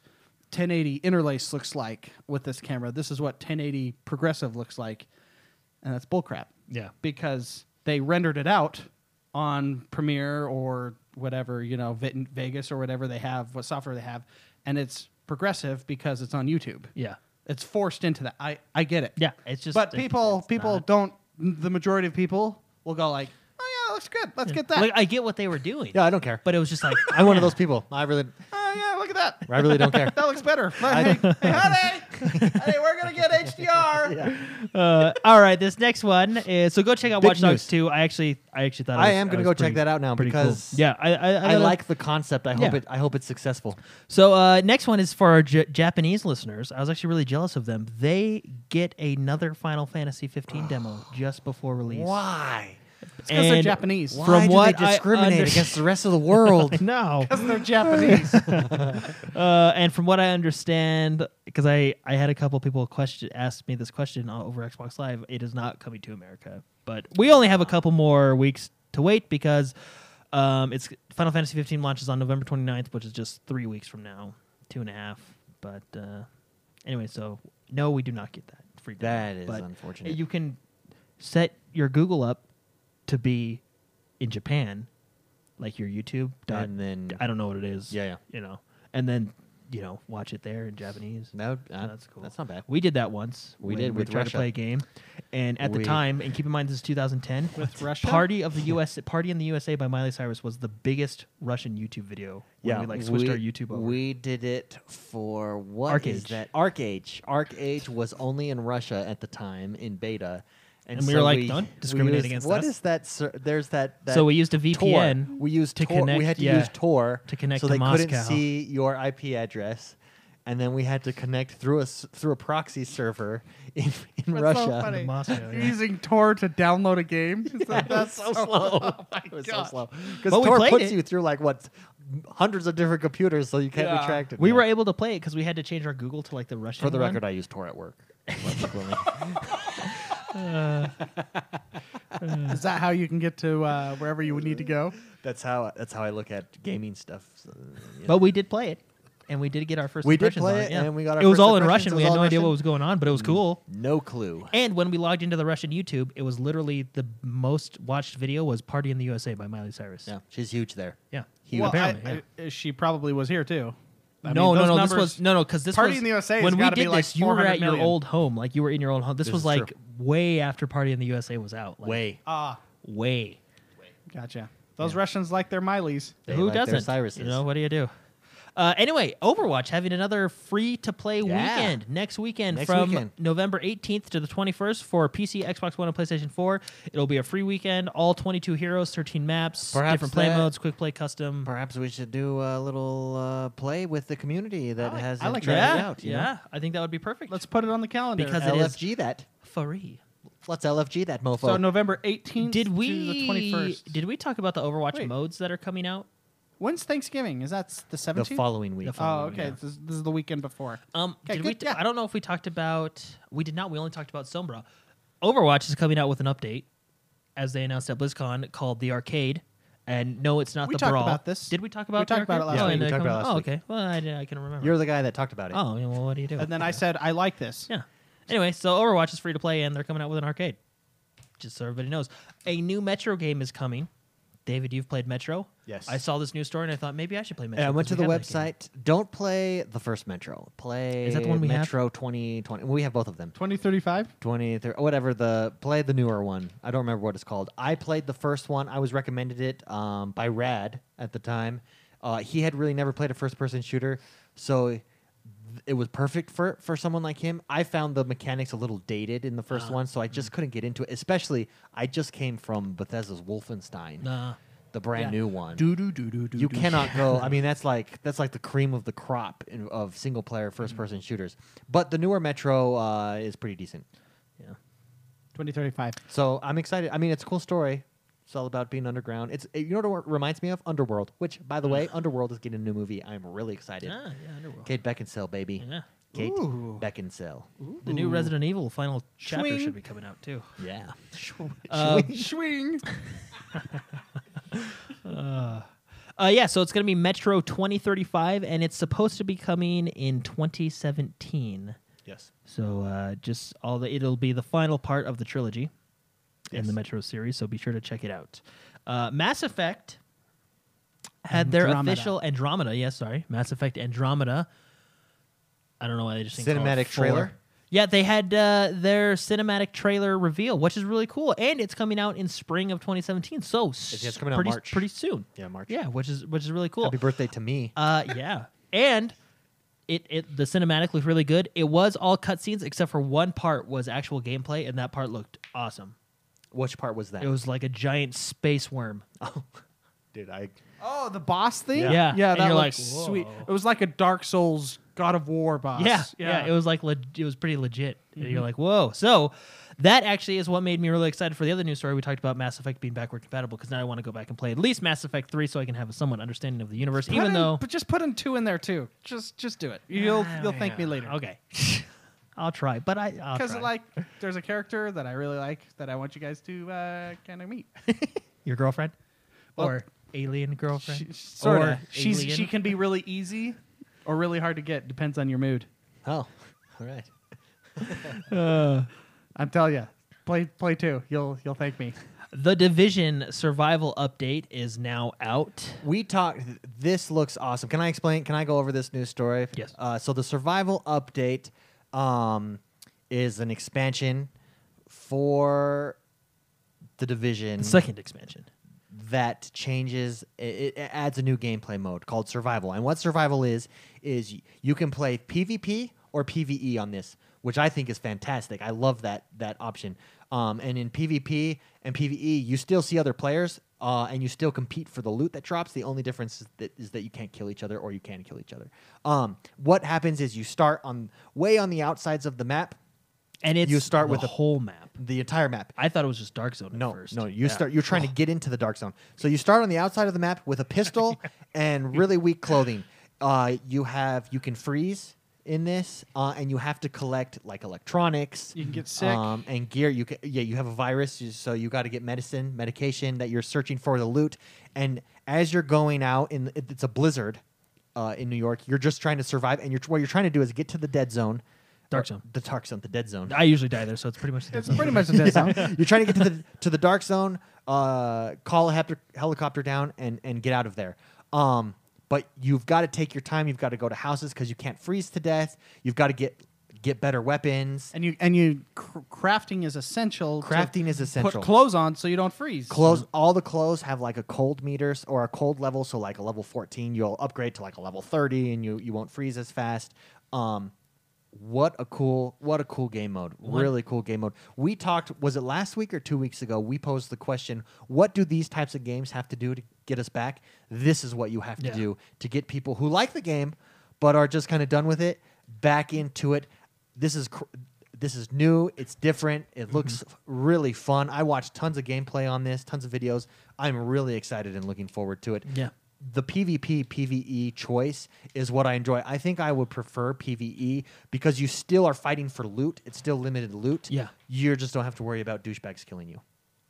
Speaker 2: 1080 interlace looks like with this camera. This is what 1080 progressive looks like, and that's bullcrap
Speaker 3: yeah.
Speaker 2: because they rendered it out on Premiere or whatever you know Vit- Vegas or whatever they have, what software they have, and it's progressive because it's on YouTube.
Speaker 3: Yeah.
Speaker 2: It's forced into that. I I get it.
Speaker 3: Yeah, it's just-
Speaker 2: But
Speaker 3: it's-
Speaker 2: people
Speaker 3: it's
Speaker 2: people
Speaker 3: not-
Speaker 2: don't. The majority of people will go like, oh yeah, it looks good. Let's get that.
Speaker 3: Like, I get what they were doing.
Speaker 1: Yeah, I don't care.
Speaker 3: But it was just like
Speaker 1: I'm one of
Speaker 3: yeah.
Speaker 1: those people. I really,
Speaker 2: oh yeah, look at that.
Speaker 1: I really don't care.
Speaker 2: That looks better. hey, hey, honey, hey, we're gonna get HDR.
Speaker 1: Yeah.
Speaker 3: Uh, all right, this next one is so go check out
Speaker 1: Big
Speaker 3: Watch Dogs
Speaker 1: news.
Speaker 3: 2. I actually I actually thought it
Speaker 1: I
Speaker 3: was-
Speaker 1: am
Speaker 3: it
Speaker 1: gonna
Speaker 3: was
Speaker 1: go check
Speaker 3: pretty-
Speaker 1: that out now
Speaker 3: pretty cool.
Speaker 1: because
Speaker 3: yeah, I I, I
Speaker 1: I
Speaker 3: like
Speaker 1: like the concept. I hope
Speaker 3: Yeah.
Speaker 1: it. I hope it's successful.
Speaker 3: So uh, next one is for our J- Japanese listeners. I was actually really jealous of them. They get another Final Fantasy 15 demo just before release.
Speaker 1: Why?
Speaker 2: because they're
Speaker 3: And
Speaker 2: Japanese.
Speaker 1: Why
Speaker 3: Why From do
Speaker 1: do
Speaker 3: they what
Speaker 1: they
Speaker 3: I
Speaker 1: discriminate
Speaker 3: under-
Speaker 1: against the rest of the world?
Speaker 3: No.
Speaker 2: Because they're Japanese.
Speaker 3: Uh, and from what I understand, because I, I had a couple people question asked me this question uh, over Xbox Live, it is not coming to America. But we only have a couple more weeks to wait because um, it's Final Fantasy 15 launches on November 29th, which is just three weeks from now, two and a half. But uh, anyway, so no, we do not get that free. demo.
Speaker 1: That is
Speaker 3: But
Speaker 1: unfortunate.
Speaker 3: You can set your Google up to be in Japan, like your YouTube. dot-
Speaker 1: And then-
Speaker 3: I don't know what it is
Speaker 1: Yeah, yeah.
Speaker 3: you know, and then you know watch it there in Japanese.
Speaker 1: No, uh,
Speaker 3: that's cool.
Speaker 1: That's not bad.
Speaker 3: We did that once.
Speaker 1: We
Speaker 3: when
Speaker 1: did
Speaker 3: We
Speaker 1: with
Speaker 3: tried to
Speaker 1: Russia.
Speaker 3: play a game, and at the
Speaker 1: We-
Speaker 3: time, and keep in mind this is 2010.
Speaker 2: With Russia?
Speaker 3: Party of the U.S. Party in the USA by Miley Cyrus was the biggest Russian YouTube video. When we like switched our YouTube over.
Speaker 1: We did it for what
Speaker 3: Arc
Speaker 1: is
Speaker 3: Age.
Speaker 1: that? Arc Age. Arc Age was only in Russia at the time in beta,
Speaker 3: And we were
Speaker 1: so
Speaker 3: like, "Don't discriminate
Speaker 1: used-
Speaker 3: against
Speaker 1: what
Speaker 3: us."
Speaker 1: is that? Sir, there's that, that.
Speaker 3: so we used a
Speaker 1: Tor.
Speaker 3: VPN.
Speaker 1: We used
Speaker 3: to
Speaker 1: Tor.
Speaker 3: connect-
Speaker 1: we had to
Speaker 3: yeah,
Speaker 1: use Tor
Speaker 3: to connect
Speaker 1: so
Speaker 3: to
Speaker 1: they
Speaker 3: Moscow.
Speaker 1: couldn't see your IP address, and then we had to connect through a s- through a proxy server in in
Speaker 2: That's
Speaker 1: Russia.
Speaker 2: so funny.
Speaker 3: Moscow,
Speaker 2: You're
Speaker 3: yeah.
Speaker 2: using Tor to download a game. It's like,
Speaker 1: That's so slow. it was
Speaker 2: gosh.
Speaker 1: so slow because
Speaker 3: But we
Speaker 1: Tor
Speaker 3: played
Speaker 1: puts
Speaker 3: it.
Speaker 1: you through like what hundreds of different computers, so you can't
Speaker 2: Yeah.
Speaker 1: be tracked.
Speaker 3: We
Speaker 1: Yeah.
Speaker 3: were able to play it because we had to change our Google to like the Russian.
Speaker 1: For the
Speaker 3: one.
Speaker 1: record, I use Tor at work.
Speaker 2: Is that how you can get to uh, wherever you would need to go?
Speaker 1: that's how that's how I look at gaming stuff. So, you know.
Speaker 3: But we did play it, and we did get our first.
Speaker 1: We did
Speaker 3: impressions
Speaker 1: play
Speaker 3: on
Speaker 1: it,
Speaker 3: yeah.
Speaker 1: and we got our
Speaker 3: It was
Speaker 1: first
Speaker 3: all in
Speaker 1: impressions.
Speaker 3: Russian.
Speaker 1: It
Speaker 3: We
Speaker 1: was
Speaker 3: had
Speaker 1: all
Speaker 3: no idea
Speaker 1: Russian.
Speaker 3: what
Speaker 1: Mm-hmm.
Speaker 3: was going on, but it was cool.
Speaker 1: no clue.
Speaker 3: And when we logged into the Russian YouTube, it was literally the most watched video was "Party in the USA" by Miley Cyrus.
Speaker 1: Yeah, she's huge there.
Speaker 3: yeah.
Speaker 1: Huge.
Speaker 2: Well, I,
Speaker 3: Apparently,
Speaker 2: I- she probably was here too. I
Speaker 3: no,
Speaker 2: mean,
Speaker 3: no,
Speaker 2: those
Speaker 3: no. This
Speaker 2: numbers-
Speaker 3: was no, no, because this
Speaker 2: Party
Speaker 3: was,
Speaker 2: in the USA has
Speaker 3: When we
Speaker 2: gotta be
Speaker 3: did
Speaker 2: like
Speaker 3: this, you were
Speaker 2: 400
Speaker 3: at your
Speaker 2: million.
Speaker 3: old home, like you were in your old home. This,
Speaker 1: This
Speaker 3: was
Speaker 1: is
Speaker 3: like
Speaker 1: true.
Speaker 3: way after "Party in the USA" was out. Like,
Speaker 1: Way.
Speaker 2: Ah,
Speaker 3: way.
Speaker 2: gotcha. Those Russians like their mileys.
Speaker 1: They
Speaker 3: Who
Speaker 1: like their
Speaker 3: doesn't?
Speaker 1: Cyruses.
Speaker 3: You know, what do you do? Uh, anyway, Overwatch having another free to play
Speaker 1: Yeah.
Speaker 3: weekend next weekend
Speaker 1: Next
Speaker 3: from
Speaker 1: weekend.
Speaker 3: November 18th to the 21st for PC, Xbox One, and PlayStation 4. It'll be a free weekend, all 22 heroes, 13 maps,
Speaker 1: Perhaps
Speaker 3: different play
Speaker 1: that-
Speaker 3: modes, quick play custom.
Speaker 1: Perhaps we should do a little uh, play with the community that
Speaker 2: I like-
Speaker 1: has
Speaker 2: I like
Speaker 1: tried
Speaker 2: that.
Speaker 1: it
Speaker 3: yeah,
Speaker 1: out. you
Speaker 3: yeah. I think that would be perfect.
Speaker 2: Let's put it on the calendar. Uh,
Speaker 3: Because-
Speaker 1: know?
Speaker 3: it is-
Speaker 1: LFG that.
Speaker 3: free.
Speaker 1: Let's LFG that mofo.
Speaker 2: so November 18th
Speaker 3: Did
Speaker 2: to the
Speaker 3: we
Speaker 2: 21st.
Speaker 3: did we talk about the Overwatch
Speaker 2: Wait.
Speaker 3: modes that are coming out?
Speaker 2: When's Thanksgiving? Is that s- the 17th?
Speaker 1: the following week.
Speaker 3: The
Speaker 2: Oh,
Speaker 3: following,
Speaker 2: okay.
Speaker 3: yeah.
Speaker 2: This, this is the weekend before.
Speaker 3: Um,
Speaker 2: Okay,
Speaker 3: did
Speaker 2: good,
Speaker 3: we t-
Speaker 2: yeah.
Speaker 3: I don't know if we talked about. We did not. We only talked about Sombra. Overwatch is coming out with an update, as they announced at BlizzCon, called the Arcade. And no, it's not
Speaker 2: We
Speaker 3: the
Speaker 2: talked
Speaker 3: brawl.
Speaker 2: about this.
Speaker 3: Did we talk
Speaker 2: We
Speaker 3: about? the
Speaker 2: talked about it
Speaker 3: Arcade?
Speaker 1: last
Speaker 3: oh,
Speaker 1: week.
Speaker 3: and
Speaker 1: We
Speaker 3: it
Speaker 1: talked
Speaker 3: come-
Speaker 1: about it last
Speaker 3: oh,
Speaker 1: week.
Speaker 3: okay. Well, I, didn't- I can remember.
Speaker 1: You're the guy that talked about it.
Speaker 3: oh, yeah, well, what do you do?
Speaker 2: And then I said, I like this.
Speaker 3: yeah. Anyway, so Overwatch is free to play, and they're coming out with an arcade. Just so everybody knows, a new Metro game is coming. David, you've played Metro.
Speaker 1: Yes.
Speaker 3: I saw this news story and I thought maybe I should play Metro.
Speaker 1: Yeah, I went
Speaker 3: 'cause
Speaker 1: to
Speaker 3: we
Speaker 1: the
Speaker 3: have that game.
Speaker 1: website. Don't play the first Metro. Play
Speaker 3: Is that the one we have?
Speaker 1: Metro 2020. We have both of them.
Speaker 2: 2035?
Speaker 1: 20, thir- whatever the play the newer one. I don't remember what it's called. I played the first one. I was recommended it um, by Rad at the time. Uh, he had really never played a first person shooter, so th- it was perfect for for someone like him. I found the mechanics a little dated in the first
Speaker 3: Ah.
Speaker 1: one, so I
Speaker 2: mm.
Speaker 1: just couldn't get into it. Especially, I just came from Bethesda's Wolfenstein,
Speaker 3: Nah.
Speaker 1: the brand
Speaker 2: yeah.
Speaker 1: new one
Speaker 2: Do, do, do, do, do.
Speaker 1: you
Speaker 2: do.
Speaker 1: cannot go. I mean, that's like that's like the cream of the crop in, of single player first
Speaker 2: Mm.
Speaker 1: person shooters. But the newer Metro uh, is pretty decent.
Speaker 3: Yeah.
Speaker 2: 2035.
Speaker 1: So I'm excited. I mean, it's a cool story. It's all about being underground. It's you know what it reminds me of Underworld, which by the way, Underworld is getting a new movie. I'm really excited.
Speaker 3: Ah, yeah, Underworld.
Speaker 1: Kate Beckinsale, baby.
Speaker 3: Yeah.
Speaker 1: Kate
Speaker 2: Ooh.
Speaker 1: Beckinsale.
Speaker 3: The new Resident Evil final chapter
Speaker 2: Swing.
Speaker 3: should be coming out too.
Speaker 1: Yeah.
Speaker 3: Uh,
Speaker 2: Swing.
Speaker 3: Uh, yeah, so it's going to be Metro 2035, and it's supposed to be coming in 2017.
Speaker 1: yes.
Speaker 3: So uh, just all the it'll be the final part of the trilogy in
Speaker 1: Yes.
Speaker 3: the Metro series. So be sure to check it out. Uh, Mass Effect had their
Speaker 2: Andromeda.
Speaker 3: official Andromeda. Yes, sorry, Mass Effect Andromeda. I don't know why they just didn't call it
Speaker 1: Cinematic
Speaker 3: four.
Speaker 1: trailer?
Speaker 3: Yeah, they had uh, their cinematic trailer reveal, which is really cool, and it's coming out in spring of 2017. So
Speaker 1: yeah, it's coming out
Speaker 3: pretty,
Speaker 1: March.
Speaker 3: pretty soon.
Speaker 1: Yeah, March.
Speaker 3: Uh, Yeah, which is which is really cool.
Speaker 1: Happy birthday to me.
Speaker 3: Uh, yeah, and it, it the cinematic looked really good. It was all cutscenes except for one part was actual gameplay, and that part looked awesome.
Speaker 1: Which part was that?
Speaker 3: It was like a giant space worm.
Speaker 1: Dude, I
Speaker 2: Oh, the boss thing.
Speaker 3: Yeah.
Speaker 2: yeah,
Speaker 3: Yeah. And
Speaker 2: that
Speaker 3: you're
Speaker 2: looks
Speaker 3: like,
Speaker 2: sweet.
Speaker 3: whoa.
Speaker 2: It was like a Dark Souls God of War boss.
Speaker 3: Yeah, yeah, It was like leg- it was pretty legit. And
Speaker 2: Mm-hmm.
Speaker 3: you're like, whoa. So that actually is what made me really excited for the other news story we talked about Mass Effect being backward compatible because now I want to go back and play at least Mass Effect three so I can have a somewhat understanding of the universe,
Speaker 2: Put
Speaker 3: even
Speaker 2: in-
Speaker 3: though
Speaker 2: but just put in two in there too. Just, just do it. You'll, you'll thank me later.
Speaker 3: Okay, I'll try, but I I'll
Speaker 2: Because
Speaker 3: try.
Speaker 2: like, there's a character that I really like that I want you guys to uh, kind of meet.
Speaker 3: your girlfriend
Speaker 2: Well-
Speaker 3: or alien girlfriend.
Speaker 2: She, sort of.
Speaker 3: Or
Speaker 2: She's
Speaker 3: alien.
Speaker 2: she can be really easy or really hard to get. Depends on your mood.
Speaker 1: Oh, all right.
Speaker 2: I'm telling you, play play two. You'll you'll thank me.
Speaker 3: The Division survival update is now out.
Speaker 1: We talked. This looks awesome. Can I explain? Can I go over this news story?
Speaker 3: Yes.
Speaker 1: Uh, so the survival update um, is an expansion for the division
Speaker 3: The second expansion.
Speaker 1: that changes. It, it adds a new gameplay mode called survival. And what survival is is y- you can play PvP or PvE on this, which I think is fantastic. I love that that option. Um, and in PvP and PvE, you still see other players. Uh, and you still compete for the loot that drops. The only difference is that, is that you can't kill each other, or you can kill each other. Um, what happens is you start on way on the outsides of the map,
Speaker 3: And it's
Speaker 1: You start
Speaker 3: the
Speaker 1: with a-
Speaker 3: whole map.
Speaker 1: the entire map,
Speaker 3: I thought it was just Dark Zone at
Speaker 1: no,
Speaker 3: first.
Speaker 1: no. You
Speaker 3: Yeah.
Speaker 1: start. You're trying to get into the dark zone. So you start on the outside of the map with a pistol and really weak clothing. Uh, you have. You can freeze in this, uh, and you have to collect like electronics.
Speaker 2: You can get sick.
Speaker 1: Um, and gear. You ca yeah. You have a virus, you- so you got to get medicine, medication that you're searching for the loot. And as you're going out, in it- it's a blizzard. Uh, in New York, you're just trying to survive, and you're, what you're trying to do is get to the dead zone,
Speaker 3: Dark
Speaker 1: or-
Speaker 3: zone.
Speaker 1: the dark zone, the dead zone
Speaker 3: I usually die there, so it's pretty much the
Speaker 2: It's
Speaker 3: same.
Speaker 2: pretty much a dead zone.
Speaker 1: you're trying to get to the to the dark zone. Uh, call a hep- helicopter down and and get out of there. Um, but you've got to take your time. You've got to go to houses because you can't freeze to death. You've got to get get better weapons.
Speaker 2: And you and you cr- crafting is essential. to
Speaker 1: Crafting is essential.
Speaker 2: Put clothes on so you don't freeze.
Speaker 1: Clothes. All the clothes have like a cold meter s- or a cold level. So like a level 14, you'll upgrade to like a level 30, and you you won't freeze as fast. Um, what a cool what a cool game mode. Really cool game mode. We talked. Was it last week or two weeks ago? We posed the question: What do these types of games have to do to get us back? This is what you have to
Speaker 3: Yeah.
Speaker 1: do to get people who like the game but are just kind of done with it back into it. This is. Cr- this is new. It's different.
Speaker 3: Mm-hmm.
Speaker 1: It looks really fun. I watched tons of gameplay on this, tons of videos. I'm really excited and looking forward to it.
Speaker 3: Yeah.
Speaker 1: The PvP, PvE E choice is what I enjoy. I think I would prefer PvE because you still are fighting for loot. It's still limited loot.
Speaker 3: Yeah.
Speaker 1: You just don't have to worry about douchebags killing you.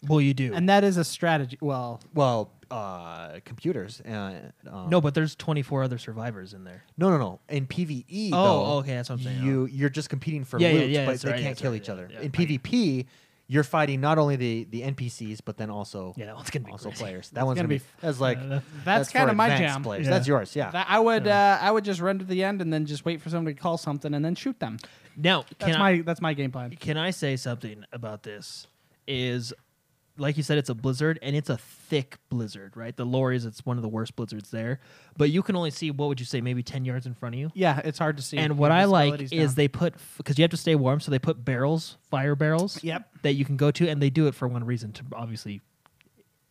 Speaker 3: Well, you do.
Speaker 2: And that is a strategy. Well,
Speaker 1: Well, uh, computers. Uh, um,
Speaker 3: no, but there's 24 other survivors in there.
Speaker 1: No, no, no. In PVE,
Speaker 3: Oh,
Speaker 1: though,
Speaker 3: oh, okay, that's what I'm saying.
Speaker 1: You you're just competing for
Speaker 3: Yeah, yeah,
Speaker 1: loot,
Speaker 3: yeah,
Speaker 1: but
Speaker 3: that's
Speaker 1: they
Speaker 3: right,
Speaker 1: can't
Speaker 3: that's
Speaker 1: kill
Speaker 3: right,
Speaker 1: each
Speaker 3: yeah,
Speaker 1: other.
Speaker 3: yeah,
Speaker 1: In
Speaker 3: I get it.
Speaker 1: PvP, you're fighting not only the the NPCs, but then also
Speaker 3: Yeah, that one's gonna be
Speaker 1: also
Speaker 3: crazy.
Speaker 1: players. That one's
Speaker 2: gonna
Speaker 1: gonna,
Speaker 2: be
Speaker 1: be that's like
Speaker 3: Yeah,
Speaker 1: that's,
Speaker 3: that's-
Speaker 2: That's
Speaker 1: for
Speaker 2: kinda my
Speaker 1: advanced
Speaker 2: jam.
Speaker 1: Players.
Speaker 3: Yeah.
Speaker 1: That's yours, yeah.
Speaker 2: that, I would uh, I would just run to the end and then just wait for somebody to call something and then shoot them.
Speaker 3: Now,
Speaker 2: That's
Speaker 3: can I,
Speaker 2: my that's my game plan.
Speaker 3: can I say something about this? Is like you said, it's a blizzard and it's a thick blizzard, right? The lorries, it's one of the worst blizzards there. But you can only see what would you say, maybe ten yards in front of you.
Speaker 2: Yeah, it's hard to see.
Speaker 3: And what I like
Speaker 2: Visibility's
Speaker 3: is
Speaker 2: down.
Speaker 3: they put because you have to stay warm, so they put barrels, fire barrels,
Speaker 2: Yep.
Speaker 3: that you can go to, and they do it for one reason to obviously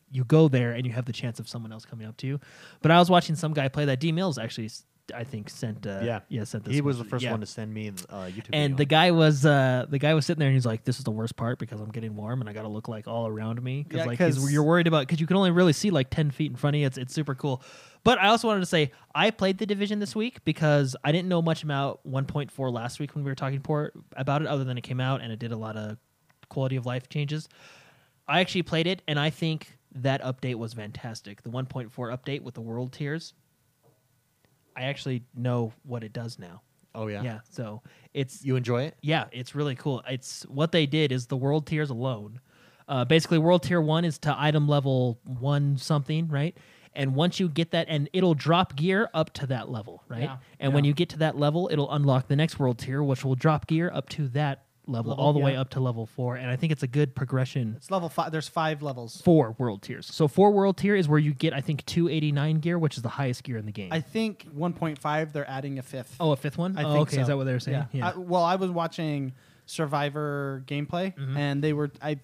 Speaker 3: you go there and you have the chance of someone else coming up to you. But I was watching some guy play that D Mills actually, s- I think sent uh,
Speaker 1: yeah,
Speaker 3: yeah sent this
Speaker 1: He was the
Speaker 3: one.
Speaker 1: first
Speaker 3: Yeah.
Speaker 1: one to send me the, uh, YouTube.
Speaker 3: And the
Speaker 1: video.
Speaker 3: guy was uh, the guy was sitting there and he's like, "This is the worst part because I'm getting warm and I got to look like all around me because
Speaker 2: Yeah,
Speaker 3: like 'cause
Speaker 2: 'cause-
Speaker 3: you're worried about because you can only really see like ten feet in front of you. It's it's super cool." But I also wanted to say I played the division this week because I didn't know much about 1.4 last week when we were talking por- about it, other than it came out and it did a lot of quality of life changes. I actually played it and I think that update was fantastic. The 1.4 update with the world tiers. I actually know what it does now.
Speaker 1: oh yeah,
Speaker 3: yeah so it's
Speaker 1: You enjoy it?
Speaker 3: yeah, it's really cool. It's what they did is the world tiers alone. Uh, basically, world tier one is to item level one something, right? And once you get that, and it'll drop gear up to that level, right?
Speaker 2: Yeah.
Speaker 3: And when
Speaker 2: Yeah.
Speaker 3: you get to that level, it'll unlock the next world tier, which will drop gear up to that level,
Speaker 2: Level,
Speaker 3: all the way
Speaker 2: yeah.
Speaker 3: up to level four, and I think it's a good progression
Speaker 2: It's level five. There's five levels.
Speaker 3: four world tiers. So four world tier is where you get I think 289 gear, which is the highest gear in the game.
Speaker 2: I think 1.5. They're adding a fifth.
Speaker 3: oh, a fifth one.
Speaker 2: I
Speaker 3: oh,
Speaker 2: think
Speaker 3: okay,
Speaker 2: so.
Speaker 3: is that what they were saying?
Speaker 2: I- well, I was watching Survivor gameplay, and they were. I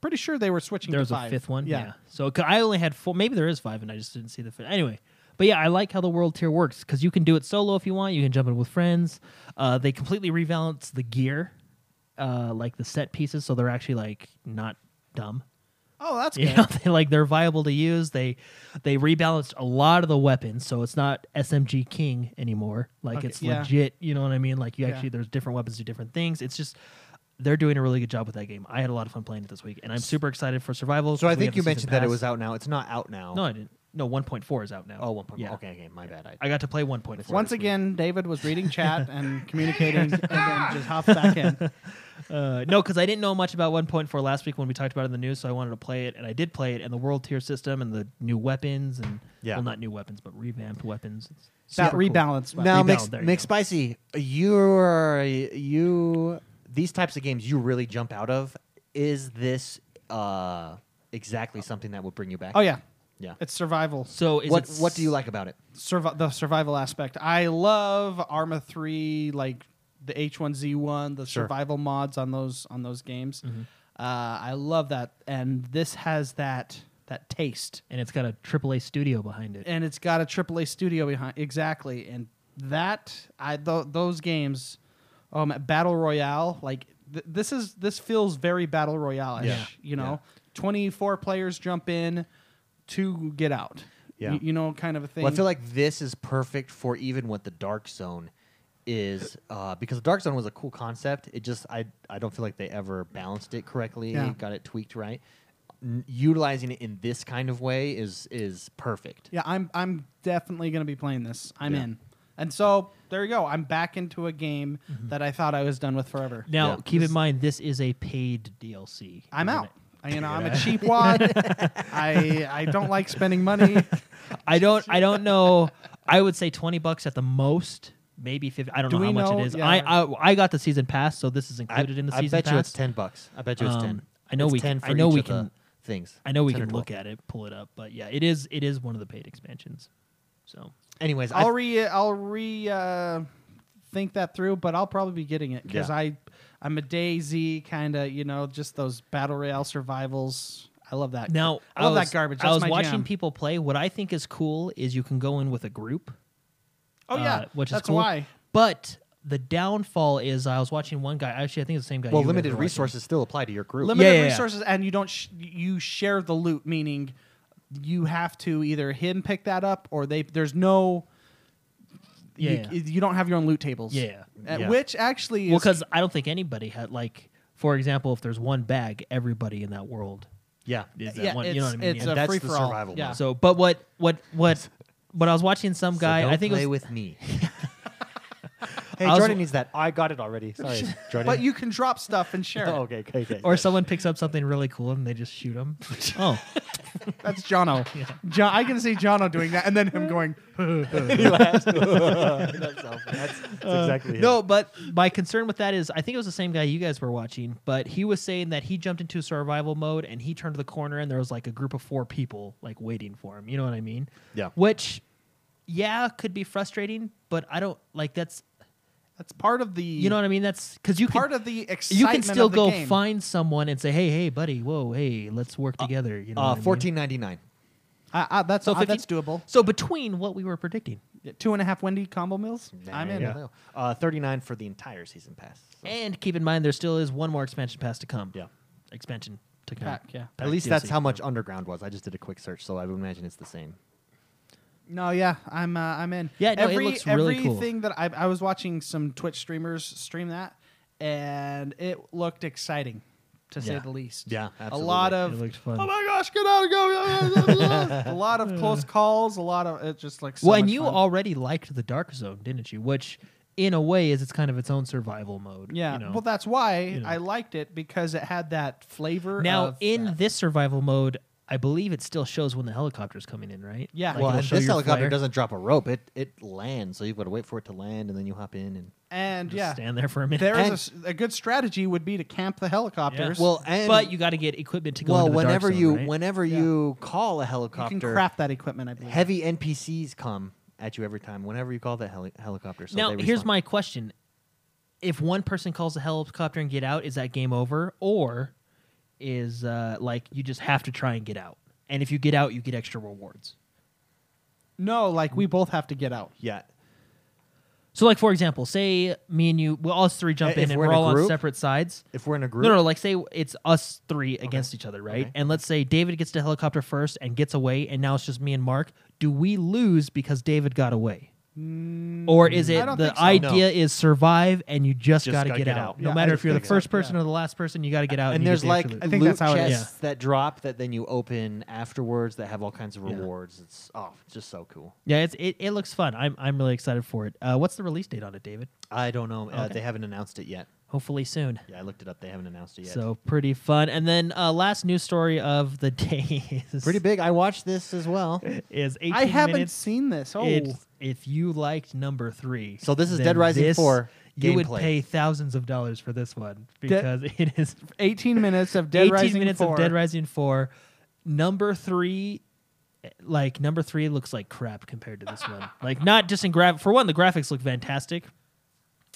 Speaker 2: pretty sure they were switching.
Speaker 3: Mm-hmm. there
Speaker 2: to
Speaker 3: was a
Speaker 2: five.
Speaker 3: fifth one. Yeah. So 'cause I only had four. Maybe there is five, and I just didn't see the fifth. Anyway, but yeah, I like how the world tier works because you can do it solo if you want. You can jump in with friends. Uh, they completely rebalance the gear, uh, like the set pieces, so they're actually like not dumb.
Speaker 2: Oh, that's good.
Speaker 3: You know, they like they're viable to use. They they rebalanced a lot of the weapons, so it's not SMG King anymore. Like
Speaker 2: Okay,
Speaker 3: it's
Speaker 2: yeah.
Speaker 3: legit. You know what I mean? Like you
Speaker 2: Yeah.
Speaker 3: actually there's different weapons do different things. It's just they're doing a really good job with that game. I had a lot of fun playing it this week, and I'm super excited for Survival.
Speaker 1: So I
Speaker 3: 'cause we
Speaker 1: think
Speaker 3: have
Speaker 1: you
Speaker 3: the season
Speaker 1: mentioned that it
Speaker 3: pass.
Speaker 1: was out now. It's not out now.
Speaker 3: No, I didn't. No, 1.4 is out now.
Speaker 1: Oh, one point.
Speaker 3: Yeah.
Speaker 1: Okay, okay, my bad. I,
Speaker 3: I got to play 1.4.
Speaker 2: Once
Speaker 3: this week.
Speaker 2: again, David was reading chat and communicating, and then just hopped back in.
Speaker 3: Uh, no, because I didn't know much about 1.4 last week when we talked about it in the news, so I wanted to play it, and I did play it, and the world tier system and the new weapons and
Speaker 1: Yeah.
Speaker 3: well, not new weapons, but revamped weapons. It's
Speaker 2: That
Speaker 3: super cool.
Speaker 2: rebalance. weapon.
Speaker 1: now,
Speaker 3: Rebound,
Speaker 1: mix,
Speaker 3: there you
Speaker 1: mix
Speaker 3: go.
Speaker 1: spicy. You're you. These types of games you really jump out of. Is this uh, exactly something that would bring you back?
Speaker 2: Oh yeah,
Speaker 1: yeah.
Speaker 2: it's survival.
Speaker 3: So is
Speaker 1: What
Speaker 3: it
Speaker 1: What do you like about it?
Speaker 2: Survi- the survival aspect. I love Arma three, like the H one Z one, the
Speaker 1: Sure.
Speaker 2: survival mods on those on those games.
Speaker 3: Mm-hmm.
Speaker 2: Uh, I love that, and this has that that taste,
Speaker 3: and it's got a AAA studio behind it.
Speaker 2: and it's got a AAA studio behind exactly, and that I th- those games, um, battle royale like. th- This is this feels very battle royale,
Speaker 1: Yeah.
Speaker 2: you know. Twenty four players jump in, two get out,
Speaker 1: Yeah.
Speaker 2: you, you know, kind of a thing.
Speaker 1: Well, I feel like this is perfect for even what the Dark Zone is, uh, because the Dark Zone was a cool concept. It just I I don't feel like they ever balanced it correctly,
Speaker 2: Yeah.
Speaker 1: got it tweaked right. N- utilizing it in this kind of way is is perfect.
Speaker 2: Yeah, I'm I'm definitely gonna be playing this. I'm
Speaker 1: Yeah.
Speaker 2: in. And so there you go. I'm back into a game that I thought I was done with forever.
Speaker 3: Now,
Speaker 1: Mm-hmm. Yeah.
Speaker 3: keep in mind, this is a paid DLC.
Speaker 2: I'm
Speaker 3: isn't
Speaker 2: out.
Speaker 3: it?
Speaker 2: I, you know, I'm a cheap wad. I I don't like spending money.
Speaker 3: I don't. I don't know. I would say twenty bucks at the most, maybe fifty. I don't
Speaker 2: Do
Speaker 3: know how
Speaker 2: we
Speaker 3: much
Speaker 2: know?
Speaker 3: it is.
Speaker 2: Yeah.
Speaker 3: I, I I got the season pass, so this is
Speaker 1: I,
Speaker 3: included in the
Speaker 1: I
Speaker 3: season
Speaker 1: bet
Speaker 3: pass.
Speaker 1: you it's ten bucks. I bet you it's
Speaker 3: Um,
Speaker 1: ten.
Speaker 3: I know
Speaker 1: It's
Speaker 3: we
Speaker 1: ten
Speaker 3: can-
Speaker 1: for
Speaker 3: I know
Speaker 1: each
Speaker 3: we
Speaker 1: of the
Speaker 3: can-
Speaker 1: things.
Speaker 3: I know we
Speaker 1: 10 or
Speaker 3: can look
Speaker 1: 12.
Speaker 3: at it, pull it up, but yeah, it is. It is one of the paid expansions. So
Speaker 1: Anyways, I
Speaker 2: I'll re I'll re uh, think that through, but I'll probably be getting it because
Speaker 1: Yeah.
Speaker 2: I I'm a Daisy kind of you know just those battle royale survivals. I love that.
Speaker 3: now
Speaker 2: I love
Speaker 3: was-
Speaker 2: that garbage.
Speaker 3: I
Speaker 2: That's
Speaker 3: was
Speaker 2: my
Speaker 3: watching
Speaker 2: jam.
Speaker 3: people play. What I think is cool is you can go in with a group.
Speaker 2: Oh yeah,
Speaker 3: uh, which
Speaker 2: that's
Speaker 3: is cool.
Speaker 2: why.
Speaker 3: But the downfall is I was watching one guy. Actually, I think it's the same guy.
Speaker 1: well,
Speaker 3: you guys
Speaker 1: limited
Speaker 3: were watching.
Speaker 1: resources still apply to your group.
Speaker 2: limited
Speaker 3: Yeah, yeah, yeah.
Speaker 2: resources and you don't sh- you share the loot meaning you have to either him pick that up or they there's no
Speaker 3: Yeah,
Speaker 2: you,
Speaker 3: yeah.
Speaker 2: you don't have your own loot tables
Speaker 3: Yeah.
Speaker 2: Uh,
Speaker 1: Yeah.
Speaker 2: which actually
Speaker 3: Well,
Speaker 2: is
Speaker 3: because I don't think anybody had like, for example, if there's one bag, everybody in that world
Speaker 1: yeah,
Speaker 3: is that
Speaker 2: yeah,
Speaker 3: one.
Speaker 2: it's,
Speaker 3: You know what I mean?
Speaker 2: it's
Speaker 3: Yeah.
Speaker 2: a
Speaker 1: That's
Speaker 2: free
Speaker 1: the
Speaker 2: for all.
Speaker 1: survival
Speaker 2: yeah.
Speaker 1: mode.
Speaker 3: So, but what, what, what, what I was watching some
Speaker 1: So
Speaker 3: guy.
Speaker 1: don't
Speaker 3: I think it
Speaker 1: play
Speaker 3: was.
Speaker 1: with me. hey,
Speaker 3: I was-
Speaker 1: Jordan needs that. I got it already. Sorry, Jordan.
Speaker 2: but you can drop stuff and share
Speaker 1: Oh,
Speaker 2: it.
Speaker 1: okay, okay, okay.
Speaker 3: Or someone picks up something really cool and they just shoot them. oh,
Speaker 2: that's Jono John, I can see Jono doing that and then him going
Speaker 1: that's, awful. That's- that's exactly it.
Speaker 3: no! But my concern with that is, I think it was the same guy you guys were watching, but he was saying that he jumped into survival mode and he turned the corner and there was like a group of four people like waiting for him. You know what I mean?
Speaker 1: Yeah.
Speaker 3: Which, yeah, could be frustrating, but I don't like that's.
Speaker 2: that's part of the
Speaker 3: You know what I mean? That's because you could-
Speaker 2: part of the excitement
Speaker 3: you can still
Speaker 2: of the
Speaker 3: go
Speaker 2: game.
Speaker 3: find someone and say, "Hey, hey, buddy, whoa, hey, let's work together." You know, what I
Speaker 1: Uh,
Speaker 3: mean?
Speaker 1: fourteen ninety nine.
Speaker 2: I, I, that's
Speaker 3: So
Speaker 2: I-
Speaker 3: 50
Speaker 2: that's doable
Speaker 3: So between what we were predicting
Speaker 2: two and a half Wendy combo meals I'm in
Speaker 1: Uh, thirty nine for the entire season pass. So,
Speaker 3: and keep in mind, there still is one more expansion pass to come.
Speaker 1: yeah.
Speaker 3: expansion to come.
Speaker 2: Pack, yeah
Speaker 1: At least
Speaker 3: DLC.
Speaker 1: that's how much Underground was. I just did a quick search, so I would imagine it's the same.
Speaker 2: No, yeah, I'm uh, I'm in.
Speaker 3: Yeah, no, it
Speaker 2: every
Speaker 3: looks really cool.
Speaker 2: everything that I I was watching some Twitch streamers stream that, and it looked exciting, to say
Speaker 1: Yeah.
Speaker 2: the least.
Speaker 1: Yeah,
Speaker 2: a lot
Speaker 1: absolutely.
Speaker 3: It
Speaker 2: of
Speaker 3: looked fun.
Speaker 2: oh my gosh, get out and go! a lot of close calls, a lot of it just like so
Speaker 3: well, and
Speaker 2: much
Speaker 3: you
Speaker 2: fun.
Speaker 3: already liked the Dark Zone, didn't you? Which, in a way, is its kind of its own survival mode.
Speaker 2: yeah.
Speaker 3: you know?
Speaker 2: Well, that's why
Speaker 3: you know.
Speaker 2: I liked it because it had that flavor.
Speaker 3: now
Speaker 2: of
Speaker 3: in
Speaker 2: that.
Speaker 3: this survival mode, I believe it still shows when the helicopter's coming in, right?
Speaker 2: Yeah.
Speaker 1: well,
Speaker 3: it'll
Speaker 1: and
Speaker 3: show
Speaker 1: this
Speaker 3: your
Speaker 1: helicopter
Speaker 3: flare
Speaker 1: doesn't drop a rope; it it lands, so you've got to wait for it to land, and then you hop in and
Speaker 2: And
Speaker 3: and
Speaker 2: yeah,
Speaker 3: stand there for a minute.
Speaker 2: there is a
Speaker 1: And-
Speaker 2: s- a, good strategy would be to camp the helicopters.
Speaker 1: well, and
Speaker 3: but you got to get equipment to go.
Speaker 1: well,
Speaker 3: into the dark
Speaker 1: whenever
Speaker 3: zone,
Speaker 1: you
Speaker 3: right?
Speaker 1: whenever
Speaker 2: Yeah.
Speaker 1: you call a
Speaker 2: you
Speaker 1: helicopter,
Speaker 2: can craft that equipment. I believe.
Speaker 1: heavy NPCs come at you every time. Whenever you call that heli- helicopter, so
Speaker 3: now
Speaker 1: they
Speaker 3: here's
Speaker 1: respond.
Speaker 3: my question: If one person calls the helicopter and get out, is that game over, or is uh, like you just have to try and get out? And if you get out, you get extra rewards.
Speaker 2: No, like we both have to get out.
Speaker 1: yeah.
Speaker 3: So, like for example, say me and you, well, us three jump
Speaker 1: If
Speaker 3: in, and
Speaker 1: we're in
Speaker 3: we're
Speaker 1: a
Speaker 3: all on
Speaker 1: group?
Speaker 3: separate sides.
Speaker 1: If we're in a group,
Speaker 3: No, no, like say it's us three against each other, right?
Speaker 1: Okay.
Speaker 3: And let's say David gets to helicopter first and gets away, and now it's just me and Mark. Do we lose because David got away?
Speaker 1: Mm,
Speaker 3: Or is
Speaker 2: I
Speaker 3: it
Speaker 2: don't
Speaker 3: the
Speaker 2: think so.
Speaker 3: idea
Speaker 1: No.
Speaker 3: is survive and you just,
Speaker 1: Just
Speaker 3: gotta,
Speaker 1: gotta
Speaker 3: get,
Speaker 1: get
Speaker 3: out.
Speaker 1: out.
Speaker 3: No
Speaker 2: Yeah, I
Speaker 3: matter
Speaker 2: just
Speaker 3: if you're the
Speaker 2: think so.
Speaker 3: first person
Speaker 2: Yeah.
Speaker 3: or the last person, you gotta get out.
Speaker 1: and,
Speaker 3: And, you
Speaker 1: there's
Speaker 3: get the
Speaker 1: like
Speaker 3: extra loot.
Speaker 2: I think
Speaker 1: loot
Speaker 2: that's how it is.
Speaker 1: chests that drop that then you open afterwards that have all kinds of
Speaker 3: Yeah.
Speaker 1: rewards. It's oh, it's just so cool.
Speaker 3: yeah, it's, it it looks fun. I'm I'm really excited for it. Uh, what's the release date on it, David?
Speaker 1: I don't know. Uh,
Speaker 3: Okay.
Speaker 1: they haven't announced it yet.
Speaker 3: Hopefully soon.
Speaker 1: Yeah, I looked it up. They haven't announced it yet.
Speaker 3: So pretty fun. And then uh, last news story of the day is
Speaker 1: pretty big. I watched this as well.
Speaker 3: is 18
Speaker 2: I haven't
Speaker 3: minutes
Speaker 2: seen this. Oh,
Speaker 3: It's- if you liked number three,
Speaker 1: So this is
Speaker 3: then
Speaker 1: Dead Rising
Speaker 3: this-
Speaker 1: 4
Speaker 3: You would
Speaker 1: gameplay.
Speaker 3: pay thousands of dollars for this one because it is
Speaker 2: 18 minutes of Dead
Speaker 3: eighteen
Speaker 2: Rising
Speaker 3: minutes
Speaker 2: 4.
Speaker 3: of Dead Rising four. Number three, like number three, looks like crap compared to this one. Like not just in graph. For one, the graphics look fantastic.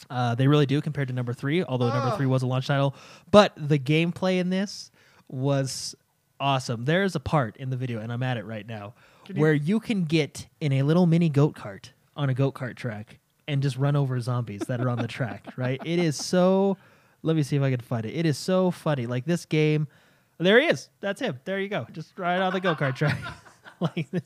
Speaker 3: Uh, they really do compared to number three, although number three was a launch title. But the gameplay in this was awesome. There is a part in the video, and I'm at it right now, where you can get in a little mini goat cart on a goat cart track and just run over zombies that are on the track, right? It is so. Let me see if I can find it. It is so funny. Like this game, there he is. That's him. There you go. Just right on the go kart track. like this.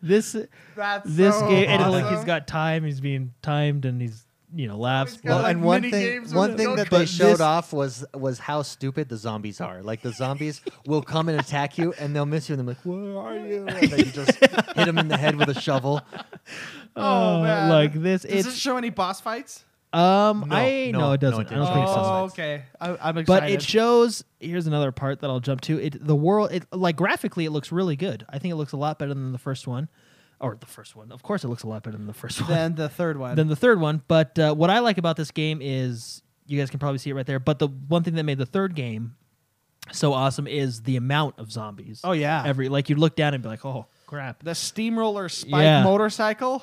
Speaker 3: This
Speaker 2: That's
Speaker 3: this
Speaker 2: so
Speaker 3: game and like
Speaker 2: awesome.
Speaker 3: he's got time he's being timed and he's you know laughs
Speaker 2: He's got,
Speaker 1: Well,
Speaker 2: like,
Speaker 1: and one
Speaker 2: mini
Speaker 1: thing,
Speaker 2: games with
Speaker 1: one
Speaker 2: it.
Speaker 1: thing that
Speaker 2: But
Speaker 1: they showed
Speaker 2: this-
Speaker 1: off was was how stupid the zombies are. Like the zombies will come and attack you, and they'll miss you, and they're like, "Where are you?" And then you just hit them in the head with a shovel.
Speaker 2: Oh,
Speaker 3: Uh,
Speaker 2: man.
Speaker 3: like this
Speaker 2: Does
Speaker 3: it's
Speaker 2: it show any boss fights?
Speaker 3: um
Speaker 1: No,
Speaker 3: i
Speaker 1: no,
Speaker 3: no,
Speaker 1: no,
Speaker 3: it
Speaker 1: it
Speaker 3: doesn't i
Speaker 1: didn't.
Speaker 3: don't think so
Speaker 2: Oh, okay. I, I'm excited.
Speaker 3: but it shows here's another part that i'll jump to it the world it like graphically it looks really good i think it looks a lot better than the first one or the first one of course it looks a lot better than the first one
Speaker 2: then the third one.
Speaker 3: than the third one. But uh, what I like about this game is you guys can probably see it right there. But the one thing that made the third game so awesome is the amount of zombies.
Speaker 2: Oh, yeah.
Speaker 3: every like you look down and be like, oh crap.
Speaker 2: the steamroller spike
Speaker 3: Yeah.
Speaker 2: motorcycle.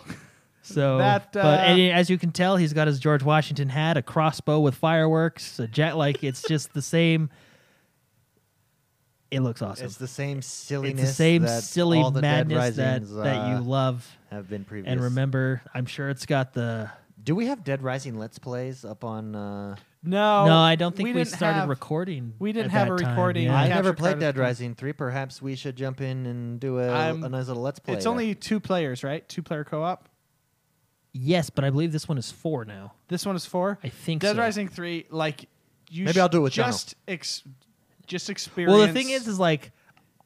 Speaker 3: So
Speaker 2: that,
Speaker 3: but
Speaker 2: uh,
Speaker 3: and as you can tell, he's got his George Washington hat, a crossbow with fireworks, a jet. Like it's just the same. It looks awesome.
Speaker 1: It's the same silliness.
Speaker 3: It's the same
Speaker 1: that
Speaker 3: silly
Speaker 1: all the Dead
Speaker 3: madness that,
Speaker 1: Risings,
Speaker 3: that you
Speaker 1: uh,
Speaker 3: love
Speaker 1: have been previous.
Speaker 3: and remember. I'm sure it's got the
Speaker 1: do we have Dead Rising Let's Plays up on? Uh,
Speaker 2: No,
Speaker 3: no, I don't think we,
Speaker 2: Oh, didn't
Speaker 3: started
Speaker 2: have-
Speaker 3: recording.
Speaker 2: we didn't have
Speaker 3: at that
Speaker 2: a
Speaker 3: time,
Speaker 2: recording.
Speaker 3: yeah.
Speaker 1: I
Speaker 2: capture
Speaker 1: never played
Speaker 2: card
Speaker 1: Dead
Speaker 2: is-
Speaker 1: Rising Three. Perhaps we should jump in and do a,
Speaker 2: I'm-
Speaker 1: a nice little Let's Play.
Speaker 2: It's
Speaker 1: there.
Speaker 2: only two players, right? Two player co op.
Speaker 3: Yes, but I believe this one is four now.
Speaker 2: This one is four.
Speaker 3: I think
Speaker 2: Dead
Speaker 3: so.
Speaker 2: Rising three, like you.
Speaker 1: Maybe
Speaker 2: sh-
Speaker 1: I'll do it with Jono.
Speaker 2: just ex- just experience.
Speaker 3: Well, the thing is, is like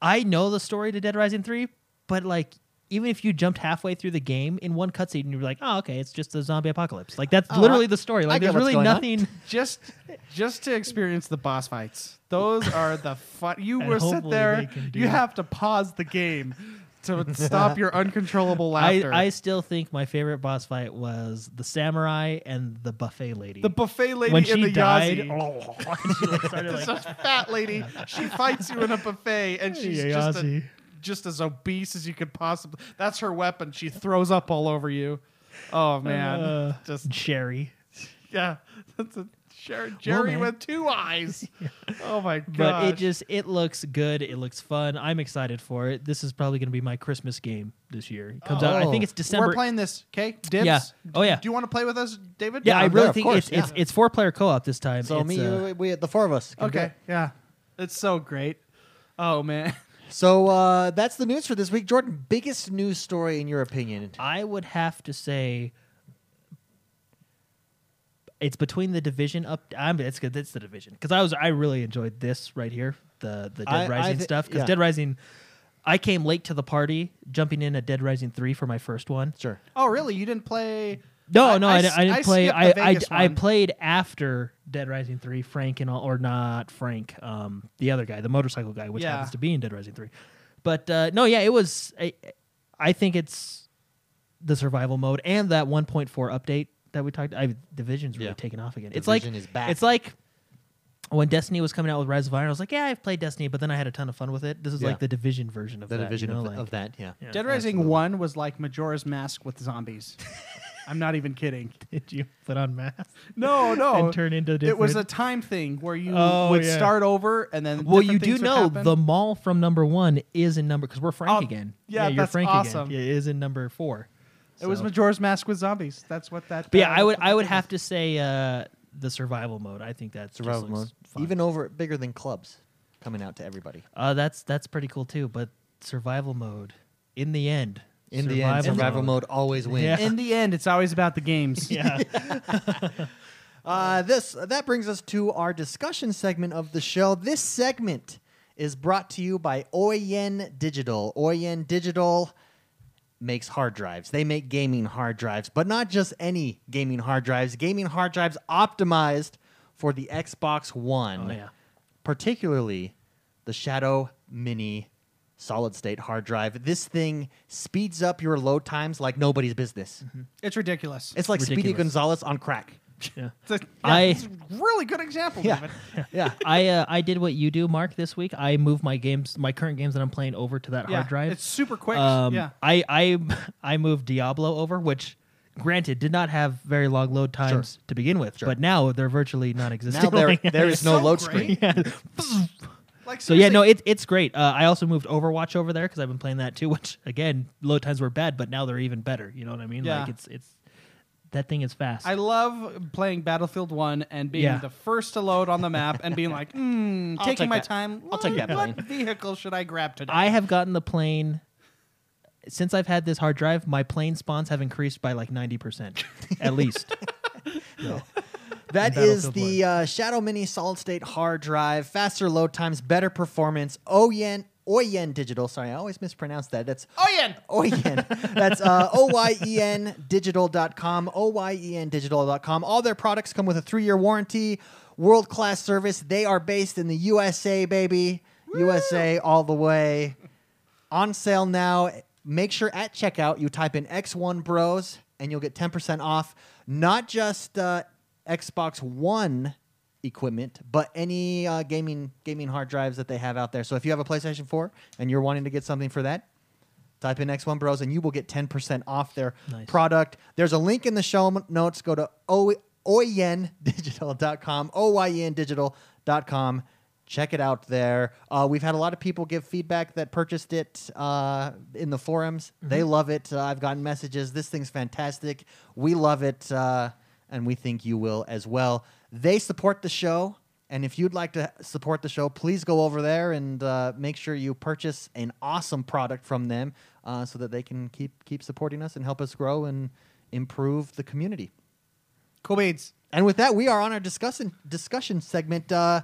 Speaker 3: I know the story to Dead Rising three, but like even if you jumped halfway through the game in one cutscene, you're like, oh okay, it's just the zombie apocalypse. Like that's
Speaker 1: Oh,
Speaker 3: literally
Speaker 1: I-
Speaker 3: the story.
Speaker 1: I
Speaker 3: Like
Speaker 1: get
Speaker 3: there's
Speaker 1: what's
Speaker 3: really
Speaker 1: going on.
Speaker 3: nothing.
Speaker 2: just just to experience the boss fights. Those are the fun. You
Speaker 3: And
Speaker 2: were sit
Speaker 3: hopefully they
Speaker 2: there.
Speaker 3: can do
Speaker 2: You
Speaker 3: it.
Speaker 2: have to pause the game to stop your uncontrollable
Speaker 3: I,
Speaker 2: laughter.
Speaker 3: I still think my favorite boss fight was the samurai and the buffet lady.
Speaker 2: the buffet lady
Speaker 3: when
Speaker 2: in
Speaker 3: she
Speaker 2: the
Speaker 3: died, oh,
Speaker 2: Yazi.
Speaker 3: she like, started
Speaker 2: This
Speaker 3: like
Speaker 2: is fat lady. She fights you in a buffet, and she's just a,
Speaker 3: Yazi.
Speaker 2: just as obese as you could possibly. That's her weapon. She throws up all over you. Oh man,
Speaker 3: Uh,
Speaker 2: just
Speaker 3: Sherry.
Speaker 2: Yeah, that's a Jer- Jerry
Speaker 3: man.
Speaker 2: with two eyes. Oh my god!
Speaker 3: But it just it looks good. It looks fun. I'm excited for it. This is probably going to be my Christmas game this year. It comes out. I think
Speaker 1: Oh.
Speaker 3: it's December.
Speaker 2: we're playing this. Okay, dibs.
Speaker 3: Yeah. Oh, yeah.
Speaker 2: Do you want to play with us, David? Um,
Speaker 3: yeah, I
Speaker 1: I'm
Speaker 3: really
Speaker 1: there, of
Speaker 3: think
Speaker 1: course,
Speaker 3: it's, it's it's four player co op this time.
Speaker 1: So
Speaker 3: It's,
Speaker 1: me,
Speaker 3: uh,
Speaker 1: you, we, the four of us. can do
Speaker 2: Okay.
Speaker 1: it.
Speaker 2: Yeah, it's so great. Oh man,
Speaker 1: So uh, that's the news for this week, Jordan. Biggest news story in your opinion?
Speaker 3: I would have to say it's between the division up. I'm it's good. It's the division because I was I really enjoyed this right here the the Dead
Speaker 1: I- I
Speaker 3: Rising
Speaker 1: thi-
Speaker 3: stuff because
Speaker 1: yeah.
Speaker 3: Dead Rising. I came late to the party, jumping in at Dead Rising three for my first one.
Speaker 1: Sure.
Speaker 2: oh really? You didn't play
Speaker 3: No,
Speaker 2: I-
Speaker 3: no,
Speaker 2: I
Speaker 3: I,
Speaker 2: s-
Speaker 3: I didn't
Speaker 2: I
Speaker 3: play.
Speaker 2: skipped
Speaker 3: I,
Speaker 2: the
Speaker 3: I,
Speaker 2: Vegas
Speaker 3: I
Speaker 2: one.
Speaker 3: played after Dead Rising three. Frank and all, or not Frank, um, the other guy, the motorcycle guy, which
Speaker 2: Yeah.
Speaker 3: happens to be in Dead Rising three. But uh, no, yeah, it was. I, I think it's the survival mode and that one point four update that we talked. I Division's really
Speaker 4: Yeah.
Speaker 3: taken off again.
Speaker 4: Division
Speaker 3: it's
Speaker 4: is
Speaker 3: like
Speaker 4: back.
Speaker 3: it's like when Destiny was coming out with Rise of Iron. I was like, yeah, I've played Destiny, but then I had a ton of fun with it. This is
Speaker 4: Yeah.
Speaker 3: like the Division version of
Speaker 4: the
Speaker 3: that,
Speaker 4: division
Speaker 3: you know,
Speaker 4: of,
Speaker 3: like-
Speaker 4: of that. Yeah.
Speaker 3: Yeah.
Speaker 2: Dead Rising
Speaker 4: absolutely.
Speaker 2: One was like Majora's Mask with zombies. I'm not even kidding.
Speaker 3: Did you put on mask?
Speaker 2: No, no.
Speaker 3: And turn into
Speaker 2: It was a
Speaker 3: different-
Speaker 2: time thing where you
Speaker 3: Oh,
Speaker 2: would
Speaker 3: yeah.
Speaker 2: start over and then.
Speaker 3: Well,
Speaker 2: different
Speaker 3: you do
Speaker 2: things would
Speaker 3: know
Speaker 2: happen.
Speaker 3: the mall from number one is in number because we're Frank
Speaker 2: Oh,
Speaker 3: again.
Speaker 2: yeah,
Speaker 3: you're
Speaker 2: that's
Speaker 3: Frank
Speaker 2: awesome.
Speaker 3: again. It is in number four.
Speaker 2: It was
Speaker 3: So-
Speaker 2: Majora's Mask with zombies. That's what that.
Speaker 3: But
Speaker 2: uh,
Speaker 3: yeah, I would
Speaker 2: that's what
Speaker 3: I
Speaker 2: that
Speaker 3: would
Speaker 2: is.
Speaker 3: have to say uh, the survival mode. I think that's
Speaker 4: Survival mode.
Speaker 3: Even
Speaker 4: Even over bigger than clubs, coming out to everybody.
Speaker 3: uh, that's that's pretty cool too. But survival mode in the end.
Speaker 4: In the end, survival mode always wins.
Speaker 3: Yeah.
Speaker 2: In the end, it's always about the games.
Speaker 3: Yeah,
Speaker 1: Uh, this that brings us to our discussion segment of the show. This segment is brought to you by Oyen Digital. Oyen Digital makes hard drives. They make gaming hard drives, but not just any gaming hard drives. Gaming hard drives optimized for the Xbox One,
Speaker 3: Oh, yeah.
Speaker 1: particularly the Shadow Mini solid state hard drive. This thing speeds up your load times like nobody's business.
Speaker 2: It's ridiculous.
Speaker 1: It's like Speedy
Speaker 3: Mm-hmm. Ridiculous.
Speaker 1: Gonzalez on crack.
Speaker 3: yeah.
Speaker 2: It's a, yeah,
Speaker 3: I-
Speaker 2: it's a really good example.
Speaker 1: Yeah.
Speaker 2: David.
Speaker 1: Yeah.
Speaker 3: I uh, I did what you do, Mark. This week, I moved my games, my current games that I'm playing, over to that
Speaker 2: Yeah,
Speaker 3: hard drive.
Speaker 2: It's super quick.
Speaker 3: Um,
Speaker 2: yeah.
Speaker 3: I, I I moved Diablo over, which granted did not have very long load times to begin with, but now they're virtually non-existent.
Speaker 1: Now there,
Speaker 3: Like,
Speaker 1: there is
Speaker 2: It's
Speaker 1: no
Speaker 2: so
Speaker 1: load
Speaker 2: great.
Speaker 1: screen.
Speaker 2: Like
Speaker 3: so yeah, no,
Speaker 2: seriously,
Speaker 3: it, it's great. Uh, I also moved Overwatch over there because I've been playing that too. Which again, load times were bad, but now they're even better. You know what I mean?
Speaker 2: Yeah.
Speaker 3: Like it's it's that thing is fast.
Speaker 2: I love playing Battlefield One and being
Speaker 3: Yeah.
Speaker 2: the first to load on the map and being like, mm,
Speaker 1: I'll
Speaker 2: taking
Speaker 1: take
Speaker 2: my
Speaker 1: that.
Speaker 2: time. Hmm,
Speaker 1: I'll take that
Speaker 2: What
Speaker 1: plane."
Speaker 2: vehicle should I grab today?
Speaker 3: I have gotten the plane. Since I've had this hard drive, my plane spawns have increased by like ninety percent, at least.
Speaker 1: That
Speaker 3: And
Speaker 1: is
Speaker 3: Battlefield
Speaker 1: the uh, Shadow Mini solid state hard drive. Faster load times, better performance. Oyen Oyen Digital. Sorry, I always mispronounce that. That's
Speaker 2: oh yeah.
Speaker 1: Oyen. That's uh, O-Y-E-N digital.com, O-Y-E-N digital.com. All their products come with a three-year warranty, world-class service. They are based in the USA, baby. USA all the way. On sale now. Make sure at checkout you type in X1 Bros and you'll get 10% off not just uh, Xbox One equipment, but any uh, gaming gaming hard drives that they have out there. So if you have a PlayStation 4 and you're wanting to get something for that, Type in X1 Bros and you will get 10% off their
Speaker 3: Nice.
Speaker 1: product. There's a link in the show m- notes. Go to o- E oyendigital.com, oyendigital.com. Check it out there. Uh, we've had a lot of people give feedback that purchased it uh, in the forums. They love it. Uh, I've gotten messages. This thing's fantastic. We love it. Uh, and we think you will as well. They support the show. And if you'd like to support the show, please go over there and uh, make sure you purchase an awesome product from them, uh, so that they can keep keep supporting us and help us grow and improve the community.
Speaker 2: Cool beans.
Speaker 1: And with that, we are on our discussion discussion segment. Uh,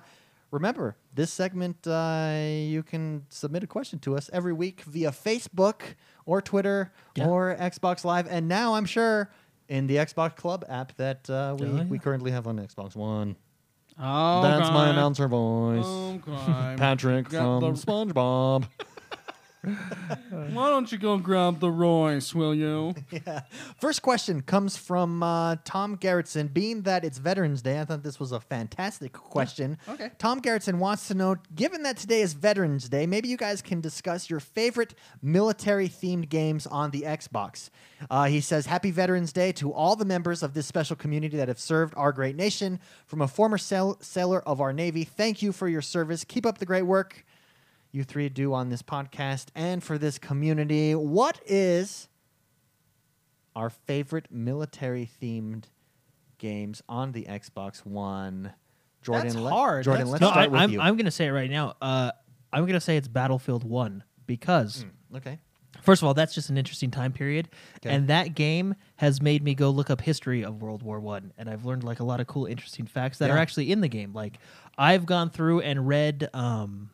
Speaker 1: remember, this segment uh, you can submit a question to us every week via Facebook or Twitter
Speaker 3: Yeah.
Speaker 1: or Xbox Live, and now I'm sure in the Xbox Club app that uh, we
Speaker 3: Oh, yeah.
Speaker 1: we currently have on Xbox One.
Speaker 2: Oh,
Speaker 1: That's my announcer voice. Patrick
Speaker 2: Got
Speaker 1: from
Speaker 2: the-
Speaker 1: SpongeBob.
Speaker 2: Why don't you go grab the Royce, will you?
Speaker 1: First question comes from uh, Tom Gerritsen. Being that it's Veterans Day, I thought this was a fantastic question.
Speaker 2: Okay.
Speaker 1: Tom Gerritsen wants to know given that today is Veterans Day, maybe you guys can discuss your favorite military themed games on the Xbox. Uh, he says, Happy Veterans Day to all the members of this special community that have served our great nation. From a former sail- sailor of our Navy, thank you for your service. Keep up the great work you three do on this podcast and for this community. What is our favorite military themed games on the Xbox One? Jordan,
Speaker 2: That's
Speaker 1: let-
Speaker 2: hard.
Speaker 1: Jordan,
Speaker 2: That's
Speaker 1: let's
Speaker 3: no,
Speaker 1: start
Speaker 3: I,
Speaker 1: with
Speaker 3: I'm
Speaker 1: you.
Speaker 3: I'm gonna say it right now. Uh, I'm gonna say it's Battlefield One
Speaker 1: Hmm.
Speaker 3: because
Speaker 1: okay.
Speaker 3: First of all, that's just an interesting time period,
Speaker 1: Okay.
Speaker 3: and that game has made me go look up history of World War One, and I've learned like a lot of cool, interesting facts that are
Speaker 1: Yeah.
Speaker 3: actually in the game. Like I've gone through and read um,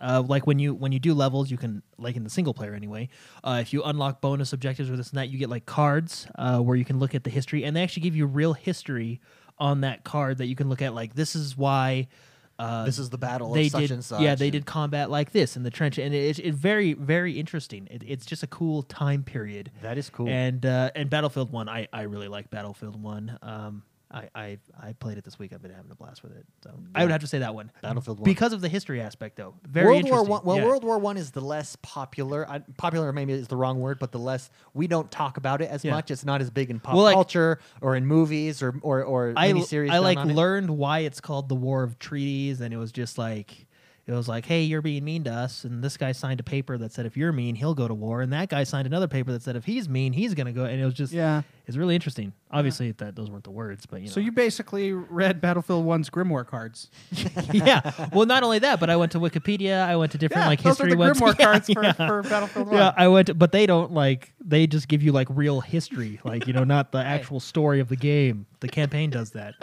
Speaker 3: Uh, like when you when you do levels, you can like in the single player anyway. Uh, if you unlock bonus objectives or this and that, you get like cards uh, where you can look at the history, and they actually give you real history on that card that you can look at. Like this is why. Uh,
Speaker 1: This is the battle
Speaker 3: they
Speaker 1: of such
Speaker 3: did,
Speaker 1: and such.
Speaker 3: Yeah, they
Speaker 1: and-
Speaker 3: did combat like this in the trench, and it's it, very, very interesting. It, it's just a cool time period.
Speaker 5: That is cool.
Speaker 3: And uh, and Battlefield One, I, I really like Battlefield One. Um, I, I I played it this week. I've been having a blast with it. So I would have to say that one.
Speaker 1: Battlefield 1.
Speaker 3: because of the history aspect, though. Very
Speaker 1: World War
Speaker 3: interesting.
Speaker 1: One. Well,
Speaker 3: Yeah.
Speaker 1: World War One is the less popular. I, popular maybe is the wrong word, but the less we don't talk about it as
Speaker 3: Yeah.
Speaker 1: much. It's not as big in pop
Speaker 3: Well, like-
Speaker 1: culture or in movies or or or
Speaker 3: I,
Speaker 1: miniseries.
Speaker 3: I
Speaker 1: done
Speaker 3: like
Speaker 1: on it.
Speaker 3: learned why it's called the War of Treaties, and it was just like it was like, hey, you're being mean to us, and this guy signed a paper that said if you're mean, he'll go to war, and that guy signed another paper that said if he's mean, he's gonna go, and it was just
Speaker 2: Yeah.
Speaker 3: it's really interesting. Obviously, that those weren't the words, but you know,
Speaker 2: So you basically read Battlefield 1's Grimoire cards.
Speaker 3: yeah. Well, not only that, but I went to Wikipedia, I went to different
Speaker 2: yeah,
Speaker 3: like
Speaker 2: those
Speaker 3: history
Speaker 2: are the
Speaker 3: ones.
Speaker 2: Grimoire
Speaker 3: Yeah,
Speaker 2: cards
Speaker 3: yeah.
Speaker 2: For, for Battlefield 1.
Speaker 3: Yeah, I went, but they don't like. They just give you like real history, like you know, not the actual story of the game. The campaign does that.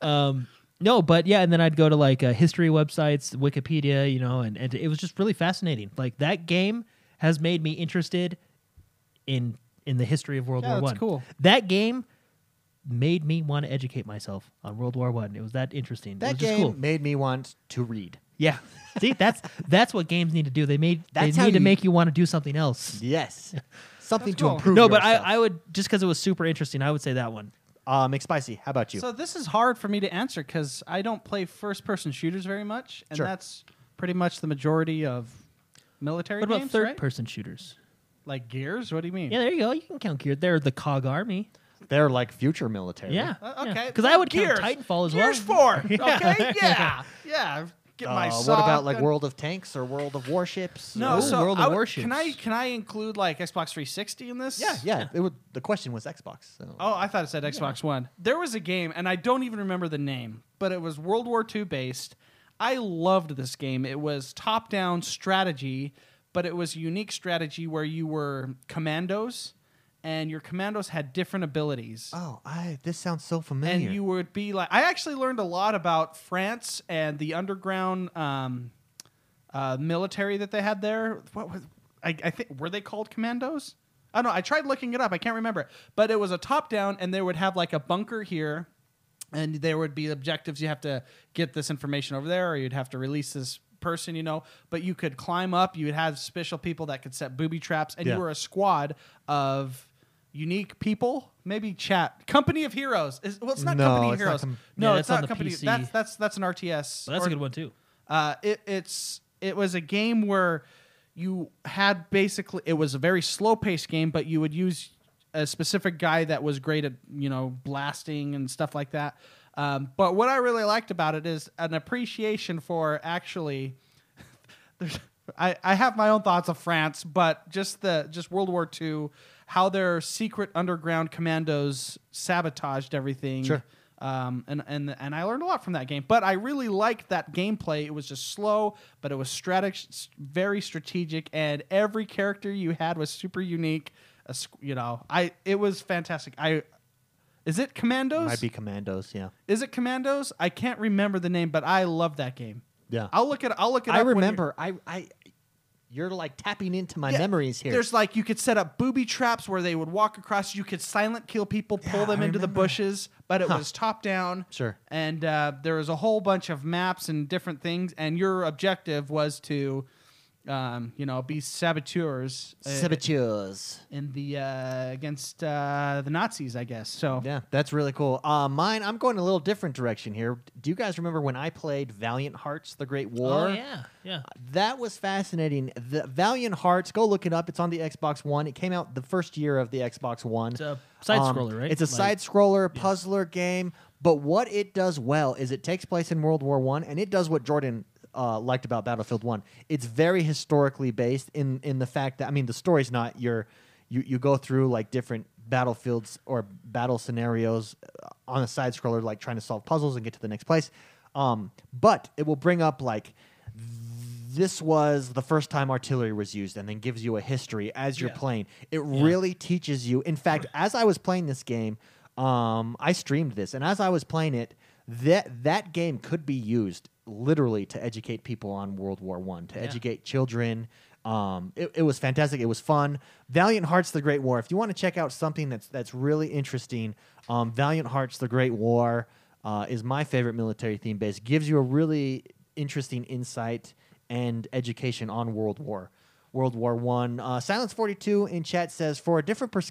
Speaker 3: Um, no, but yeah, and then I'd go to like uh, history websites, Wikipedia, you know, and, and it was just really fascinating. Like that game has made me interested in in the history of World
Speaker 2: Yeah,
Speaker 3: War
Speaker 2: that's
Speaker 3: One.
Speaker 2: cool.
Speaker 3: That game made me want to educate myself on World War One. It was that interesting.
Speaker 1: that
Speaker 3: it was just
Speaker 1: game
Speaker 3: cool.
Speaker 1: made me want to read.
Speaker 3: Yeah. See, that's that's what games need to do. They made
Speaker 1: That's
Speaker 3: they
Speaker 1: how
Speaker 3: need to
Speaker 1: you-
Speaker 3: make you want to do something else.
Speaker 1: Yes, something
Speaker 2: cool.
Speaker 1: to improve.
Speaker 3: No, but I,
Speaker 1: yourself.
Speaker 3: I would just because it was super interesting. I would say that one.
Speaker 1: I uh, McSpicy. How about you?
Speaker 2: So this is hard for me to answer because I don't play first-person shooters very much, and
Speaker 1: Sure.
Speaker 2: that's pretty much the majority of military
Speaker 3: What about
Speaker 2: games, right?
Speaker 3: third-person shooters?
Speaker 2: Like Gears? What do you mean?
Speaker 3: Yeah, there you go. You can count Gear. They're the Cog Army.
Speaker 1: They're like future military.
Speaker 3: Yeah.
Speaker 2: Uh, okay.
Speaker 3: Because I would count Titanfall as
Speaker 2: Gears
Speaker 3: well.
Speaker 2: Four. Okay. Yeah. Yeah. Get
Speaker 1: Uh,
Speaker 2: my.
Speaker 1: what
Speaker 2: saw
Speaker 1: about like
Speaker 2: gun-
Speaker 1: World of Tanks or World of Warships?
Speaker 2: No.
Speaker 3: Ooh,
Speaker 2: so
Speaker 3: World of
Speaker 2: I would-
Speaker 3: Warships.
Speaker 2: Can I can I include like Xbox 360 in this?
Speaker 1: Yeah, yeah. It would, the question was Xbox. So.
Speaker 2: Oh, I thought it said Xbox One. There was a game, and I don't even remember the name, but it was World War II based. I loved this game. It was top down strategy, but it was unique strategy where you were commandos, and your commandos had different abilities.
Speaker 1: Oh, I. This sounds so
Speaker 2: and
Speaker 1: familiar.
Speaker 2: you would be like, I actually learned a lot about France and the underground um, uh, military that they had there. What was I, I think were they called commandos? I don't know. I tried looking it up. I can't remember. But it was a top down, and they would have like a bunker here, and there would be objectives. You have to get this information over there, or you'd have to release this person. You know, but you could climb up. You would have special people that could set booby traps, and
Speaker 1: Yeah.
Speaker 2: you were a squad of unique people. Maybe chat company of heroes. Is, well, it's not
Speaker 1: No,
Speaker 2: company of
Speaker 1: it's not
Speaker 2: heroes.
Speaker 1: com-
Speaker 2: no,
Speaker 3: Yeah,
Speaker 2: it's
Speaker 3: that's
Speaker 2: not
Speaker 3: on the
Speaker 2: company.
Speaker 3: PC.
Speaker 2: That's that's that's an RTS.
Speaker 3: Well, that's
Speaker 2: or-
Speaker 3: a good one too.
Speaker 2: uh, it, it's it was a game where you had basically it was a very slow paced game, but you would use a specific guy that was great at you know blasting and stuff like that. Um, but what I really liked about it is an appreciation for actually. There's, I, I have my own thoughts of France, but just the just World War II, how their secret underground commandos sabotaged everything.
Speaker 1: Sure.
Speaker 2: Um, and, and and I learned a lot from that game, but I really liked that gameplay. It was just slow, but it was strateg- very strategic, and every character you had was super unique. A squ- you know, I it was fantastic. I is it Commandos?
Speaker 1: might be Commandos. Yeah.
Speaker 2: Is it Commandos? I can't remember the name, but I love that game.
Speaker 1: Yeah.
Speaker 2: I'll look it. I'll look it.
Speaker 1: I
Speaker 2: up when you're-
Speaker 1: remember. I, I, you're like tapping into my
Speaker 2: Yeah,
Speaker 1: memories here.
Speaker 2: There's like you could set up booby traps where they would walk across. You could silent kill people, pull
Speaker 1: Yeah,
Speaker 2: them
Speaker 1: I
Speaker 2: into the
Speaker 1: remember.
Speaker 2: bushes, but it
Speaker 1: Huh.
Speaker 2: was top down.
Speaker 1: Sure.
Speaker 2: And uh, there was a whole bunch of maps and different things, and your objective was to, um, you know, be saboteurs uh,
Speaker 1: Saboteurs.
Speaker 2: in the uh, against uh, the Nazis, I guess. So
Speaker 1: Yeah, that's really cool. Uh, mine, I'm going a little different direction here. Do you guys remember when I played Valiant Hearts: The Great War?
Speaker 3: oh yeah, yeah.
Speaker 1: That was fascinating. The Valiant Hearts, go look it up. It's on the Xbox One. It came out the first year of the Xbox One. Um,
Speaker 3: It's a side-scroller, right?
Speaker 1: It's a side
Speaker 3: Like-
Speaker 1: scroller puzzler game. But what it does well is it takes place in World War One, and it does what Jordan uh, liked about Battlefield One. It's very historically based in in the fact that I mean the story's not your you you go through like different battlefields or battle scenarios uh, on a side scroller, like trying to solve puzzles and get to the next place. Um, but it will bring up like this was the first time artillery was used and then gives you a history as you're
Speaker 3: Yeah.
Speaker 1: playing it really teaches you in fact as i was playing this game um, i streamed this and as i was playing it that that game could be used literally to educate people on World War One, to
Speaker 3: Yeah.
Speaker 1: educate children. Um, it, it was fantastic. It was fun. Valiant Hearts: The Great War. If you want to check out something that's that's really interesting, um, Valiant Hearts: The Great War uh, is my favorite military theme base. Gives you a really interesting insight and education on World War. World War One. Uh, Silence Forty Two in chat says for a different pers-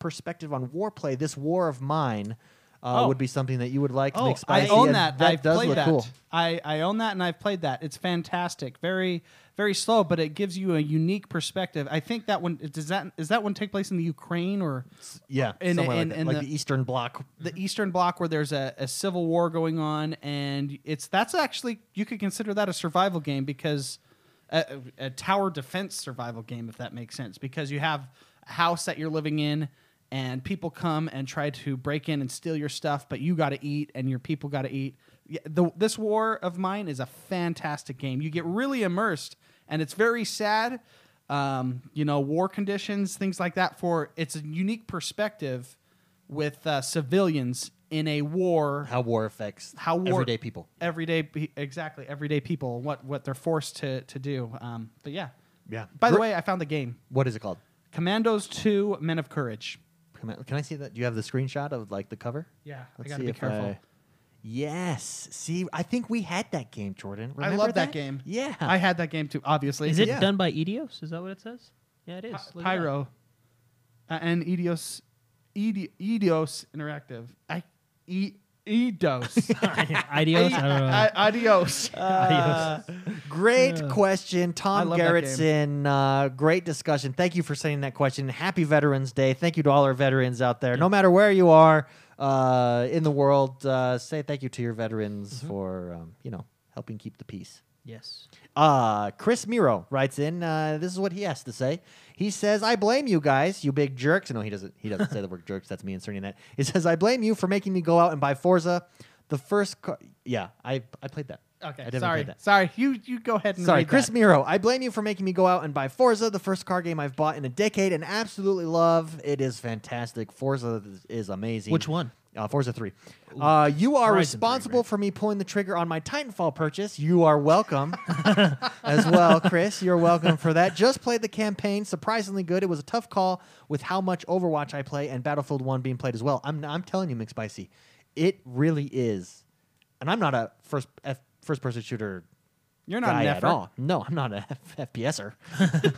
Speaker 1: perspective on war play, this war of mine uh,
Speaker 2: Oh.
Speaker 1: would be something that you would like. to
Speaker 2: Oh,
Speaker 1: make
Speaker 2: I
Speaker 1: spicy,
Speaker 2: own
Speaker 1: and
Speaker 2: that.
Speaker 1: That
Speaker 2: I've
Speaker 1: does
Speaker 2: played
Speaker 1: look
Speaker 2: that.
Speaker 1: cool.
Speaker 2: I, I own that and I've played that. It's fantastic. Very very slow, but it gives you a unique perspective. I think that one does that is that one take place in the Ukraine or
Speaker 1: Yeah,
Speaker 2: And-
Speaker 1: somewhere like,
Speaker 2: and-
Speaker 1: that.
Speaker 2: and
Speaker 1: like
Speaker 2: the-
Speaker 1: the, Eastern Bloc.
Speaker 2: the Eastern Bloc where there's a, a civil war going on, and it's that's actually you could consider that a survival game because a, a a tower defense survival game, if that makes sense, because you have a house that you're living in, and people come and try to break in and steal your stuff, but you got to eat and your people got to eat. Yeah, The, this war of mine is a fantastic game. You get really immersed, and it's very sad. Um, you know, war conditions, things like that. For it's a unique perspective with uh, civilians in a war.
Speaker 1: How war affects
Speaker 2: How war-
Speaker 1: everyday people.
Speaker 2: Everyday, pe- exactly, everyday people. What what they're forced to to do. Um, but yeah.
Speaker 1: Yeah.
Speaker 2: By the
Speaker 1: Gr-
Speaker 2: way, I found the game
Speaker 1: What is it called?
Speaker 2: Commandos Two: Men of Courage.
Speaker 1: Can I, can I see that? Do you have the screenshot of like the cover?
Speaker 2: Yeah, I
Speaker 1: Let's
Speaker 2: gotta
Speaker 1: see
Speaker 2: be
Speaker 1: if
Speaker 2: careful.
Speaker 1: I- Yes. See, I think we had that game, Jordan.
Speaker 2: I
Speaker 1: Remember
Speaker 2: love that game.
Speaker 1: Yeah.
Speaker 2: I had that game too. Obviously,
Speaker 3: Is it
Speaker 1: Yeah.
Speaker 3: done by Edios? Is that what it says? Yeah, it is.
Speaker 2: Py-
Speaker 3: Look at that.
Speaker 2: Pyro uh, and Edios, Edi- Eidos Interactive. I e- Eidos.
Speaker 3: Idios? I don't know.
Speaker 2: I- Adios.
Speaker 1: uh,
Speaker 3: Idios.
Speaker 1: Great question, Tom
Speaker 2: I love that
Speaker 1: Gerritsen. Uh, great discussion. Thank you for sending that question. Happy Veterans Day. Thank you to all our veterans out there. No matter where you are uh, in the world, uh, say thank you to your veterans
Speaker 2: Mm-hmm.
Speaker 1: for um, you know helping keep the peace.
Speaker 3: yes.
Speaker 1: Uh, Chris Miro writes in. Uh, this is what he has to say. He says, "I blame you guys, you big jerks." No, he doesn't. He doesn't say the word jerks. That's me inserting that. He says, "I blame you for making me go out and buy Forza." The first, car- yeah, I I played that. I
Speaker 2: Okay,
Speaker 1: definitely
Speaker 2: sorry,
Speaker 1: played that.
Speaker 2: sorry. You you go ahead and
Speaker 1: Sorry,
Speaker 2: read
Speaker 1: Chris
Speaker 2: that.
Speaker 1: Miro. I blame you for making me go out and buy Forza, the first car game I've bought in a decade, and absolutely love. It is fantastic. Forza is- is amazing.
Speaker 3: Which one?
Speaker 1: Uh, Forza Three. Uh, you are
Speaker 3: Horizon 3,
Speaker 1: responsible
Speaker 3: right?
Speaker 1: for me pulling the trigger on my Titanfall purchase. You are welcome, as well, Chris. You're welcome for that. Just played the campaign. Surprisingly good. It was a tough call with how much Overwatch I play and Battlefield One being played as well. I'm I'm telling you, McSpicy, it really is. And I'm not a first F, first person shooter
Speaker 2: You're not an
Speaker 1: guy
Speaker 2: effort.
Speaker 1: at all. No, I'm not an F- FPSer.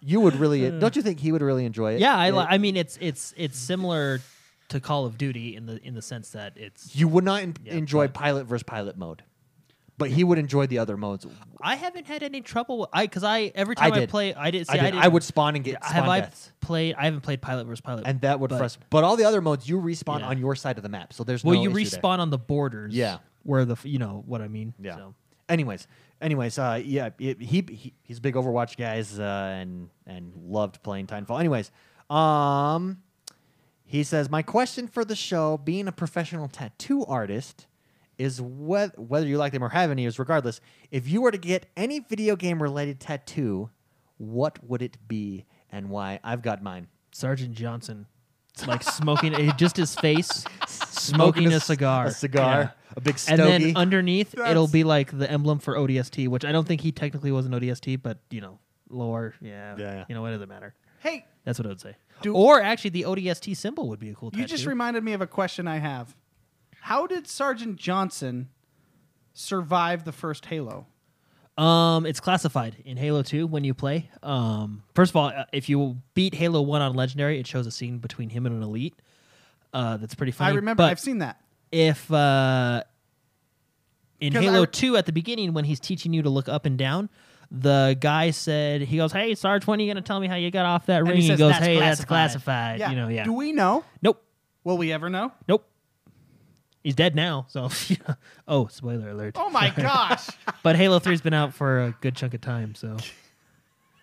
Speaker 1: you would really, don't you think he would really enjoy it?
Speaker 3: Uh. Yeah, I,
Speaker 1: It-
Speaker 3: li- I mean it's it's it's similar to Call of Duty in the in the sense that it's
Speaker 1: you would not en-
Speaker 3: Yeah,
Speaker 1: enjoy
Speaker 3: but-
Speaker 1: pilot versus pilot mode, but he would enjoy the other modes.
Speaker 3: I haven't had any trouble with, I cuz I every
Speaker 1: I
Speaker 3: time I,
Speaker 1: did.
Speaker 3: play I did see
Speaker 1: I, did,
Speaker 3: didn't-
Speaker 1: I would spawn and get
Speaker 3: have
Speaker 1: spawn
Speaker 3: I
Speaker 1: deaths,
Speaker 3: played I haven't played Pilot versus Pilot.
Speaker 1: and that would
Speaker 3: but-
Speaker 1: frustrate. But all the other modes, you respawn
Speaker 3: Yeah.
Speaker 1: on your side of the map, so there's
Speaker 3: Well,
Speaker 1: no
Speaker 3: you
Speaker 1: issue there.
Speaker 3: respawn on the borders.
Speaker 1: Yeah.
Speaker 3: Where the f- you know what I mean.
Speaker 1: Yeah.
Speaker 3: So.
Speaker 1: Anyways, anyways, uh, yeah, it, he, he he's big Overwatch guys uh, and and loved playing Titanfall. Anyways, um, he says my question for the show, being a professional tattoo artist, is whether whether you like them or have any is regardless. If you were to get any video game related tattoo, what would it be and why? I've got mine.
Speaker 3: Sergeant Johnson, like smoking eh, just his face,
Speaker 1: Smoking
Speaker 3: smoking a
Speaker 1: c-
Speaker 3: cigar,
Speaker 1: a cigar,
Speaker 3: Yeah.
Speaker 1: a big stogie.
Speaker 3: And then underneath, it'll be like the emblem for ODST, which I don't think he technically was an ODST, but you know, lore, yeah,
Speaker 1: Yeah, yeah.
Speaker 3: you know, what does it matter?
Speaker 2: Hey,
Speaker 3: That's what I would say.
Speaker 2: Do-
Speaker 3: or actually, the ODST symbol would be a cool.
Speaker 2: you just reminded me of a question I have. How did Sergeant Johnson survive the first Halo?
Speaker 3: Um, it's classified in Halo 2 when you play. Um, first of all, uh, if you beat Halo 1 on Legendary, it shows a scene between him and an elite. Uh, that's pretty funny.
Speaker 2: I remember
Speaker 3: But
Speaker 2: I've seen that.
Speaker 3: if uh, in
Speaker 2: 'Cause I
Speaker 3: Halo
Speaker 2: re-
Speaker 3: 2 at the beginning when he's teaching you to look up and down, the guy said he goes, "Hey Sarge, when are you gonna tell me how you got off that ring?"
Speaker 2: he says,
Speaker 3: goes,
Speaker 2: "That's
Speaker 3: "Hey, that's
Speaker 2: classified."
Speaker 3: classified." You know, yeah.
Speaker 2: Do we know?
Speaker 3: nope,
Speaker 2: Will we ever know?
Speaker 3: nope. He's dead now. So, yeah. oh, spoiler alert.
Speaker 2: Oh my gosh!
Speaker 3: But Halo 3's been out for a good chunk of time, so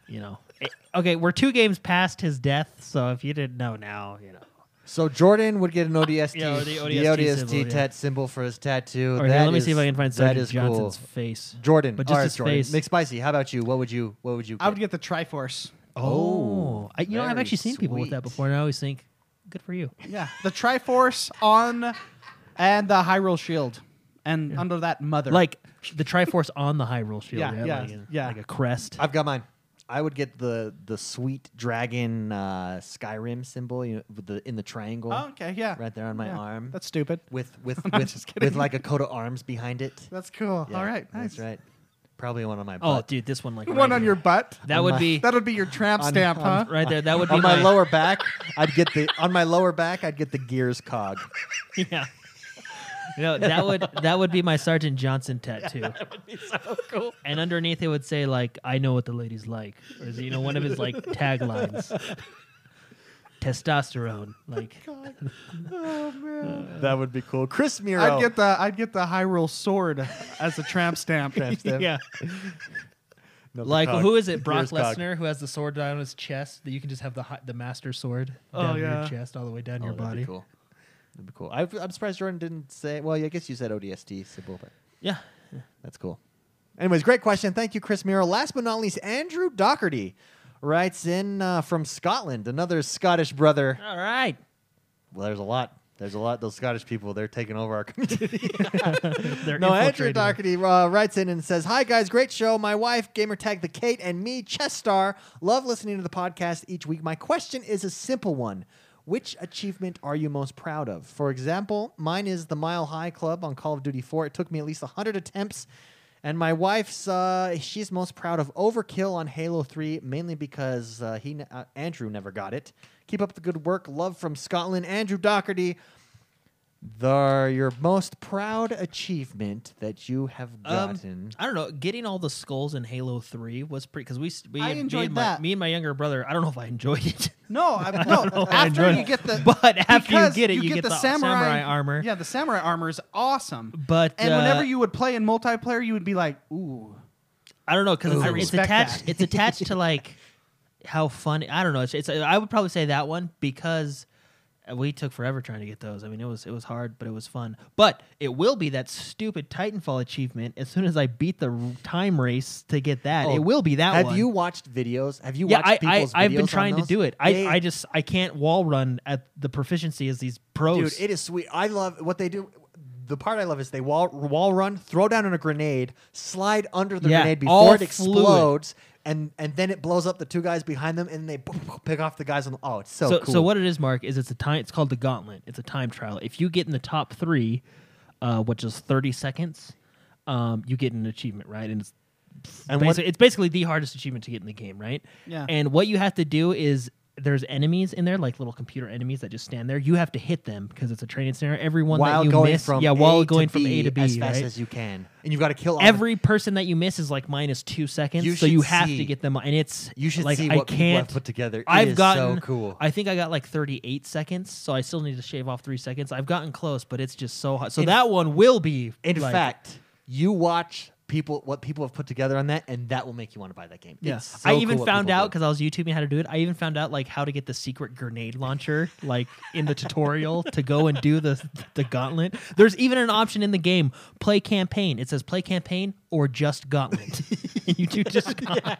Speaker 3: you know. It- okay, we're two games past his death, so if you didn't know now, you know.
Speaker 1: so Jordan would get an ODST,
Speaker 3: Ah, Yeah, or the
Speaker 1: the
Speaker 3: ODST
Speaker 1: ODST
Speaker 3: symbol, yeah.
Speaker 1: tat symbol for his tattoo.
Speaker 3: Or
Speaker 1: That
Speaker 3: let me see
Speaker 1: is-
Speaker 3: if I can find
Speaker 1: that
Speaker 3: Sergeant
Speaker 1: is
Speaker 3: Johnson's
Speaker 1: cool.
Speaker 3: face.
Speaker 1: Jordan,
Speaker 3: but
Speaker 1: all
Speaker 3: just
Speaker 1: right,
Speaker 3: his
Speaker 1: Jordan.
Speaker 3: face.
Speaker 1: McSpicy, how about you? What would you? What would you? Get?
Speaker 2: I would get the Triforce.
Speaker 3: oh, I, you know I've
Speaker 1: very
Speaker 3: actually seen people with
Speaker 1: sweet.
Speaker 3: that before, and I always think, good for you.
Speaker 2: Yeah, the Triforce on and the Hyrule Shield. and under that mother.
Speaker 3: Like the Triforce on the Hyrule Shield.
Speaker 2: Yeah,
Speaker 3: right?
Speaker 2: yeah,
Speaker 3: like, a,
Speaker 2: yeah.
Speaker 3: like a crest.
Speaker 1: I've got mine. I would get the the sweet dragon uh, Skyrim symbol, you know, with the in the triangle
Speaker 2: oh, okay, yeah,
Speaker 1: right there on my
Speaker 2: Yeah.
Speaker 1: arm,
Speaker 2: That's stupid.
Speaker 1: with with
Speaker 2: I'm
Speaker 1: with,
Speaker 2: just kidding.
Speaker 1: with like a coat of arms behind it.
Speaker 2: That's cool.
Speaker 1: Yeah,
Speaker 2: All right, nice.
Speaker 1: that's right. Probably one on my
Speaker 3: oh,
Speaker 1: butt.
Speaker 3: dude, this one like
Speaker 2: One
Speaker 3: right
Speaker 2: on
Speaker 3: here.
Speaker 2: your butt.
Speaker 3: That
Speaker 1: on
Speaker 3: would
Speaker 1: my-
Speaker 3: be
Speaker 2: That would be your tramp
Speaker 1: On-
Speaker 2: stamp, huh?
Speaker 1: on-
Speaker 3: right there. That would be
Speaker 1: on my
Speaker 3: my
Speaker 1: lower back, I'd get the on my lower back, I'd get the gears cog.
Speaker 3: Yeah. You know, that would that would be my Sergeant Johnson tattoo. that would be so cool. And underneath it would say like, "I know what the ladies like," or is it, you know one of his like taglines. Testosterone, like
Speaker 2: Oh man.
Speaker 1: That would be cool. Chris Miro.
Speaker 2: I'd get the I'd get the Hyrule sword as a tramp stamp.
Speaker 1: Tramp stamp.
Speaker 3: yeah,
Speaker 1: No, the
Speaker 3: like
Speaker 1: cog.
Speaker 3: who is it?
Speaker 1: The gears
Speaker 3: Brock
Speaker 1: cog.
Speaker 3: Lesnar, who has the sword down his chest that you can just have the hi- the master sword
Speaker 2: Oh,
Speaker 3: down
Speaker 2: yeah.
Speaker 3: your chest all the way down
Speaker 1: Oh,
Speaker 3: your
Speaker 1: that'd
Speaker 3: body.
Speaker 1: Be cool. That'd be cool. I've, I'm surprised Jordan didn't say. Well, yeah, I guess you said ODST symbol, but
Speaker 3: Yeah,
Speaker 1: That's cool. Anyways, great question. Thank you, Chris Miro. Last but not least, Andrew Doherty writes in uh, from Scotland, another Scottish brother.
Speaker 3: all right.
Speaker 1: Well, there's a lot. There's a lot. Those Scottish people, they're taking over our community.
Speaker 3: They're
Speaker 1: No, Andrew
Speaker 3: infiltrating.
Speaker 1: Doherty uh, writes in and says, "Hi guys, great show. My wife, gamertag the Kate, and me, Chess Star, love listening to the podcast each week. My question is a simple one: Which achievement are you most proud of? For example, mine is the Mile High Club on Call of Duty 4. It took me at least hundred attempts." And my wife's, uh, she's most proud of Overkill on Halo 3, mainly because uh, he, ne- uh, Andrew never got it. Keep up the good work. Love from Scotland. Andrew Doherty, the your most proud achievement that you have
Speaker 3: Um,
Speaker 1: gotten.
Speaker 3: I don't know. Getting all the skulls in Halo Three was pretty because we s- we
Speaker 2: I
Speaker 3: me
Speaker 2: enjoyed
Speaker 3: and
Speaker 2: that.
Speaker 3: My, me and my younger brother. I don't know if I enjoyed it,
Speaker 2: No, I, no. after you get the
Speaker 3: but after you
Speaker 2: because
Speaker 3: get it, you, get, the samurai, armor.
Speaker 2: Yeah, the samurai armor is awesome.
Speaker 3: But
Speaker 2: and
Speaker 3: uh,
Speaker 2: whenever you would play in multiplayer, you would be like, "Ooh,
Speaker 3: I don't know because
Speaker 2: I
Speaker 3: it's, it's
Speaker 2: respect
Speaker 3: attached.
Speaker 2: that.
Speaker 3: It's attached to like how fun. I don't know. It's, it's I would probably say that one because we took forever trying to get those. I mean, it was it was hard, but it was fun. But it will be that stupid Titanfall achievement. As soon as I beat the r- time race to get that,
Speaker 1: Oh,
Speaker 3: it will be that
Speaker 1: have
Speaker 3: one.
Speaker 1: you watched videos? Have you
Speaker 3: yeah,
Speaker 1: watched
Speaker 3: I, I
Speaker 1: people's
Speaker 3: I've
Speaker 1: videos
Speaker 3: been
Speaker 1: on
Speaker 3: trying to
Speaker 1: those?
Speaker 3: do it. I,
Speaker 1: They-
Speaker 3: I just I can't wall run at the proficiency as these pros.
Speaker 1: Dude, it is sweet. I love what they do. The part I love is they wall wall run, throw down on a grenade, slide under the
Speaker 3: Yeah,
Speaker 1: grenade
Speaker 3: all
Speaker 1: before it
Speaker 3: fluid.
Speaker 1: explodes, and and then it blows up the two guys behind them, and they pick off the guys on the. Oh, it's so,
Speaker 3: so
Speaker 1: cool.
Speaker 3: so what it is, Mark, is it's a time. It's called the Gauntlet. It's a time trial. If you get in the top three, uh, which is thirty seconds, um, you get an achievement, right? And it's
Speaker 1: And
Speaker 3: and
Speaker 1: what-
Speaker 3: it's basically the hardest achievement to get in the game, right?
Speaker 2: Yeah.
Speaker 3: And what you have to do is there's enemies in there, like little computer enemies that just stand there. You have to hit them because it's a training scenario. Everyone
Speaker 1: while
Speaker 3: that you
Speaker 1: going
Speaker 3: miss,
Speaker 1: from
Speaker 3: yeah, while
Speaker 1: A
Speaker 3: going
Speaker 1: to
Speaker 3: from
Speaker 1: B
Speaker 3: A to B,
Speaker 1: as fast
Speaker 3: right?
Speaker 1: as you can, and you've got to kill all the-
Speaker 3: Every person that you miss is like minus two seconds,
Speaker 1: You
Speaker 3: so you
Speaker 1: should
Speaker 3: have
Speaker 1: see-
Speaker 3: to get them. And it's
Speaker 1: You should
Speaker 3: like
Speaker 1: see
Speaker 3: I
Speaker 1: what people have
Speaker 3: can't
Speaker 1: put together. It
Speaker 3: I've
Speaker 1: is so
Speaker 3: gotten
Speaker 1: cool.
Speaker 3: I think I got like 38 seconds, so I still need to shave off three seconds. I've gotten close, but it's just so hot. So
Speaker 1: In-
Speaker 3: that one will be.
Speaker 1: In
Speaker 3: like-
Speaker 1: fact, you watch people what people have put together on that, and that will make you want to buy that game.
Speaker 3: Yeah.
Speaker 1: It's so
Speaker 3: I even
Speaker 1: cool what
Speaker 3: found
Speaker 1: people
Speaker 3: out
Speaker 1: do.
Speaker 3: because I was YouTubing how to do it. I even found out like how to get the secret grenade launcher, like in the tutorial to go and do the the gauntlet. There's even an option in the game, play campaign. It says play campaign or just gauntlet. and you do just gauntlet.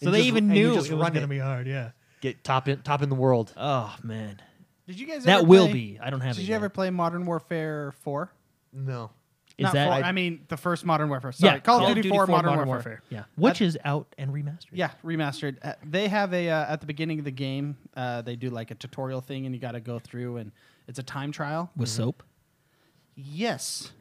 Speaker 3: So
Speaker 1: And
Speaker 3: they
Speaker 1: just-
Speaker 3: even
Speaker 1: and you
Speaker 3: knew
Speaker 1: just
Speaker 3: it was
Speaker 1: run
Speaker 3: going
Speaker 1: it.
Speaker 3: to be hard. Yeah.
Speaker 1: get top in top in the world.
Speaker 3: Oh man,
Speaker 2: did you guys?"
Speaker 3: that
Speaker 2: ever
Speaker 3: will
Speaker 2: play-
Speaker 3: be. I don't have
Speaker 2: Did
Speaker 3: it.
Speaker 2: you
Speaker 3: yet.
Speaker 2: ever play Modern Warfare Four?
Speaker 1: No,
Speaker 3: Is
Speaker 2: Not
Speaker 3: that
Speaker 2: four, I mean the first Modern Warfare. Sorry, Call, of Duty, Four, Modern, Warfare.
Speaker 3: Yeah, which is out and remastered.
Speaker 2: Yeah, remastered. Uh, they have a uh, at the beginning of the game. Uh, they do like a tutorial thing, and you got to go through, and it's a time trial.
Speaker 3: with soap.
Speaker 2: Yes.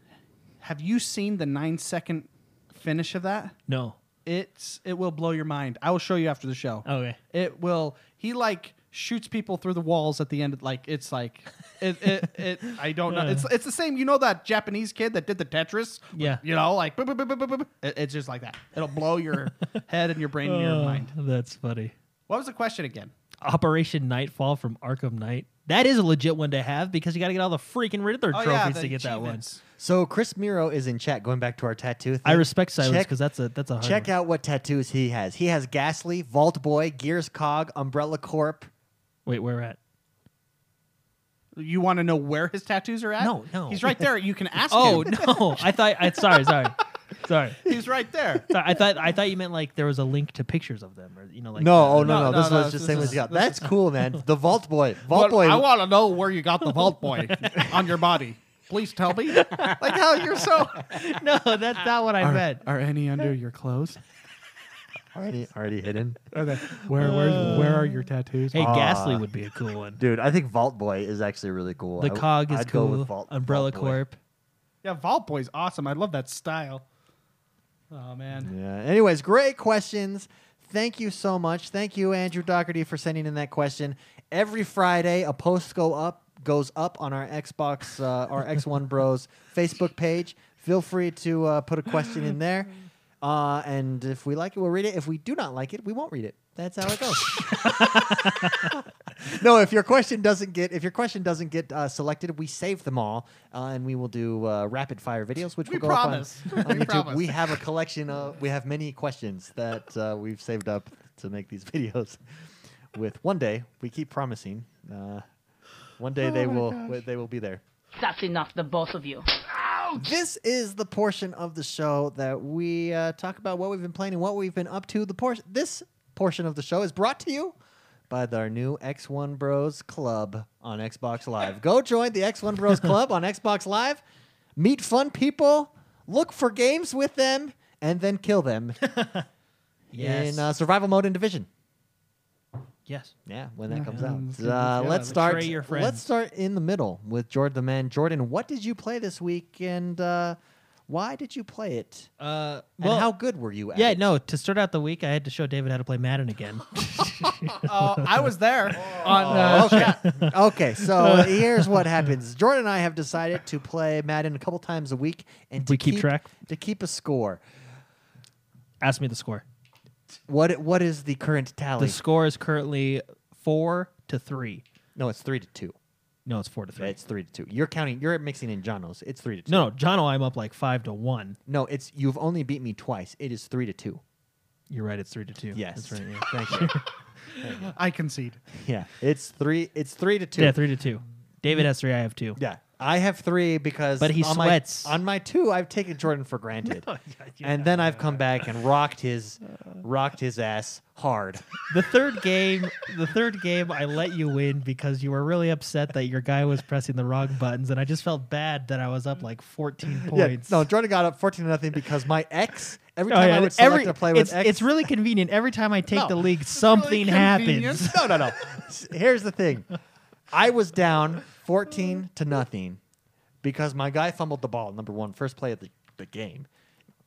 Speaker 2: Have you seen the nine second finish of that?
Speaker 3: No.
Speaker 2: It's it will blow your mind. I will show you after the show.
Speaker 3: Okay.
Speaker 2: It will. He like shoots people through the walls at the end. Like it's like it it, it I don't know. It's it's the same. You know that Japanese kid that did the Tetris.
Speaker 3: Yeah.
Speaker 2: You know, like boop, boop, boop, boop, boop, boop. It- it's just like that. It'll blow your head and your brain and your mind.
Speaker 3: Uh, That's funny.
Speaker 2: What was the question again?
Speaker 3: Operation Nightfall from Arkham Knight. That is a legit one to have because you got to get all the freaking Riddler
Speaker 2: Oh,
Speaker 3: trophies
Speaker 2: yeah, the
Speaker 3: to get that one.
Speaker 2: achievements.
Speaker 1: So Chris Miro is in chat. Going back to our tattoo. Thing.
Speaker 3: I respect Silence
Speaker 1: Check-
Speaker 3: because that's a that's a hard
Speaker 1: Check
Speaker 3: one.
Speaker 1: out what tattoos he has. He has Ghastly, Vault Boy, Gears Cog, Umbrella Corp.
Speaker 3: Wait, where we're at?
Speaker 2: You want to know where his tattoos are at?
Speaker 3: No, no.
Speaker 2: He's right there. You can ask
Speaker 3: Oh
Speaker 2: him.
Speaker 3: no! I thought I sorry sorry sorry.
Speaker 2: He's right there.
Speaker 3: Sorry, I thought I thought you meant like there was a link to pictures of them, or you know, like
Speaker 1: no, oh no, no,
Speaker 2: no, no,
Speaker 1: This
Speaker 2: no,
Speaker 1: was
Speaker 2: this
Speaker 1: just saying
Speaker 2: is-
Speaker 1: what he got.
Speaker 2: this
Speaker 1: That's cool, man. The Vault Boy, Vault
Speaker 2: Well,
Speaker 1: Boy.
Speaker 2: I want to know where you got the Vault Boy on your body. please tell me. like how you're so.
Speaker 3: no, that's not what I meant.
Speaker 2: are any under your clothes?
Speaker 4: Already, already hidden.
Speaker 2: Are they, where where where are your tattoos?
Speaker 3: Hey,
Speaker 4: Ah.
Speaker 3: Ghastly would be a cool one.
Speaker 4: Dude, I think Vault Boy is actually really cool.
Speaker 3: The
Speaker 4: I w-
Speaker 3: Cog is
Speaker 4: I'd go
Speaker 3: cool.
Speaker 4: with Vault,
Speaker 3: Umbrella
Speaker 4: Vault Boy.
Speaker 3: Corp.
Speaker 2: Yeah, Vault Boy's awesome. I love that style. Oh man.
Speaker 4: Yeah.
Speaker 1: Anyways, great questions. Thank you so much. Thank you, Andrew Doherty, for sending in that question. Every Friday, a post go up goes up on our Xbox, uh, our X1 Bros Facebook page. Feel free to uh, put a question in there, uh, and if we like it, we'll read it. If we do not like it, we won't read it. That's how it goes. no, if your question doesn't get if your question doesn't get uh, selected, we save them all, uh, and we will do uh, rapid fire videos, which
Speaker 2: We
Speaker 1: will go up on-
Speaker 2: promise.
Speaker 1: on,
Speaker 2: We
Speaker 1: YouTube.
Speaker 2: promise.
Speaker 1: We have a collection of we have many questions that uh, we've saved up to make these videos with one day we keep promising uh, one
Speaker 2: Oh
Speaker 1: day they will they will be there
Speaker 6: That's enough, the both of you.
Speaker 1: this is the portion of the show that we uh, talk about what we've been playing and what we've been up to the por- this portion of the show is brought to you by our new X1 Bros Club on Xbox Live. Go join the X1 Bros Club on Xbox Live. Meet fun people, look for games with them, and then kill them
Speaker 3: Yes.
Speaker 1: in uh, survival mode and division.
Speaker 3: yes.
Speaker 1: Yeah, when that comes
Speaker 2: Um,
Speaker 1: out.
Speaker 2: it's gonna
Speaker 1: Uh,
Speaker 2: be- yeah,
Speaker 1: let's start.
Speaker 3: betray your friends.
Speaker 1: let's start in the middle with Jordan the man. Jordan, what did you play this week, and uh, why did you play it?
Speaker 3: Uh,
Speaker 1: And
Speaker 3: well,
Speaker 1: how good were you at
Speaker 3: yeah,
Speaker 1: it?
Speaker 3: no. To start out the week, I had to show David how to play Madden again.
Speaker 2: Oh, I was there on uh, chat.
Speaker 1: Oh, okay, so here's what happens. Jordan and I have decided to play Madden a couple times a week, and to
Speaker 3: We keep track?
Speaker 1: to keep a score.
Speaker 3: Ask me the score.
Speaker 1: What what is the current tally?
Speaker 3: The score is currently four to three.
Speaker 1: no, it's three to two.
Speaker 3: No, it's four to three.
Speaker 1: It's three to two. You're counting. You're mixing in Jonos. It's three to two.
Speaker 3: No, no, John, I'm up like five to one.
Speaker 1: no, it's you've only beat me twice. It is three to two.
Speaker 3: You're right. It's three to two.
Speaker 1: Yes.
Speaker 3: That's right. Yeah.
Speaker 1: Thank you.
Speaker 2: I concede.
Speaker 1: Yeah, it's three. It's three to two.
Speaker 3: Yeah, three to two. David has three. I have two.
Speaker 1: Yeah. I have three because,
Speaker 3: But he
Speaker 1: on
Speaker 3: sweats. Oh,
Speaker 1: My, on my two, I've taken Jordan for granted, and then I've come back and rocked his, rocked his ass hard.
Speaker 3: The third game, the third game, I let you win because you were really upset that your guy was pressing the wrong buttons, and I just felt bad that I was up like 14 points.
Speaker 1: Yeah, no, Jordan got up fourteen to nothing because my ex. Every
Speaker 3: Oh,
Speaker 1: time
Speaker 3: yeah,
Speaker 1: I would select
Speaker 3: every-
Speaker 1: a play with
Speaker 3: it's,
Speaker 1: X,
Speaker 3: it's really convenient. Every time I take
Speaker 1: No,
Speaker 3: the league, something
Speaker 2: convenient.
Speaker 3: happens.
Speaker 1: no, no, no. S- Here's the thing. I was down 14 to nothing because my guy fumbled the ball, number one, first play of the, the game.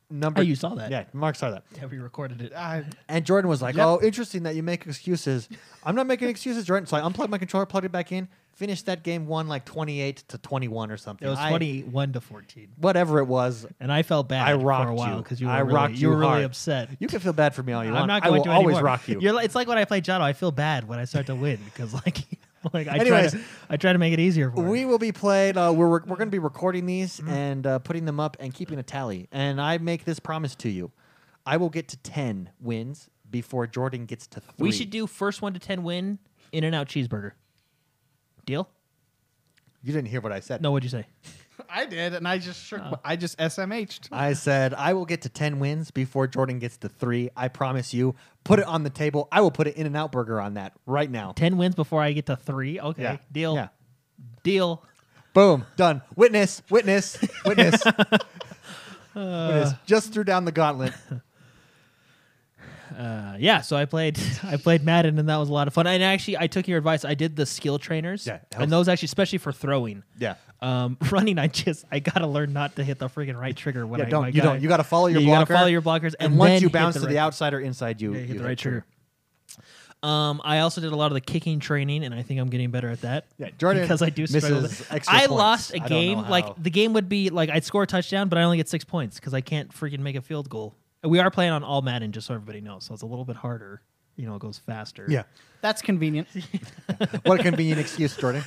Speaker 1: Number
Speaker 3: Oh, you saw that.
Speaker 1: Yeah, Mark saw that.
Speaker 3: Yeah, we recorded it.
Speaker 2: I,
Speaker 1: And Jordan was like,
Speaker 2: Yep.
Speaker 1: "Oh, interesting that you make excuses. I'm not making excuses, Jordan." So I unplugged my controller, plugged it back in, finished that game, won like 28 to 21 or something.
Speaker 3: It was
Speaker 1: I-
Speaker 3: 21 to 14,
Speaker 1: whatever it was.
Speaker 3: and I felt bad
Speaker 1: I
Speaker 3: for
Speaker 1: rocked
Speaker 3: a while
Speaker 1: you.
Speaker 3: because you were
Speaker 1: I
Speaker 3: really,
Speaker 1: rocked
Speaker 3: you
Speaker 1: you
Speaker 3: were really
Speaker 1: hard.
Speaker 3: upset.
Speaker 1: You can feel bad for me all you want.
Speaker 3: I'm not
Speaker 1: I
Speaker 3: going
Speaker 1: will
Speaker 3: to
Speaker 1: always
Speaker 3: anymore.
Speaker 1: rock you.
Speaker 3: You're, li- it's like when I play Jono. I feel bad when I start to win because like, like I
Speaker 1: Anyways.
Speaker 3: try to I try to make it easier for.
Speaker 1: We
Speaker 3: him.
Speaker 1: will be played. Uh, we're we're going to be recording these
Speaker 3: Mm-hmm.
Speaker 1: and uh, putting them up and keeping a tally. And I make this promise to you: I will get to 10 wins before Jordan gets to three.
Speaker 3: We should do first one to ten win in and out cheeseburger. Deal?
Speaker 1: You didn't hear what I said.
Speaker 3: No, what'd you say?
Speaker 2: I did, and I just
Speaker 3: Oh.
Speaker 2: shook. my- I just SMH'd.
Speaker 1: I said I will get to 10 wins before Jordan gets to 3. I promise you. Put it on the table. I will put an in and out burger on that right now.
Speaker 3: Ten wins before I get to three. Okay,
Speaker 1: Yeah.
Speaker 3: deal.
Speaker 1: Yeah.
Speaker 3: Deal.
Speaker 1: Boom, done. Witness, witness, witness. witness. Just threw down the gauntlet.
Speaker 3: Uh, yeah, so I played I played Madden and that was a lot of fun. And actually, I took your advice. I did the skill trainers.
Speaker 1: Yeah, it helps.
Speaker 3: and those actually, especially for throwing.
Speaker 1: Yeah.
Speaker 3: Um, running, I just I gotta learn not to hit the freaking right trigger when
Speaker 1: Yeah,
Speaker 3: I
Speaker 1: don't
Speaker 3: my
Speaker 1: you
Speaker 3: guy-
Speaker 1: don't. You got to follow your
Speaker 3: Yeah, you
Speaker 1: blocker.
Speaker 3: gotta follow your blockers,
Speaker 1: and,
Speaker 3: and
Speaker 1: once
Speaker 3: then
Speaker 1: you
Speaker 3: hit
Speaker 1: bounce
Speaker 3: the
Speaker 1: to the
Speaker 3: right-
Speaker 1: outside or inside, you,
Speaker 3: Yeah, you
Speaker 1: you
Speaker 3: hit the right trigger. Um, I also did a lot of the kicking training, and I think I'm getting better at that.
Speaker 1: Yeah, Jordan
Speaker 3: because I do struggle.
Speaker 1: misses
Speaker 3: with-
Speaker 1: extra
Speaker 3: I
Speaker 1: points.
Speaker 3: lost
Speaker 1: I
Speaker 3: a
Speaker 1: don't
Speaker 3: game.
Speaker 1: know how.
Speaker 3: Like the game would be like I'd score a touchdown, but I only get six points because I can't freaking make a field goal. And We are playing on all Madden, just so everybody knows. So it's a little bit harder. You know, it goes faster.
Speaker 1: Yeah.
Speaker 2: That's convenient.
Speaker 1: What a convenient excuse, Jordan.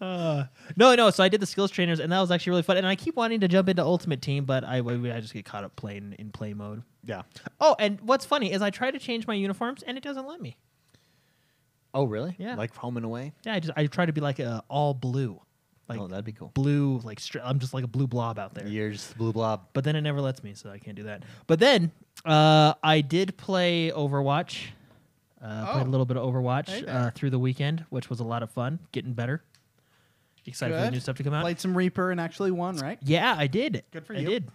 Speaker 3: No, no. So I did the skills trainers, and that was actually really fun. And I keep wanting to jump into Ultimate Team, but I I just get caught up playing in play mode.
Speaker 1: Yeah.
Speaker 3: Oh, and what's funny is I try to change my uniforms, and it doesn't let me.
Speaker 1: Oh, really?
Speaker 3: Yeah.
Speaker 1: Like home and away.
Speaker 3: Yeah, I just I try to be like uh, all blue, like
Speaker 1: oh, that'd be cool.
Speaker 3: blue, like stri- I'm just like a blue blob out there.
Speaker 1: Years blue blob.
Speaker 3: but then it never lets me, so I can't do that. But then uh, I did play Overwatch. Uh, Played a little bit of Overwatch
Speaker 2: Oh. Hey there.
Speaker 3: uh, through the weekend, which was a lot of fun. Getting better, excited for the new stuff to come out.
Speaker 2: Played some Reaper and actually won, right?
Speaker 3: yeah, I did.
Speaker 2: Good for
Speaker 3: I
Speaker 2: you.
Speaker 3: did.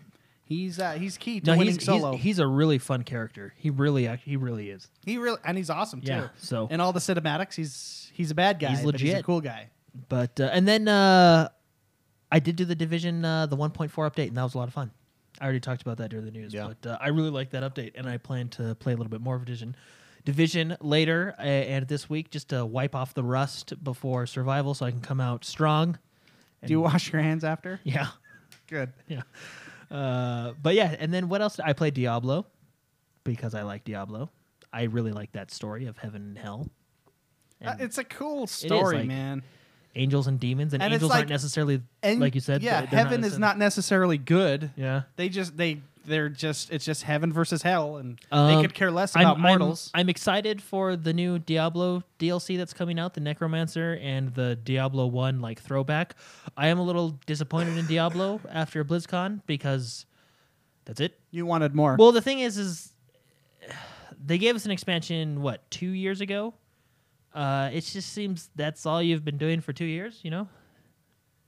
Speaker 2: He's uh, he's key to
Speaker 3: No,
Speaker 2: winning
Speaker 3: he's, he's-
Speaker 2: solo.
Speaker 3: he's a really fun character. He really act- he really is.
Speaker 2: he really and he's awesome
Speaker 3: Yeah,
Speaker 2: too.
Speaker 3: so-
Speaker 2: in all the cinematics, he's he's a bad guy.
Speaker 3: He's
Speaker 2: but he's a
Speaker 3: legit.
Speaker 2: cool guy.
Speaker 3: But uh, and then uh, I did do the division uh, the 1.4 update, and that was a lot of fun. I already talked about that during the news,
Speaker 4: Yeah.
Speaker 3: but uh, I really like that update, and I plan to play a little bit more of Division, Division later uh, and this week just to wipe off the rust before survival, so I can come out strong. And-
Speaker 2: Do you wash your hands after?
Speaker 3: Yeah,
Speaker 2: Good.
Speaker 3: yeah. Uh, but yeah, and then what else? I played Diablo because I like Diablo. I really like that story of heaven and hell,
Speaker 2: Uh,
Speaker 3: And
Speaker 2: it's a cool story,
Speaker 3: like-
Speaker 2: man.
Speaker 3: angels and demons, and,
Speaker 2: And it's
Speaker 3: angels
Speaker 2: like-
Speaker 3: aren't necessarily
Speaker 2: And
Speaker 3: like you said.
Speaker 2: yeah,
Speaker 3: they're- they're
Speaker 2: heaven is
Speaker 3: necessarily-
Speaker 2: not necessarily good.
Speaker 3: Yeah.
Speaker 2: They just they they're just it's just heaven versus hell, and
Speaker 3: Um,
Speaker 2: they could care less
Speaker 3: I'm-
Speaker 2: about
Speaker 3: I'm-
Speaker 2: mortals.
Speaker 3: I'm, excited for the new Diablo DLC that's coming out, the Necromancer and the Diablo One like throwback. I am a little disappointed in Diablo after BlizzCon because that's it.
Speaker 2: you wanted more.
Speaker 3: Well, the thing is, is they gave us an expansion what two years ago. Uh, it just seems that's all you've been doing for two years. You know,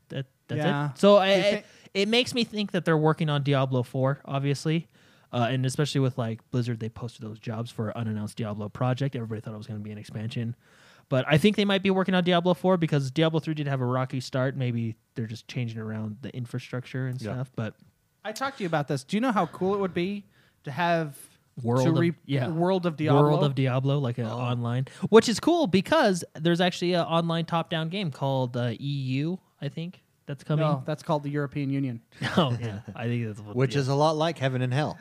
Speaker 3: that that's
Speaker 2: Yeah.
Speaker 3: it. So I,
Speaker 2: Do you thi-
Speaker 3: I- it makes me think that they're working on Diablo Four, obviously. Uh, and especially with like Blizzard, they posted those jobs for an unannounced Diablo project. Everybody thought it was going to be an expansion, but I think they might be working on Diablo Four because Diablo Three did have a rocky start. Maybe they're just changing around the infrastructure and
Speaker 4: Yeah.
Speaker 3: stuff. But
Speaker 2: I talked to you about this. Do you know how cool it would be to have
Speaker 3: World
Speaker 2: to
Speaker 3: of-
Speaker 2: re-
Speaker 3: yeah.
Speaker 2: World of Diablo? Oh.
Speaker 3: World of Diablo, like an online, which is cool because there's actually an online top-down game called uh, EU, I think, that's coming.
Speaker 2: No, Oh, that's called the European Union.
Speaker 3: oh yeah, I think that's what,
Speaker 4: Which
Speaker 3: yeah.
Speaker 4: is a lot like heaven and hell.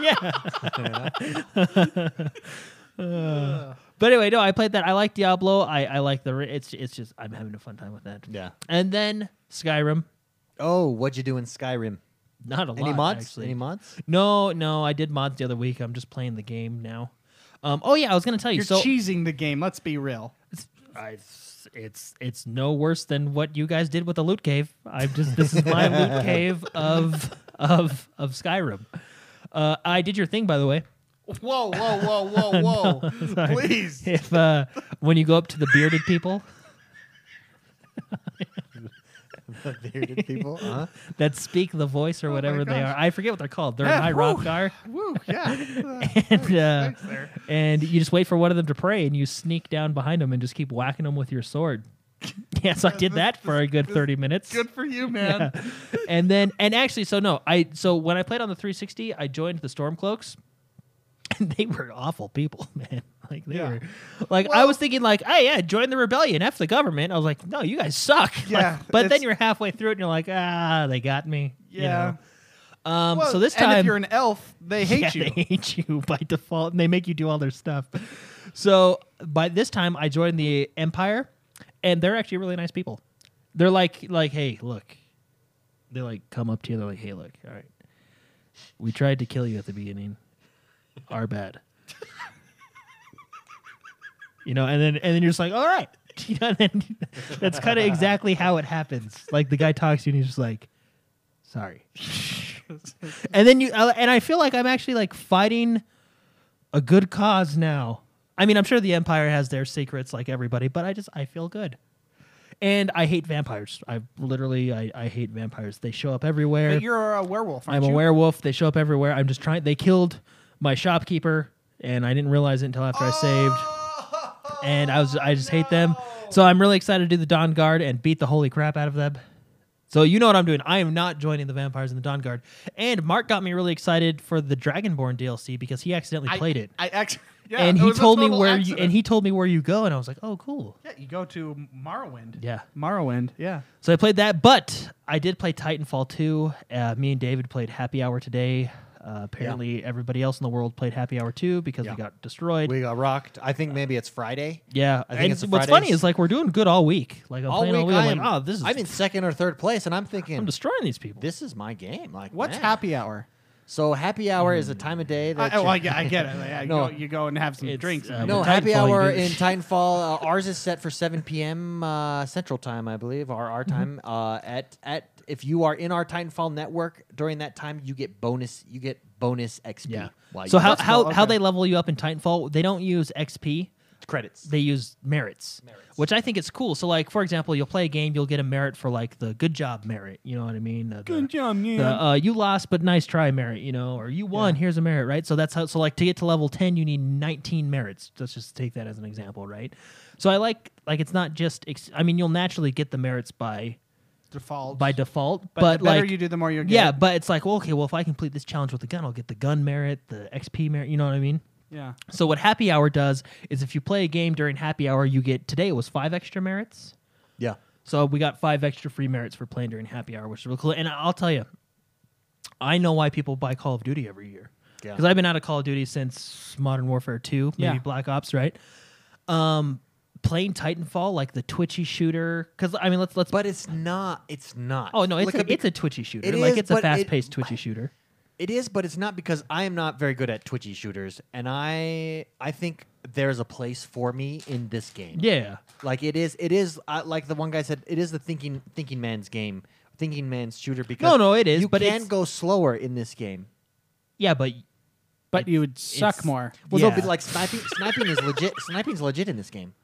Speaker 3: yeah. Uh, but anyway, no, I played that. I like Diablo. I I like the. ri- It's it's just I'm having a fun time with that.
Speaker 4: Yeah.
Speaker 3: And then Skyrim,
Speaker 4: Oh, what'd you do in Skyrim?
Speaker 3: not a lot.
Speaker 4: Any mods?
Speaker 3: Actually.
Speaker 4: Any mods?
Speaker 3: No, no, I did mods the other week. I'm just playing the game now. Um, oh yeah, I was gonna tell you.
Speaker 2: You're
Speaker 3: so
Speaker 2: cheesing the game. Let's be real.
Speaker 3: I, it's it's no worse than what you guys did with the loot cave. I'm just this is my loot cave of of of Skyrim. Uh, I did your thing by the way.
Speaker 2: Whoa, whoa, whoa, whoa, whoa! Please.
Speaker 3: If uh, when you go up to the bearded people,
Speaker 4: The bearded people, uh-huh. huh?
Speaker 3: that speak the voice or whatever they
Speaker 2: Oh gosh.
Speaker 3: are. I forget what they're called. They're
Speaker 2: Yeah,
Speaker 3: my
Speaker 2: whew.
Speaker 3: Rothgar.
Speaker 2: Woo, yeah.
Speaker 3: And, uh,
Speaker 2: Thanks there.
Speaker 3: and you just wait for one of them to pray and you sneak down behind them and just keep whacking them with your sword. yeah, so I did that for a good 30 minutes.
Speaker 2: Good for you, man.
Speaker 3: and then and actually so no i so when i played on the 360 i joined the stormcloaks and they were awful people man like they
Speaker 2: Yeah.
Speaker 3: were like i
Speaker 2: Well-
Speaker 3: was thinking like hey yeah join the rebellion f the government i was like no you guys suck Like,
Speaker 2: Yeah,
Speaker 3: but
Speaker 2: it's-
Speaker 3: then you're halfway through it and you're like ah they got me you
Speaker 2: Yeah.
Speaker 3: know? um
Speaker 2: Well,
Speaker 3: so this
Speaker 2: and
Speaker 3: time
Speaker 2: if you're an elf, they hate you.
Speaker 3: yeah, They hate you by default, and they make you do all their stuff. So by this time, I joined the Empire, and they're actually really nice people. They're like, like, hey, look. They like come up to you. They're like, hey, look, all right. We tried to kill you at the beginning. Our bad. you know, and then and then you're just like, all right. You know, and then that's kind of exactly how it happens. Like the guy talks to you, and he's just like, sorry and then you uh, and I feel like I'm actually like fighting a good cause now. I mean, I'm sure the Empire has their secrets, like everybody, but I just I feel good. And I hate vampires. I literally I, I hate vampires. They show up everywhere.
Speaker 2: But you're a werewolf, aren't
Speaker 3: I'm a
Speaker 2: you?
Speaker 3: werewolf. They show up everywhere. I'm just trying. They killed my shopkeeper, and I didn't realize it until after I saved. And I was I just hate them. So I'm really excited to do the Dawn Guard and beat the holy crap out of them. So you know what I'm doing. I am not joining the vampires in the Dawn Guard. And Mark got me really excited for the Dragonborn DLC because he accidentally
Speaker 2: I
Speaker 3: played it.
Speaker 2: I actually. Yeah,
Speaker 3: and
Speaker 2: it
Speaker 3: he
Speaker 2: was a
Speaker 3: told me
Speaker 2: total
Speaker 3: where
Speaker 2: accident.
Speaker 3: you and he told me where you go, and I was like, oh cool.
Speaker 2: Yeah, you go to Morrowind.
Speaker 3: Yeah.
Speaker 2: Morrowind. Yeah.
Speaker 3: So I played that, but I did play Titanfall 2. Uh, me and David played Happy Hour today. Uh, apparently, everybody else in the world played Happy Hour 2 because
Speaker 4: Yeah.
Speaker 3: we got destroyed.
Speaker 4: We got rocked. I think maybe it's Friday.
Speaker 3: yeah,
Speaker 4: I think
Speaker 3: and
Speaker 4: it's the
Speaker 3: what's funny
Speaker 4: Fridays.
Speaker 3: is like we're doing good all week. Like I'm playing all week. I'm like, oh, this is
Speaker 4: I'm in second or third place, and I'm thinking,
Speaker 3: I'm destroying these people.
Speaker 4: this is my game. Like,
Speaker 2: What's
Speaker 4: man.
Speaker 2: happy hour?
Speaker 4: So happy hour
Speaker 3: Mm.
Speaker 4: is a time of day
Speaker 2: I,
Speaker 4: that.
Speaker 2: well,
Speaker 4: you-
Speaker 2: I, get- I get it. Like, I
Speaker 4: No.
Speaker 2: go, you go and have some
Speaker 3: It's,
Speaker 2: drinks.
Speaker 3: uh,
Speaker 4: no,
Speaker 3: Titanfall,
Speaker 4: happy
Speaker 3: you
Speaker 4: hour
Speaker 3: do.
Speaker 4: in Titanfall. Uh, ours is set for 7 p.m. Uh, Central Time, I believe, or
Speaker 3: Mm-hmm.
Speaker 4: our time. Uh, at at if you are in our Titanfall network during that time, you get bonus. You get bonus XP.
Speaker 3: yeah.
Speaker 4: while
Speaker 3: So
Speaker 4: you-
Speaker 3: how
Speaker 2: That's
Speaker 3: how,
Speaker 2: cool,
Speaker 3: how
Speaker 2: okay.
Speaker 3: they level you up in Titanfall? They don't use XP.
Speaker 1: Credits.
Speaker 3: they use merits, which I think it's cool. So, like for example, you'll play a game, you'll get a merit for like the good job merit. You know what I mean? Uh, the-
Speaker 2: Good job, man.
Speaker 3: the, uh, you lost, but nice try merit. You know, or you won. Here's a merit, right? So that's how. So like to get to level ten, you need nineteen merits. Let's just take that as an example, right? So I like like it's not just. Ex- I mean, you'll naturally get the merits by
Speaker 2: Default.
Speaker 3: by default, but,
Speaker 2: but, the better
Speaker 3: like
Speaker 2: you do, the more you're getting.
Speaker 3: yeah, but it's like well, okay, well if I complete this challenge with the gun, I'll get the gun merit, the XP merit. You know what I mean?
Speaker 2: yeah.
Speaker 3: So what happy hour does is if you play a game during happy hour, you get today it was five extra merits.
Speaker 1: Yeah.
Speaker 3: So we got five extra free merits for playing during happy hour, which is really cool. And I'll tell you, I know why people buy Call of Duty every year
Speaker 1: Yeah.
Speaker 3: because I've been out of Call of Duty since Modern Warfare Two, maybe
Speaker 2: Yeah.
Speaker 3: Black Ops, right? Um, playing Titanfall, like the twitchy shooter, because I mean, let's let's.
Speaker 1: But it's not. It's not.
Speaker 3: oh no, it's
Speaker 1: Like uh,
Speaker 3: a,
Speaker 1: a big-
Speaker 3: it's a twitchy shooter.
Speaker 1: It
Speaker 3: like
Speaker 1: is,
Speaker 3: it's a
Speaker 1: but it-
Speaker 3: fast paced twitchy shooter.
Speaker 1: It is, but it's not because I am not very good at twitchy shooters, and I I think there's a place for me in this game.
Speaker 3: Yeah.
Speaker 1: Like it is, it is uh, like the one guy said, it is the thinking thinking man's game, thinking man's shooter. Because
Speaker 3: No, no, it is,
Speaker 1: You
Speaker 3: but
Speaker 1: can
Speaker 3: it's-
Speaker 1: go slower in this game.
Speaker 3: Yeah, but
Speaker 2: But you would suck
Speaker 3: it's-
Speaker 2: more.
Speaker 1: Well, no,
Speaker 3: Yeah.
Speaker 1: but like sniping, sniping is legit. Sniping's legit in this game.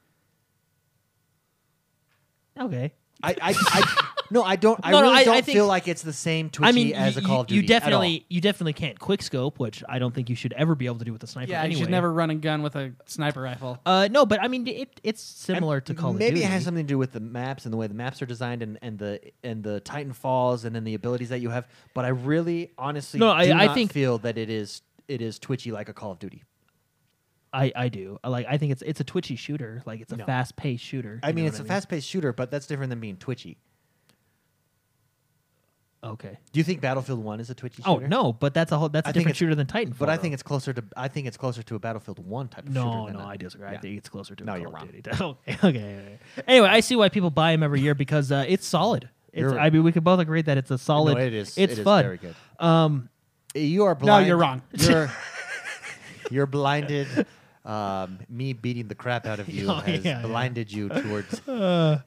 Speaker 3: okay.
Speaker 1: I, I, I no, I don't. I
Speaker 3: No, no,
Speaker 1: really
Speaker 3: I- I
Speaker 1: don't
Speaker 3: think-
Speaker 1: feel like it's the same twitchy
Speaker 3: I mean,
Speaker 1: as
Speaker 3: you,
Speaker 1: a Call of
Speaker 3: you-
Speaker 1: Duty.
Speaker 3: you definitely you definitely can't quick scope, which I don't think you should ever be able to do with a sniper.
Speaker 2: Yeah,
Speaker 3: anyway.
Speaker 2: you should never run a gun with a sniper rifle.
Speaker 3: Uh, no, but I mean, it, it's similar to Call
Speaker 1: Maybe
Speaker 3: of Duty.
Speaker 1: it has something to do with the maps and the way the maps are designed, and, and the and the Titanfalls, and then the abilities that you have. But I really, honestly,
Speaker 3: No, I-
Speaker 1: do
Speaker 3: I
Speaker 1: not
Speaker 3: think-
Speaker 1: feel that it is it is twitchy like a Call of Duty.
Speaker 3: I, I do. I Like I think it's it's a twitchy shooter. Like it's a fast paced shooter.
Speaker 1: I
Speaker 3: you
Speaker 1: mean,
Speaker 3: know
Speaker 1: it's
Speaker 3: what
Speaker 1: a fast paced shooter, but that's different than being twitchy.
Speaker 3: Okay.
Speaker 1: Do you think Battlefield One is a twitchy
Speaker 3: Oh
Speaker 1: shooter?
Speaker 3: no, but that's a whole that's a
Speaker 1: I think
Speaker 3: different
Speaker 1: it's-
Speaker 3: shooter than Titanfall.
Speaker 1: But I
Speaker 3: though.
Speaker 1: think it's closer to I think it's closer to a Battlefield One type of shooter.
Speaker 3: no,
Speaker 1: than
Speaker 3: no,
Speaker 1: a-
Speaker 3: I disagree. I
Speaker 1: yeah.
Speaker 3: think it's closer to
Speaker 1: No,
Speaker 3: a
Speaker 1: you're
Speaker 3: Call of
Speaker 1: wrong.
Speaker 3: Duty. okay, okay, okay. Anyway, I see why people buy them every year because uh, it's solid. It's,
Speaker 1: You're-
Speaker 3: I mean, we could both agree that it's a solid.
Speaker 1: it is-
Speaker 3: It's
Speaker 1: it is
Speaker 3: fun.
Speaker 1: very good.
Speaker 3: Um,
Speaker 1: You are
Speaker 2: no,
Speaker 1: blind.
Speaker 2: you're wrong.
Speaker 1: You're you're blinded. Um, me beating the crap out of you
Speaker 3: Oh,
Speaker 1: has
Speaker 3: yeah, yeah.
Speaker 1: blinded you towards.
Speaker 3: No,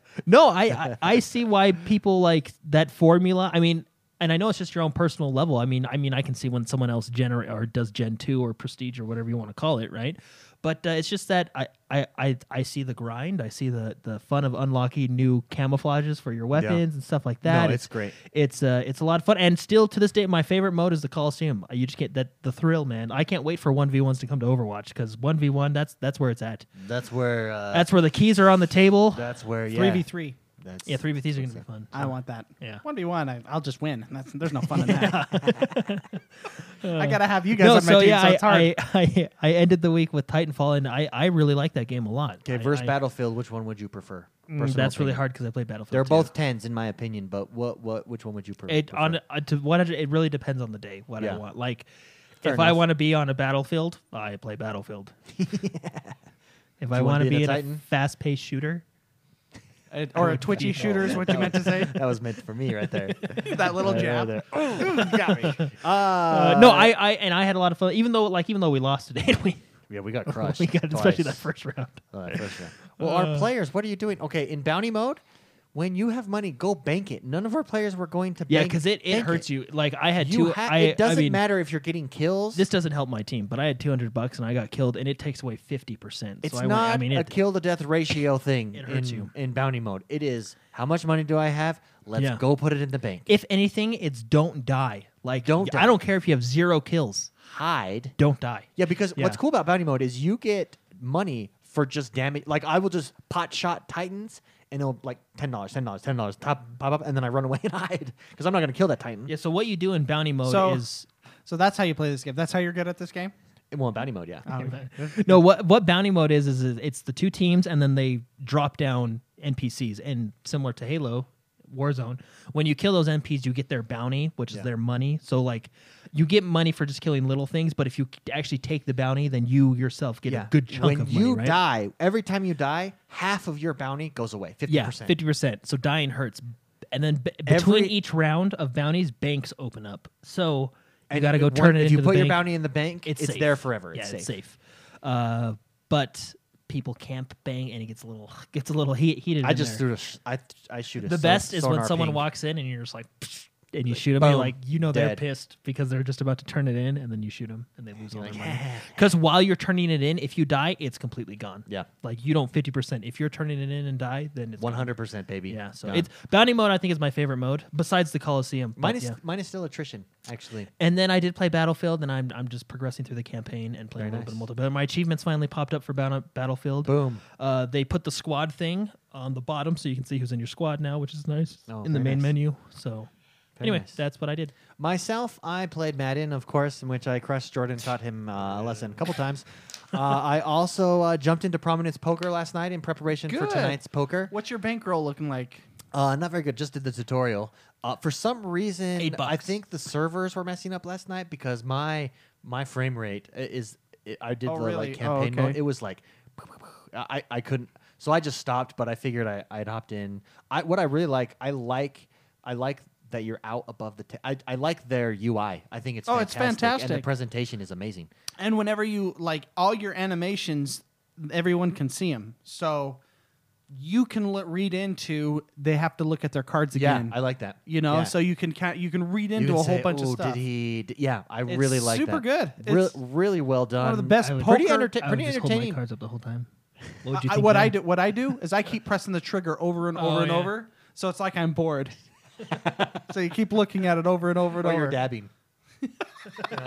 Speaker 3: I, I I see why people like that formula. I mean, and I know it's just your own personal level. I mean, I mean, I can see when someone else generate or does Gen two or Prestige or whatever you want to call it, right? But uh, it's just that I, I, I, I see the grind. I see the, the fun of unlocking new camouflages for your weapons and stuff like that.
Speaker 1: it's great.
Speaker 3: It's uh, it's a lot of fun. And still to this day, my favorite mode is the Coliseum. Uh, You just get that the thrill, man. I can't wait for one v ones to come to Overwatch because one v one that's that's where it's at.
Speaker 1: That's where. Uh,
Speaker 3: That's where the keys are on the table.
Speaker 1: that's where. Yeah.
Speaker 2: Three v three.
Speaker 1: That's,
Speaker 3: yeah, three v threes are gonna be fun.
Speaker 2: I want that.
Speaker 3: Yeah.
Speaker 2: One v one. I- I'll just win. That's, there's no fun in that. I gotta have you guys
Speaker 3: no,
Speaker 2: on my
Speaker 3: so
Speaker 2: team,
Speaker 3: yeah,
Speaker 2: so it's hard.
Speaker 3: I, I, I, I ended the week with Titanfall, and I, I really like that game a lot.
Speaker 1: Okay,
Speaker 3: I-
Speaker 1: versus
Speaker 3: I-
Speaker 1: Battlefield, which one would you prefer?
Speaker 3: mm,
Speaker 1: Personal
Speaker 3: That's really
Speaker 1: opinion.
Speaker 3: hard because I played Battlefield.
Speaker 1: They're
Speaker 3: 2.
Speaker 1: both tens in my opinion, but what what which one would you pre- prefer?
Speaker 3: It on uh, to one hundred. It really depends on the day what I
Speaker 1: Yeah.
Speaker 3: want. Like,
Speaker 1: Fair
Speaker 3: if I
Speaker 1: enough.
Speaker 3: want to be on a battlefield, I play Battlefield. If I
Speaker 1: you wanna
Speaker 3: want to
Speaker 1: be in
Speaker 3: be
Speaker 1: a
Speaker 3: in a,
Speaker 1: Titan?
Speaker 3: fast-paced shooter,
Speaker 2: It- or a twitchy shooter is what you meant to say.
Speaker 1: Oh, that was meant for me right there.
Speaker 2: that little jab. Ooh, got me.
Speaker 3: uh, no, I, I and I had a lot of fun. Even though, like, even though we lost today, we
Speaker 1: yeah, we got crushed.
Speaker 3: we got especially that
Speaker 1: twice.
Speaker 3: first round.
Speaker 1: Uh, first round. Well,
Speaker 3: Uh.
Speaker 1: our players, what are you doing? Okay, in bounty mode, when you have money, go bank it. None of our players were going to.
Speaker 3: Yeah,
Speaker 1: bank-
Speaker 3: because it, it
Speaker 1: bank
Speaker 3: hurts you. Like, I had
Speaker 1: You
Speaker 3: two.
Speaker 1: ha-
Speaker 3: I,
Speaker 1: it doesn't
Speaker 3: I mean,
Speaker 1: matter if you're getting kills.
Speaker 3: this doesn't help my team, but I had 200 bucks and I got killed, and it takes away 50 percent.
Speaker 1: it's
Speaker 3: so I
Speaker 1: not
Speaker 3: went, I mean,
Speaker 1: a
Speaker 3: it,
Speaker 1: kill to death ratio thing.
Speaker 3: It hurts
Speaker 1: in,
Speaker 3: you.
Speaker 1: in bounty mode. It is how much money do I have? Let's
Speaker 3: Yeah.
Speaker 1: go put it in the bank.
Speaker 3: if anything, it's don't die. Like,
Speaker 1: Don't
Speaker 3: I
Speaker 1: die.
Speaker 3: don't care if you have zero kills.
Speaker 1: Hide.
Speaker 3: Don't die.
Speaker 1: Yeah, because what's
Speaker 3: Yeah.
Speaker 1: cool about bounty mode is you get money for just damage. Like I will just pot shot titans and it'll like ten dollars, ten dollars, ten dollars, top pop up, and then I run away and hide because I'm not gonna kill that titan.
Speaker 3: Yeah. So what you do in bounty mode
Speaker 2: So-
Speaker 3: is
Speaker 2: So that's how you play this game. That's how you're good at this game.
Speaker 1: It won't bounty mode, yeah.
Speaker 3: no. What what bounty mode is is is it's the two teams, and then they drop down NPCs, and similar to Halo. Warzone. When you kill those NPCs, you get their bounty, which is their money. So like, you get money for just killing little things, but if you actually take the bounty, then you yourself get
Speaker 1: yeah.
Speaker 3: a good chunk
Speaker 1: when
Speaker 3: of money.
Speaker 1: you
Speaker 3: right?
Speaker 1: die, every time you die, half of your bounty goes away. Fifty
Speaker 3: Yeah,
Speaker 1: percent.
Speaker 3: fifty percent. So dying hurts, and then b- between
Speaker 1: Every-
Speaker 3: each round of bounties, banks open up. So you
Speaker 1: And
Speaker 3: got to go
Speaker 1: if-
Speaker 3: turn it
Speaker 1: If
Speaker 3: into
Speaker 1: you
Speaker 3: the
Speaker 1: put your
Speaker 3: bank.
Speaker 1: bounty in the bank, it's,
Speaker 3: safe.
Speaker 1: there forever. It's safe.
Speaker 3: yeah, it's safe. Uh, but people camp bang, and it gets a little gets a little heat, heated.
Speaker 1: I
Speaker 3: in
Speaker 1: just
Speaker 3: there.
Speaker 1: threw a. Sh- I I shoot a.
Speaker 3: the
Speaker 1: so-
Speaker 3: best is when
Speaker 1: sonar
Speaker 3: someone
Speaker 1: ping.
Speaker 3: walks in and you're just like, and you shoot them, you're
Speaker 7: boom,
Speaker 3: like, you know, they're
Speaker 7: dead.
Speaker 3: pissed because they're just about to turn it in, and then you shoot them, and they lose all their money. Because while you're turning it in, if you die, it's completely gone.
Speaker 1: Yeah.
Speaker 3: like you don't fifty percent. If you're turning it in and die, then it's
Speaker 1: One hundred percent, baby.
Speaker 3: Yeah, so
Speaker 1: Done.
Speaker 3: it's bounty mode. I think is my favorite mode besides the Coliseum. but
Speaker 1: mine is
Speaker 3: yeah.
Speaker 1: mine is still attrition actually.
Speaker 3: And then I did play Battlefield, and I'm I'm just progressing through the campaign and playing
Speaker 1: Very
Speaker 3: a little
Speaker 1: nice.
Speaker 3: bit of multiplayer. My achievements finally popped up for Battle- Battlefield.
Speaker 1: Boom.
Speaker 3: Uh, they put the squad thing on the bottom, so you can see who's in your squad now, which is nice
Speaker 1: Oh,
Speaker 3: in the
Speaker 1: very
Speaker 3: main
Speaker 1: nice.
Speaker 3: menu. So,
Speaker 1: Very
Speaker 3: anyway,
Speaker 1: nice.
Speaker 3: that's what I did.
Speaker 1: Myself, I played Madden, of course, in which I crushed Jordan, taught him uh, a lesson a couple times. Uh, I also uh, jumped into prominence poker last night in preparation for
Speaker 2: Good.
Speaker 1: tonight's poker.
Speaker 2: What's your bankroll looking like?
Speaker 1: Uh, not very good. Just did the tutorial. Uh, for some reason,
Speaker 3: Eight
Speaker 1: I
Speaker 3: bucks.
Speaker 1: think the servers were messing up last night because my my frame rate i- is. i I did
Speaker 2: Oh,
Speaker 1: the
Speaker 2: really?
Speaker 1: like
Speaker 2: Oh,
Speaker 1: campaign mode.
Speaker 2: okay.
Speaker 1: It was like I I couldn't. So I just stopped. But I figured I I'd hopped in. I what I really like. I like I like that you're out above the. T- I I like their UI. I think it's
Speaker 2: Oh, it's
Speaker 1: fantastic, and the
Speaker 2: fantastic.
Speaker 1: presentation is amazing.
Speaker 2: And whenever you like all your animations, everyone can see them. So you can l- read into they have to look at their cards again.
Speaker 1: I like that.
Speaker 2: you know,
Speaker 1: Yeah.
Speaker 2: so you can ca- you can read
Speaker 1: You
Speaker 2: into
Speaker 1: can
Speaker 2: a whole
Speaker 1: say,
Speaker 2: bunch of
Speaker 1: "Ooh,
Speaker 2: stuff.
Speaker 1: Did he? d- yeah, I really like
Speaker 2: super
Speaker 1: that.
Speaker 2: good.
Speaker 1: Re-
Speaker 2: It's-
Speaker 1: really well done.
Speaker 2: of the best
Speaker 3: I would-
Speaker 2: poker.
Speaker 1: pretty enterta-
Speaker 3: I would
Speaker 1: pretty
Speaker 3: just hold my
Speaker 1: entertaining.
Speaker 3: cards up the whole time. What would you
Speaker 2: I-
Speaker 3: think
Speaker 2: what
Speaker 3: of
Speaker 2: I
Speaker 3: that?
Speaker 2: do, what I do is I keep pressing the trigger over and over
Speaker 3: Oh,
Speaker 2: and
Speaker 3: yeah.
Speaker 2: over. So it's like I'm bored. so you keep looking at it over and over and
Speaker 1: Or
Speaker 2: over.
Speaker 1: you're dabbing.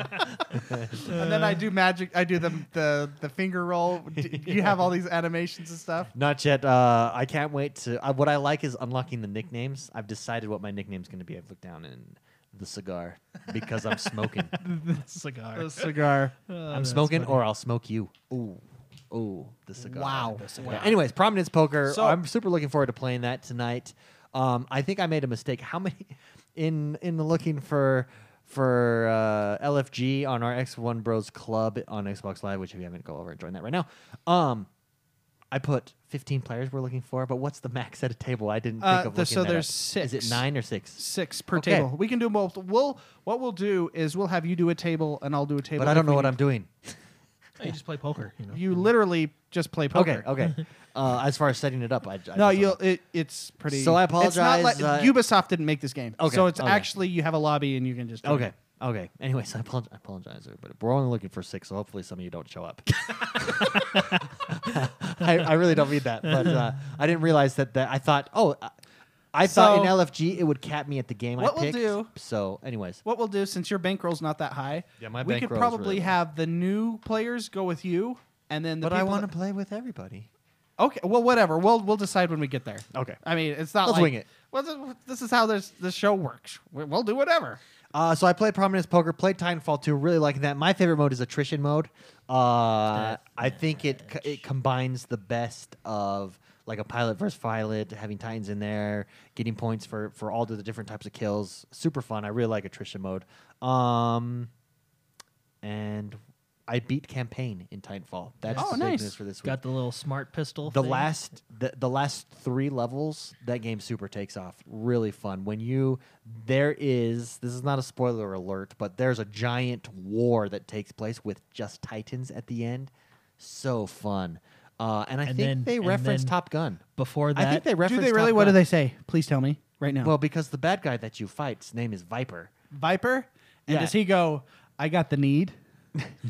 Speaker 2: And then I do magic. I do the the, the finger roll. D- You have all these animations and stuff.
Speaker 1: Not yet. Uh, I can't wait to. I, what I like is unlocking the nicknames. I've decided what my nickname's going to be. I've looked down and the cigar because I'm smoking.
Speaker 3: Cigar.
Speaker 2: The cigar.
Speaker 1: I'm smoking, or I'll smoke you. Ooh, ooh, the cigar.
Speaker 2: Oh, Wow.
Speaker 1: The cigar. Anyways, prominence poker.
Speaker 2: So-
Speaker 1: I'm super looking forward to playing that tonight. Um, I think I made a mistake. How many in in looking for for uh, LFG on our X1 Bros Club on Xbox Live, which if you haven't, go over and join that right now. Um, I put 15 players we're looking for, but what's the max at a table? I didn't think
Speaker 2: Uh,
Speaker 1: of
Speaker 2: the-
Speaker 1: looking
Speaker 2: so
Speaker 1: that
Speaker 2: there's
Speaker 1: up. Is
Speaker 2: six.
Speaker 1: it nine or six?
Speaker 2: Six per
Speaker 1: Okay.
Speaker 2: table. We can do both. We'll what we'll do is we'll have you do a table and I'll do a table.
Speaker 1: But I don't
Speaker 2: if
Speaker 1: know
Speaker 2: we
Speaker 1: what
Speaker 2: need
Speaker 1: I'm doing.
Speaker 3: You just play poker. You know.
Speaker 2: to. You literally just play poker.
Speaker 1: Okay, okay. uh, as far as setting it up, I, I just
Speaker 2: No,
Speaker 1: don't
Speaker 2: you'll
Speaker 1: know.
Speaker 2: it, it's pretty.
Speaker 1: So I
Speaker 2: It's not like,
Speaker 1: apologize, uh,
Speaker 2: Ubisoft didn't make this game.
Speaker 1: Okay,
Speaker 2: So it's
Speaker 1: okay.
Speaker 2: actually you have a lobby and you can just. join.
Speaker 1: Okay. Okay. Anyways, I apologize, I apologize everybody. We're only looking for six, so hopefully some of you don't show up. I, I really don't mean that, but uh, I didn't realize that. That I thought, oh, I, I thought in
Speaker 2: So-
Speaker 1: LFG it would cap me at the game
Speaker 2: What
Speaker 1: I
Speaker 2: we'll
Speaker 1: picked.
Speaker 2: do-
Speaker 1: So, anyways,
Speaker 2: What we'll do since your bankroll's not that high.
Speaker 1: Yeah, my
Speaker 2: We could
Speaker 1: bankroll's really
Speaker 2: probably
Speaker 1: low.
Speaker 2: have the new players go with you, and then the
Speaker 1: but I
Speaker 2: people
Speaker 1: want to
Speaker 2: that-
Speaker 1: play with everybody.
Speaker 2: Okay, well, whatever. We'll we'll decide when we get there.
Speaker 1: Okay.
Speaker 2: I mean, it's not
Speaker 1: Let's
Speaker 2: like,
Speaker 1: wing it.
Speaker 2: Well, th- this is how this the show works. We- We'll do whatever.
Speaker 1: Uh, so I played Prominence Poker, played Titanfall 2, really liking that. My favorite mode is attrition mode. Uh, I think it co- it combines the best of like a pilot versus pilot, having Titans in there, getting points for for all the different types of kills. Super fun. I really like attrition mode. Um, and I beat campaign in Titanfall. That's
Speaker 2: Oh,
Speaker 1: the big
Speaker 2: nice.
Speaker 1: news for this week.
Speaker 3: Got the little smart pistol.
Speaker 1: The
Speaker 3: thing.
Speaker 1: last the, the last three levels, that game super takes off. Really fun. When you there is this is not a spoiler alert, but there's a giant war that takes place with just Titans at the end. So fun. Uh, and I
Speaker 3: And
Speaker 1: think
Speaker 3: then-
Speaker 1: they
Speaker 3: and
Speaker 1: reference
Speaker 3: then
Speaker 1: Top Gun.
Speaker 3: before
Speaker 1: I
Speaker 3: that.
Speaker 1: think they reference.
Speaker 2: do they really?
Speaker 1: Top
Speaker 2: What do
Speaker 1: Gun.
Speaker 2: they say? Please tell me right now.
Speaker 1: Well, because the bad guy that you fight's name is Viper.
Speaker 2: Viper. And
Speaker 1: Yeah.
Speaker 2: does he go? I got the need.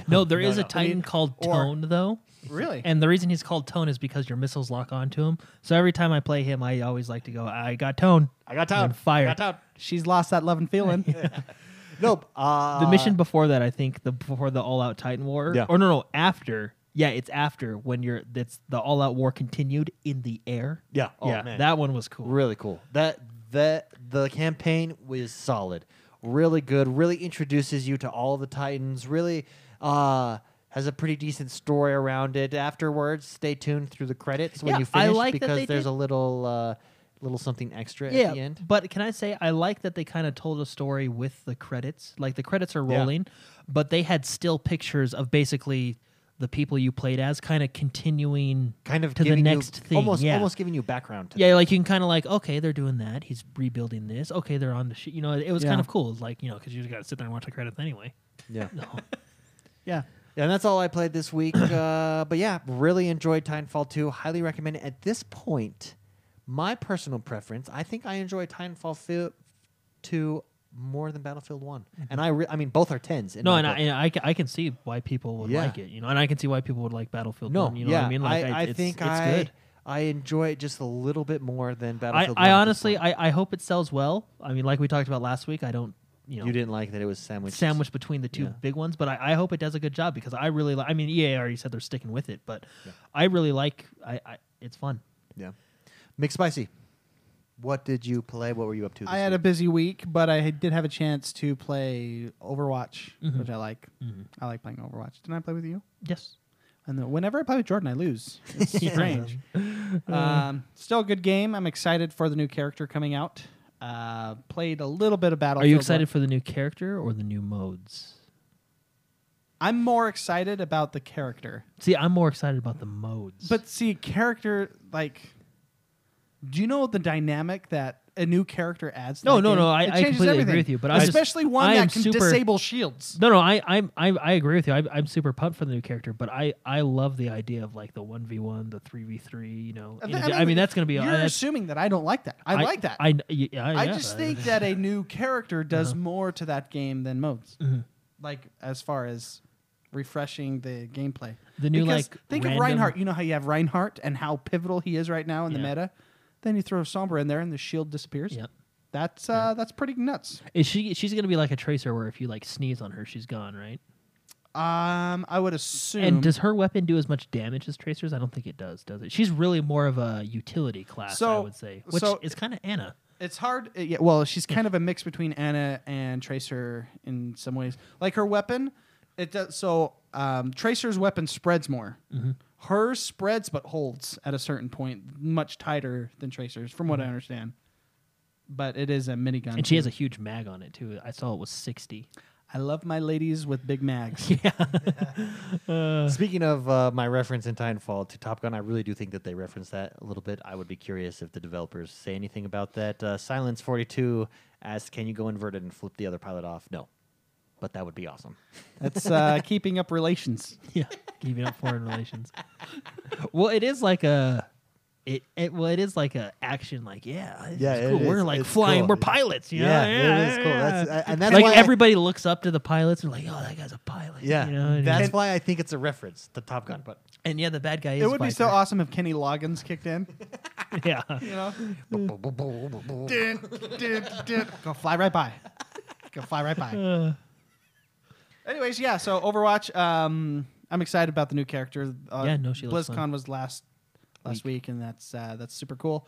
Speaker 3: no, there is
Speaker 2: no.
Speaker 3: a Titan called
Speaker 2: or-
Speaker 3: Tone though.
Speaker 2: Really?
Speaker 3: And the reason he's called Tone is because your missiles lock onto him. So every time I play him, I always like to go, I got Tone.
Speaker 1: I got
Speaker 3: And
Speaker 1: down.
Speaker 3: then fire.
Speaker 1: Got down.
Speaker 2: She's lost that love and feeling.
Speaker 1: Nope. Uh,
Speaker 3: the mission before that, I think, the before the All Out Titan War.
Speaker 1: Yeah.
Speaker 3: Or no, no, after. Yeah, it's after when you're. That's the All Out War continued in the air.
Speaker 1: Yeah. Oh,
Speaker 3: yeah.
Speaker 1: man.
Speaker 3: That one was cool.
Speaker 1: Really cool. That that the campaign was solid. Really good. Really introduces you to all the Titans. Really uh has a pretty decent story around it. Afterwards, stay tuned through the credits when
Speaker 3: Yeah,
Speaker 1: you
Speaker 3: I
Speaker 1: finish
Speaker 3: like that
Speaker 1: because
Speaker 3: they
Speaker 1: there's
Speaker 3: did-
Speaker 1: a little uh little something extra
Speaker 3: yeah,
Speaker 1: at the end.
Speaker 3: but can I say I like that they kind of told a story with the credits. Like the credits are
Speaker 1: Yeah.
Speaker 3: rolling, but they had still pictures of basically the people you played as, kind of continuing
Speaker 1: Kind of
Speaker 3: to the
Speaker 1: giving you-
Speaker 3: next thing.
Speaker 1: Almost
Speaker 3: yeah.
Speaker 1: almost giving you background to
Speaker 3: yeah, like you can kind of like okay, they're doing that. He's rebuilding this. Okay, they're on the shit. You know, it was
Speaker 2: Yeah.
Speaker 3: kind of cool. Like you know, because you just got to sit there and watch the credits anyway.
Speaker 1: Yeah.
Speaker 3: No,
Speaker 2: yeah.
Speaker 1: Yeah, and that's all I played this week. uh, but yeah, really enjoyed Titanfall 2. Highly recommend it. At this point, my personal preference, I think I enjoy Titanfall fi- 2 more than Battlefield One, and I, re- I mean, both are tens. In
Speaker 3: Mm-hmm. No,
Speaker 1: my
Speaker 3: and I,
Speaker 1: book.
Speaker 3: and I, ca- I can see why people would
Speaker 1: Yeah.
Speaker 3: like it, you know, and I can see why people would like Battlefield.
Speaker 1: no,
Speaker 3: 1, you know
Speaker 1: yeah,
Speaker 3: what I mean? Like,
Speaker 1: I,
Speaker 3: it's,
Speaker 1: think
Speaker 3: it's
Speaker 1: I,
Speaker 3: good.
Speaker 1: I enjoy it just a little bit more than
Speaker 3: I,
Speaker 1: Battlefield.
Speaker 3: I
Speaker 1: 1 at this
Speaker 3: honestly,
Speaker 1: point.
Speaker 3: I, I hope it sells well. I mean, like we talked about last week, I don't, you know,
Speaker 1: you didn't like that it was sandwiched.
Speaker 3: sandwiched between the two
Speaker 1: Yeah.
Speaker 3: big ones, but I, I hope it does a good job because I really, li- I mean, EA already said they're sticking with it, but I really like, I, I it's fun.
Speaker 1: Yeah, McSpicy. What did you play? What were you up to? This
Speaker 2: I had a busy week, but I did have a chance to play Overwatch,
Speaker 1: Mm-hmm.
Speaker 2: which I like. I like playing Overwatch. Didn't I play with you?
Speaker 3: Yes.
Speaker 2: And the, whenever I play with Jordan, I lose. It's strange. um, still a good game. I'm excited for the new character coming out. Uh, played a little bit of Battlefield.
Speaker 3: Are you
Speaker 2: one.
Speaker 3: excited for the new character or the new modes?
Speaker 2: I'm more excited about the character.
Speaker 3: See, I'm more excited about the modes.
Speaker 2: But see, character like, do you know the dynamic that a new character adds? To
Speaker 3: No,
Speaker 2: that
Speaker 3: no,
Speaker 2: game?
Speaker 3: no, I-
Speaker 2: It
Speaker 3: I
Speaker 2: changes
Speaker 3: completely agree
Speaker 2: everything.
Speaker 3: with you, but I just-
Speaker 2: especially one
Speaker 3: I am
Speaker 2: that can
Speaker 3: super-
Speaker 2: disable shields.
Speaker 3: no, no, I, I'm, I, I agree with you. I, I'm super pumped for the new character, but I, I love the idea of like the one v one, the three v three. You know,
Speaker 2: I
Speaker 3: in
Speaker 2: thi-
Speaker 3: a- I mean that's gonna be.
Speaker 2: You're
Speaker 3: that's-
Speaker 2: assuming that I don't like that. I, like that.
Speaker 3: I, kn- y- yeah,
Speaker 2: I
Speaker 3: yeah, Uh-huh.
Speaker 2: just
Speaker 3: uh,
Speaker 2: think that a new character does more to that game than modes.
Speaker 3: Mm-hmm.
Speaker 2: Like as far as refreshing the gameplay.
Speaker 3: The new,
Speaker 2: Because
Speaker 3: like,
Speaker 2: think
Speaker 3: random-
Speaker 2: of Reinhardt. You know how you have Reinhardt and how pivotal he is right now in the
Speaker 3: Yeah.
Speaker 2: meta. Then you throw Sombra in there and the shield disappears.
Speaker 3: Yep.
Speaker 2: That's uh, that's pretty nuts.
Speaker 3: Is she she's gonna be like a tracer where if you like sneeze on her, she's gone, right?
Speaker 2: Um, I would assume.
Speaker 3: And does her weapon do as much damage as tracers? I don't think it does, does it? She's really more of a utility class, I
Speaker 2: So-
Speaker 3: would say, which
Speaker 2: so-
Speaker 3: is kind of Anna.
Speaker 2: It's hard. uh, yeah, well, she's kind of a mix between Anna and Tracer in some ways. Like her weapon, it does. So um, Tracer's weapon spreads more.
Speaker 3: Mm-hmm.
Speaker 2: Hers spreads but holds at a certain point, much tighter than Tracer's, from what I understand. But it is a minigun.
Speaker 3: Mm-hmm. And she has a
Speaker 2: too.
Speaker 3: huge mag on it too. I saw it was sixty.
Speaker 2: I love my ladies with big mags.
Speaker 1: Speaking of uh, my reference in Titanfall to Top Gun, I really do think that they reference that a little bit. I would be curious if the developers say anything about that. Uh, Silence Forty Two asks, "Can you go inverted and flip the other pilot off?" No, but that would be awesome.
Speaker 2: That's uh, keeping up relations.
Speaker 3: Yeah, keeping up foreign relations. Well, it is like a. It, it well, it is like a action. Like yeah, yeah,
Speaker 1: Yeah, it
Speaker 3: cool. we're
Speaker 1: is.
Speaker 3: like
Speaker 1: It's
Speaker 3: flying.
Speaker 1: cool.
Speaker 3: We're pilots. You know?
Speaker 1: Yeah,
Speaker 3: yeah,
Speaker 1: it is cool.
Speaker 3: yeah,
Speaker 1: That's,
Speaker 3: yeah.
Speaker 1: uh, and that's why
Speaker 3: like
Speaker 1: I-
Speaker 3: everybly looks up to the pilots and like, oh, that guy's a pilot.
Speaker 1: yeah,
Speaker 3: you know? and,
Speaker 1: that's
Speaker 3: and,
Speaker 1: why I think it's a reference to Top Gun. But
Speaker 3: yeah, the bad guy is.
Speaker 2: It would be so
Speaker 3: Viper.
Speaker 2: awesome if Kenny Loggins kicked in.
Speaker 3: Yeah,
Speaker 2: You know, Dun, dun, dun. go fly right by. Go fly right by. Anyways, yeah. So Overwatch, um, I'm excited about the new character. Uh,
Speaker 3: Yeah, no, she looks
Speaker 2: BlizzCon
Speaker 3: fun.
Speaker 2: was last last week, and that's uh, that's super cool.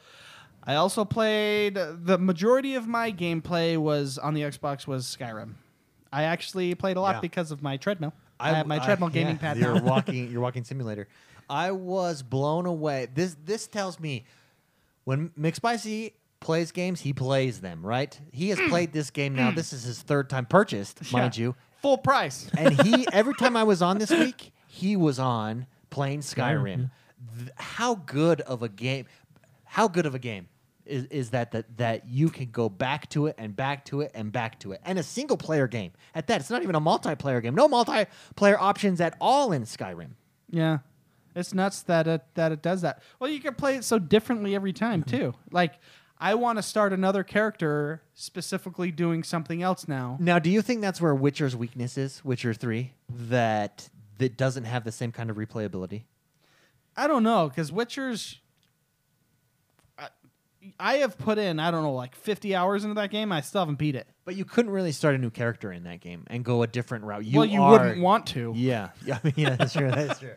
Speaker 2: I also played the majority of my gameplay was on the Xbox was Skyrim. I actually played a lot
Speaker 1: Yeah.
Speaker 2: because of my treadmill. I, have my treadmill gaming
Speaker 1: yeah,
Speaker 2: pad
Speaker 1: Your
Speaker 2: now.
Speaker 1: walking, your walking simulator. I was blown away. This this tells me when McSpicy plays games, he plays them right. He has played this game now. This is his third time purchased, mind
Speaker 2: Yeah.
Speaker 1: you.
Speaker 2: full price.
Speaker 1: And he every time I was on this week, he was on playing Skyrim.
Speaker 2: Mm-hmm.
Speaker 1: Th- how good of a game? How good of a game? Is, is that, that that you can go back to it and back to it and back to it and a single player game at that it's not even a multiplayer game no multiplayer options at all in skyrim
Speaker 2: Yeah. It's nuts that it that it does that. Well, you can play it so differently every time
Speaker 3: Mm-hmm.
Speaker 2: too. Like I want to start another character specifically doing something else
Speaker 3: Mm.
Speaker 2: now.
Speaker 1: Now, do you think that's where Witcher's weakness is, Witcher 3, that that doesn't have the same kind of replayability?
Speaker 2: I don't know cuz Witcher's I, I have put in, I don't know, like 50 hours into that game. I still haven't beat it.
Speaker 1: But you couldn't really start a new character in that game and go a different route. You
Speaker 2: well, you
Speaker 1: are-
Speaker 2: wouldn't want to.
Speaker 1: Yeah. Yeah, I mean, yeah, that's true. That's true.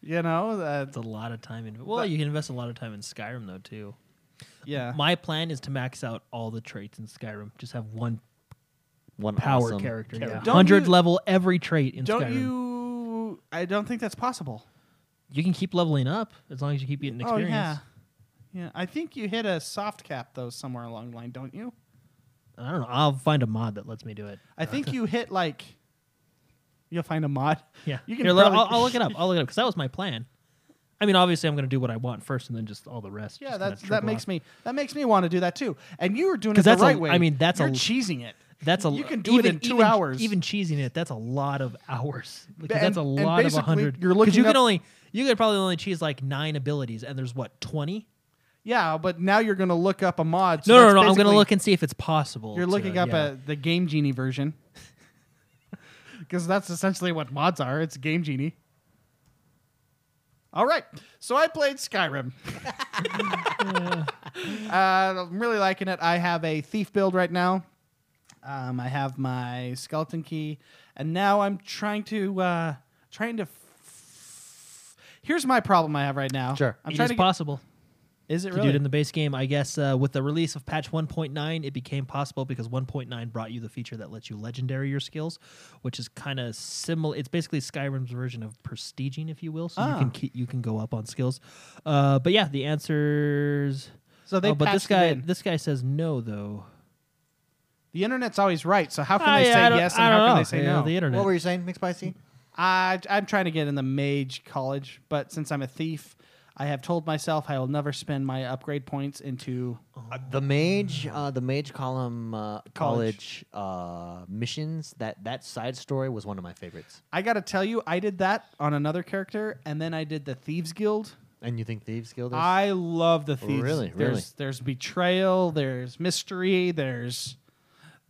Speaker 2: You know,
Speaker 3: it's
Speaker 2: that
Speaker 3: a lot of time. In, well,
Speaker 2: But-
Speaker 3: you can invest a lot of time in Skyrim though too.
Speaker 2: yeah.
Speaker 3: My plan is to max out all the traits in Skyrim. Just have one
Speaker 1: One
Speaker 3: power
Speaker 1: awesome
Speaker 3: character. Yeah.
Speaker 2: Don't
Speaker 3: 100
Speaker 2: you-
Speaker 3: level every trait in
Speaker 2: don't
Speaker 3: Skyrim. You,
Speaker 2: you I don't think that's possible.
Speaker 3: can keep leveling up as long as you keep getting experience.
Speaker 2: Oh yeah. Yeah, I think you hit a soft cap though somewhere along the line, don't you?
Speaker 3: I don't know. I'll find a mod that lets me do it.
Speaker 2: I think you hit like you'll find a mod.
Speaker 3: Yeah.
Speaker 2: you can.
Speaker 3: Here, I'll,
Speaker 2: probably-
Speaker 3: I'll- I'll look it up. I'll look it up because that was my plan. I mean, obviously, I'm going to do what I want first, and then just all the rest.
Speaker 2: Yeah, that's that makes me that makes me want to do that too. And you were doing it
Speaker 3: 'Cause
Speaker 2: the
Speaker 3: that's a-
Speaker 2: right way.
Speaker 3: I mean, that's a-
Speaker 2: you're cheesing it.
Speaker 3: That's a.
Speaker 2: You can do it
Speaker 3: even-
Speaker 2: in two
Speaker 3: even-
Speaker 2: hours.
Speaker 3: Even cheesing it, that's a lot of hours. Because
Speaker 2: Ba-
Speaker 3: that's a
Speaker 2: and- and
Speaker 3: lot of
Speaker 2: basically,
Speaker 3: hundred.
Speaker 2: you're
Speaker 3: Because you
Speaker 2: looking
Speaker 3: can
Speaker 2: up-
Speaker 3: only you could probably only cheese like nine abilities, and there's what twenty.
Speaker 2: Yeah, but now you're going to look up a mod. so
Speaker 3: No, no,
Speaker 2: that's
Speaker 3: no. I'm gonna
Speaker 2: basically-
Speaker 3: look and see if it's possible.
Speaker 2: You're
Speaker 3: to-
Speaker 2: looking up
Speaker 3: yeah.
Speaker 2: at the Game Genie version. Because that's essentially what mods are. It's Game Genie. All right. So I played Skyrim. uh, I'm really liking it. I have a thief build right now. Um, I have my skeleton key, and now I'm trying to uh, trying to. F- Here's my problem I have right now.
Speaker 1: Sure.
Speaker 2: I'm
Speaker 3: It
Speaker 2: trying
Speaker 3: is
Speaker 2: to. Get-
Speaker 3: possible.
Speaker 2: is it
Speaker 3: to
Speaker 2: really?
Speaker 3: do it in the base game. I guess uh, with the release of patch 1.9, it became possible because 1.9 brought you the feature that lets you legendary your skills, which is kind of similar. It's basically Skyrim's version of prestiging, if you will. So you
Speaker 2: Ah.
Speaker 3: can keep, you can go up on skills. Uh, but yeah, the answers.
Speaker 2: so they.
Speaker 3: oh, but
Speaker 2: patched
Speaker 3: this
Speaker 2: it
Speaker 3: guy,
Speaker 2: in.
Speaker 3: this guy says no though.
Speaker 2: The internet's always right, so how can
Speaker 3: Ah,
Speaker 2: they
Speaker 3: yeah, I
Speaker 2: say
Speaker 3: don't-
Speaker 2: yes
Speaker 3: I
Speaker 2: and how
Speaker 3: don't
Speaker 2: can
Speaker 3: know.
Speaker 2: they say
Speaker 3: Yeah,
Speaker 2: no?
Speaker 3: The internet.
Speaker 1: What were you saying, McSpicy?
Speaker 2: I, I'm trying to get in the mage college, but since I'm a thief, I have told myself I will never spend my upgrade points into.
Speaker 1: Uh, the mage, uh, the mage column uh,
Speaker 2: College.
Speaker 1: college uh, missions. That that side story was one of my favorites.
Speaker 2: I gotta tell you, I did that on another character, and then I did the Thieves Guild.
Speaker 1: And you think Thieves Guild is?
Speaker 2: I love the Thieves.
Speaker 1: Really?
Speaker 2: there's,
Speaker 1: Really?
Speaker 2: There's betrayal. There's mystery. There's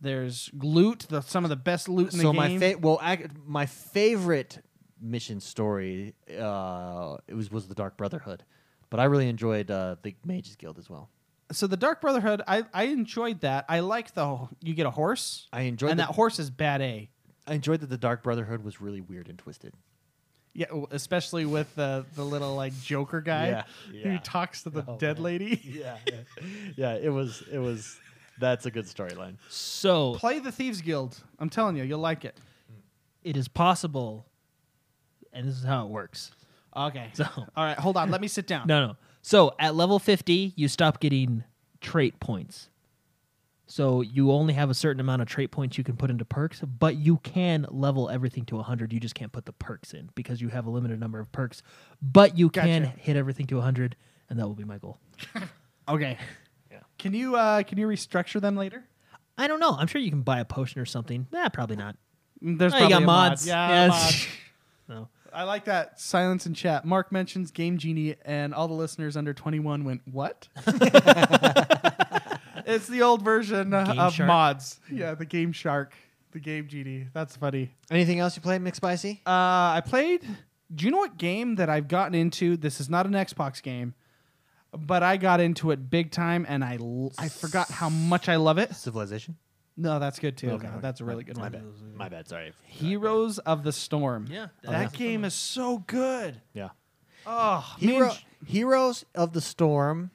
Speaker 2: there's loot. The, some of the best loot in
Speaker 1: so
Speaker 2: the
Speaker 1: my
Speaker 2: game.
Speaker 1: fa- well, ac my favorite mission story uh, it was was the Dark Brotherhood, but I really enjoyed uh, the Mages Guild as well.
Speaker 2: so the Dark Brotherhood, I, I enjoyed that. I like the whole- you get a horse,
Speaker 1: I enjoyed
Speaker 2: and
Speaker 1: the-
Speaker 2: that horse is bad A.
Speaker 1: I enjoyed that the Dark Brotherhood was really weird and twisted.
Speaker 2: Yeah, w- especially with the the little like Joker guy
Speaker 1: Yeah,
Speaker 2: who
Speaker 1: yeah.
Speaker 2: talks to the
Speaker 3: Oh,
Speaker 2: dead lady.
Speaker 1: Yeah, yeah, it was. It was. That's a good storyline.
Speaker 3: So
Speaker 2: Play the Thieves Guild. I'm telling you, you'll like it.
Speaker 3: it is possible, and this is how it works.
Speaker 2: Okay.
Speaker 3: So
Speaker 2: all right, hold on. Let me sit down.
Speaker 3: No, no. So at level 50, you stop getting trait points. So you only have a certain amount of trait points you can put into perks, but you can level everything to 100. You just can't put the perks in because you have a limited number of perks, but you can
Speaker 2: Gotcha.
Speaker 3: hit everything to 100, and that will be my goal.
Speaker 2: Okay. Can you uh can you restructure them later?
Speaker 3: I don't know. I'm sure you can buy a potion or something. Nah, probably not.
Speaker 2: Mm, There's
Speaker 3: Oh, you
Speaker 2: probably
Speaker 3: got
Speaker 2: a
Speaker 3: mods.
Speaker 2: Mod. Yeah, a
Speaker 3: Yes. no.
Speaker 2: mod. I like that silence in chat. Mark mentions Game Genie, and all the listeners under 21 went, "What?" it's the old version uh,
Speaker 3: Game
Speaker 2: of
Speaker 3: Shark?
Speaker 2: mods. Yeah, the Game Shark, the Game Genie. That's funny.
Speaker 1: Anything else you played, McSpicy?
Speaker 2: Uh, I played. Do you know what game that I've gotten into? This is not an Xbox game, but I got into it big time, and I l- I forgot how much I love it.
Speaker 1: Civilization.
Speaker 2: No, that's good too. that's a really good
Speaker 1: My
Speaker 2: one.
Speaker 1: bad. My bad. Sorry.
Speaker 2: Heroes of the Storm.
Speaker 3: Yeah, that
Speaker 2: that
Speaker 3: is a
Speaker 2: game is so good.
Speaker 1: Yeah.
Speaker 2: Oh, me and
Speaker 1: Hero-
Speaker 2: J-
Speaker 1: Heroes of the Storm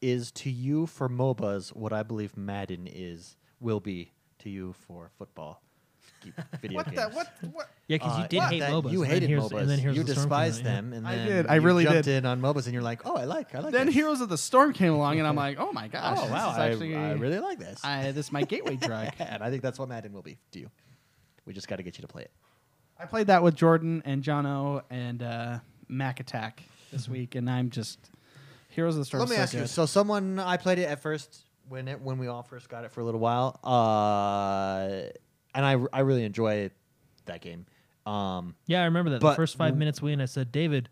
Speaker 1: is to you for MOBAs what I believe Madden is will be to you for football. g- Video
Speaker 2: what
Speaker 1: games.
Speaker 2: the what what?
Speaker 3: Yeah, because
Speaker 1: Uh,
Speaker 3: you did
Speaker 1: what?
Speaker 3: hate
Speaker 1: That-
Speaker 3: MOBAs.
Speaker 1: You
Speaker 3: and then
Speaker 1: hated
Speaker 3: here's-
Speaker 1: MOBAs.
Speaker 3: And then here's
Speaker 1: you
Speaker 3: the storm
Speaker 1: despised
Speaker 3: coming out, yeah.
Speaker 1: them. And
Speaker 2: I
Speaker 1: then
Speaker 2: did. I
Speaker 1: you
Speaker 2: really
Speaker 1: jumped
Speaker 2: did.
Speaker 1: in on MOBAs, and you're like, oh, I like, I like.
Speaker 2: Then
Speaker 1: this.
Speaker 2: Heroes of the Storm came along, and I'm like, oh my gosh!
Speaker 1: Oh wow,
Speaker 2: this is
Speaker 1: I,
Speaker 2: actually,
Speaker 1: I really like this.
Speaker 2: I- this is my gateway drug.
Speaker 1: and I think that's what Madden will be to you. We just got to get you to play it.
Speaker 2: I played that with Jordan and Jono and uh, Mac Attack this week, and I'm just Heroes of the Storm.
Speaker 1: Mm-hmm. Let me
Speaker 2: so
Speaker 1: ask you.
Speaker 2: good.
Speaker 1: So someone I played it at first when it when we all first got it for a little while, uh, and I I really enjoy that game. Um,
Speaker 3: Yeah, I remember that. the
Speaker 1: But-
Speaker 3: first five minutes we in, I said, David,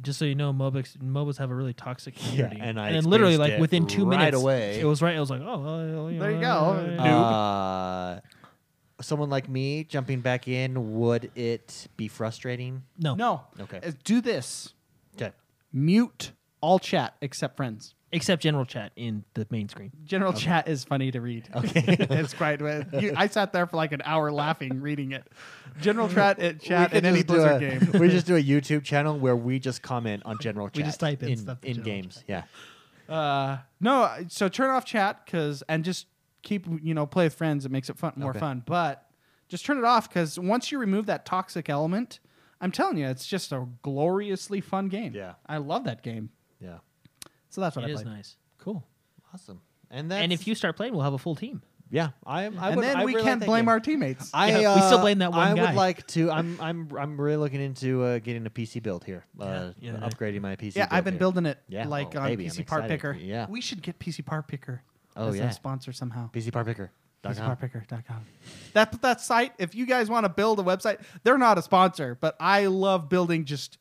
Speaker 3: just so you know, MOBAs, MOBAs have a really toxic community.
Speaker 1: and I
Speaker 3: then literally, like
Speaker 1: experienced it
Speaker 3: within two
Speaker 1: right
Speaker 3: minutes,
Speaker 1: away.
Speaker 3: it was right. It was like, oh, well,
Speaker 2: There you go.
Speaker 3: uh,
Speaker 2: Noob.
Speaker 1: uh, someone like me jumping back in, would it be frustrating?
Speaker 3: No,
Speaker 2: no,
Speaker 1: Okay.
Speaker 2: Uh, do this.
Speaker 1: Okay.
Speaker 2: Mute all chat except friends.
Speaker 3: except general chat in the main screen.
Speaker 2: General chat is funny to read. Okay, it's quite. You, I sat there for like an hour laughing reading it. General chat, it, chat in any Blizzard game.
Speaker 1: we just do a YouTube channel where we just comment on general chat.
Speaker 3: We just type in stuff in
Speaker 1: in
Speaker 3: general
Speaker 1: games.
Speaker 3: chat.
Speaker 1: Yeah.
Speaker 2: Uh, no, so turn off chat because and just keep you know play with friends. It makes it fun, more
Speaker 1: Okay.
Speaker 2: fun. But just turn it off because once you remove that toxic element, I'm telling you, it's just a gloriously fun game.
Speaker 1: Yeah.
Speaker 2: I love that game.
Speaker 1: Yeah.
Speaker 2: So that's what
Speaker 3: It
Speaker 2: I
Speaker 3: is
Speaker 2: played.
Speaker 3: nice, cool.
Speaker 1: Awesome. And that's,
Speaker 3: and if you start playing, we'll have a full team.
Speaker 1: yeah, I am. I
Speaker 2: and
Speaker 1: would,
Speaker 2: then
Speaker 1: I
Speaker 2: we
Speaker 1: really
Speaker 2: can't
Speaker 1: like that
Speaker 2: blame
Speaker 1: game.
Speaker 2: our teammates.
Speaker 1: I,
Speaker 3: Yeah, we still
Speaker 1: uh,
Speaker 3: blame that one
Speaker 1: I
Speaker 3: guy.
Speaker 1: would like to. I'm I'm I'm really looking into uh, getting a PC build here. Uh,
Speaker 3: Yeah, yeah.
Speaker 1: upgrading my PC.
Speaker 2: yeah,
Speaker 1: build
Speaker 2: I've been
Speaker 1: here.
Speaker 2: building it
Speaker 1: Yeah,
Speaker 2: like
Speaker 1: oh,
Speaker 2: on
Speaker 1: baby, I'm
Speaker 2: PC Part
Speaker 1: excited.
Speaker 2: Picker.
Speaker 1: Yeah.
Speaker 2: we should get PC Part Picker
Speaker 1: Oh,
Speaker 2: as
Speaker 1: yeah.
Speaker 2: a sponsor somehow.
Speaker 1: PC Part Picker. dot com.
Speaker 2: PCPartPicker.com. That that site. If you guys want to build a website, they're not a sponsor, but I love building just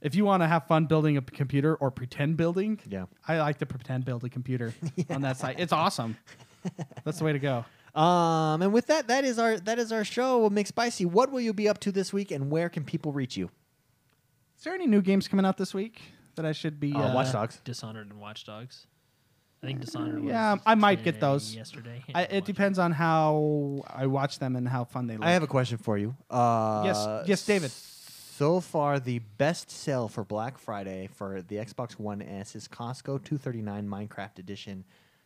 Speaker 2: If you want to have fun building a p- computer or pretend building,
Speaker 1: Yeah.
Speaker 2: I like to pretend build a computer on that site. It's awesome. That's the way to go.
Speaker 1: Um, and with that, that is our that is our show. Mix spicy. What will you be up to this week, and where can people reach you?
Speaker 2: Is there any new games coming out this week that I should be?
Speaker 1: Uh, Watch Dogs.
Speaker 3: Dishonored and Watch Dogs. I think Dishonored. Was
Speaker 2: Yeah, I might get
Speaker 3: today,
Speaker 2: those.
Speaker 3: Yesterday.
Speaker 2: I,
Speaker 3: Watch
Speaker 2: it depends on how I watch them and how fun they look.
Speaker 1: I have a question for you. Uh,
Speaker 2: yes, yes, David.
Speaker 1: So far, the best sale for Black Friday for the Xbox One S is Costco two thirty nine Minecraft Edition,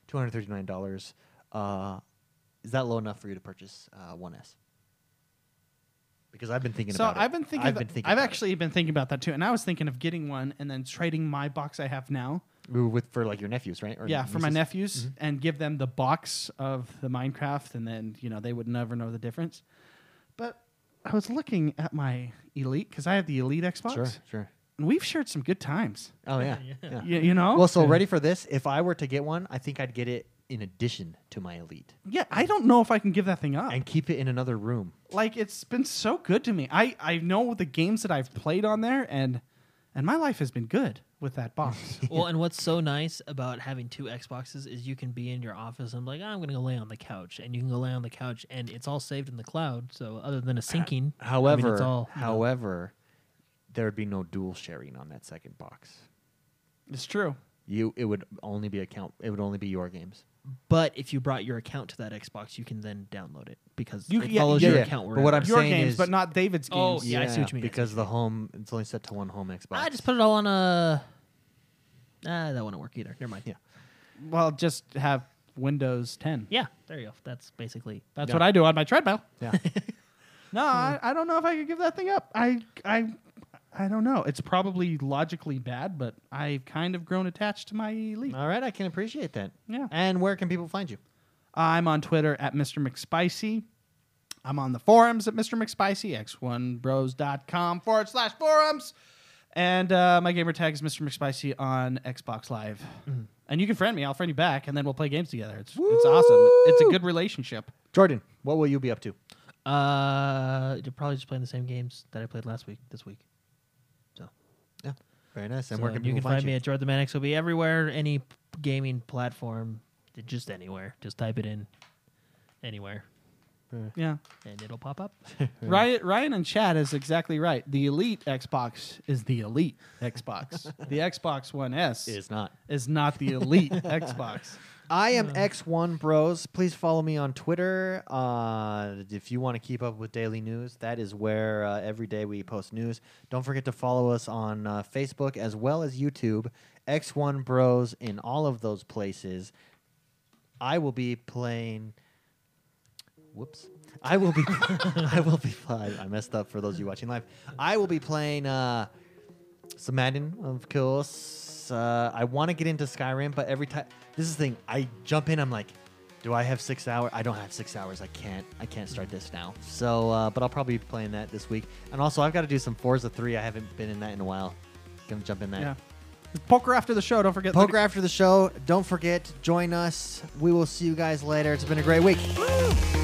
Speaker 1: two hundred thirty nine dollars. Uh, is that low enough for you to purchase uh, One S? Because I've been thinking
Speaker 2: So
Speaker 1: about it.
Speaker 2: I've been thinking.
Speaker 1: I've
Speaker 2: tha-
Speaker 1: been thinking.
Speaker 2: I've
Speaker 1: about it.
Speaker 2: actually been thinking about that too, and I was thinking of getting one and then trading my box I have now.
Speaker 1: Ooh, with for like your nephews, right? Or
Speaker 2: yeah, for my
Speaker 1: nieces? Mm-hmm.
Speaker 2: nephews, and give them the box of the Minecraft, and then you know they would never know the difference. But I was looking at my Elite because I have the Elite Xbox,
Speaker 1: Sure, sure.
Speaker 2: and we've shared some good times.
Speaker 1: Oh yeah.
Speaker 3: Yeah.
Speaker 1: yeah.
Speaker 2: Y- you know,
Speaker 1: Well, so ready for this? If I were to get one, I think I'd get it in addition to my elite
Speaker 2: yeah, I don't know if I can give that thing up.
Speaker 1: and keep it in another room.
Speaker 2: like it's been so good to me. I I know the games that I've played on there, and and my life has been good with that box.
Speaker 3: Well, and what's so nice about having two Xboxes is you can be in your office and be like, "Ah, I'm going to go lay on the couch. And you can go lay on the couch, and it's all saved in the cloud. So, other than a syncing, I mean,
Speaker 1: However,
Speaker 3: it's all. you know,
Speaker 1: however, there would be no dual sharing on that second box.
Speaker 2: it's true.
Speaker 1: You, it would only be account. It would only be your games.
Speaker 3: But if you brought your account to that Xbox, you can then download it because
Speaker 2: You
Speaker 3: it
Speaker 2: can- yeah,
Speaker 3: follows
Speaker 2: yeah,
Speaker 3: your
Speaker 1: yeah.
Speaker 3: account
Speaker 1: But
Speaker 3: wherever.
Speaker 1: what I'm
Speaker 2: Your
Speaker 1: saying
Speaker 2: games,
Speaker 1: is-
Speaker 2: but not David's
Speaker 3: Oh,
Speaker 2: games.
Speaker 3: Yeah, I see what you mean, I
Speaker 1: Because the home, it's only set to one home Xbox.
Speaker 3: I just put it all on a. Ah, that wouldn't work either. Never mind.
Speaker 1: Yeah.
Speaker 2: Well, just have Windows 10.
Speaker 3: Yeah, there you go. That's basically.
Speaker 2: That's
Speaker 1: Yeah.
Speaker 2: what I do on my treadmill.
Speaker 1: yeah.
Speaker 2: No, I, I don't know if I could give that thing up. I I I don't know. It's probably logically bad, but I've kind of grown attached to my elite.
Speaker 1: All right, I can appreciate that.
Speaker 2: Yeah.
Speaker 1: And where can people find you?
Speaker 2: I'm on Twitter at Mr. McSpicy. I'm on the forums at Mr. McSpicy, x1bros.com forward slash forums. And uh, my gamer tag is Mr. McSpicy on Xbox Live.
Speaker 1: Mm-hmm.
Speaker 2: And you can friend me. I'll friend you back, and then we'll play games together. It's, it's awesome. It's a good relationship.
Speaker 1: Jordan, what will you be up to?
Speaker 3: Uh, you're probably just playing the same games that I played last week, this week. So.
Speaker 1: Yeah. Very nice. And
Speaker 3: So
Speaker 1: where can
Speaker 3: you
Speaker 1: people
Speaker 3: can find,
Speaker 1: you?
Speaker 3: me at Jordan the Manic. will be everywhere, any p- gaming platform, j- just anywhere. Just type it in anywhere,
Speaker 2: Yeah.
Speaker 3: and it'll pop up.
Speaker 2: Ryan, Ryan and Chad is exactly right. The Elite Xbox is the Elite Xbox. the Xbox One S
Speaker 1: It is not.
Speaker 2: is not the Elite Xbox.
Speaker 1: I am X1 Bros. Please follow me on Twitter. Uh, if you want to keep up with daily news, that is where uh, every day we post news. Don't forget to follow us on uh, Facebook as well as YouTube. X1 Bros in all of those places. I will be playing. Whoops. I will be. I will be. I, I messed up for those of you watching live. I will be playing. Uh, so Madden, of course. Uh, I want to get into Skyrim, but every time this is the thing, I jump in. I'm like, do I have six hours? I don't have six hours. I can't. I can't start this now. So, uh, but I'll probably be playing that this week. And also, I've got to do some Forza Three. I haven't been in that in a while. Gonna jump in that.
Speaker 2: Yeah. Poker after the show. Don't forget.
Speaker 1: Poker after the show. Don't forget, join us. We will see you guys later. It's been a great week.
Speaker 2: Woo!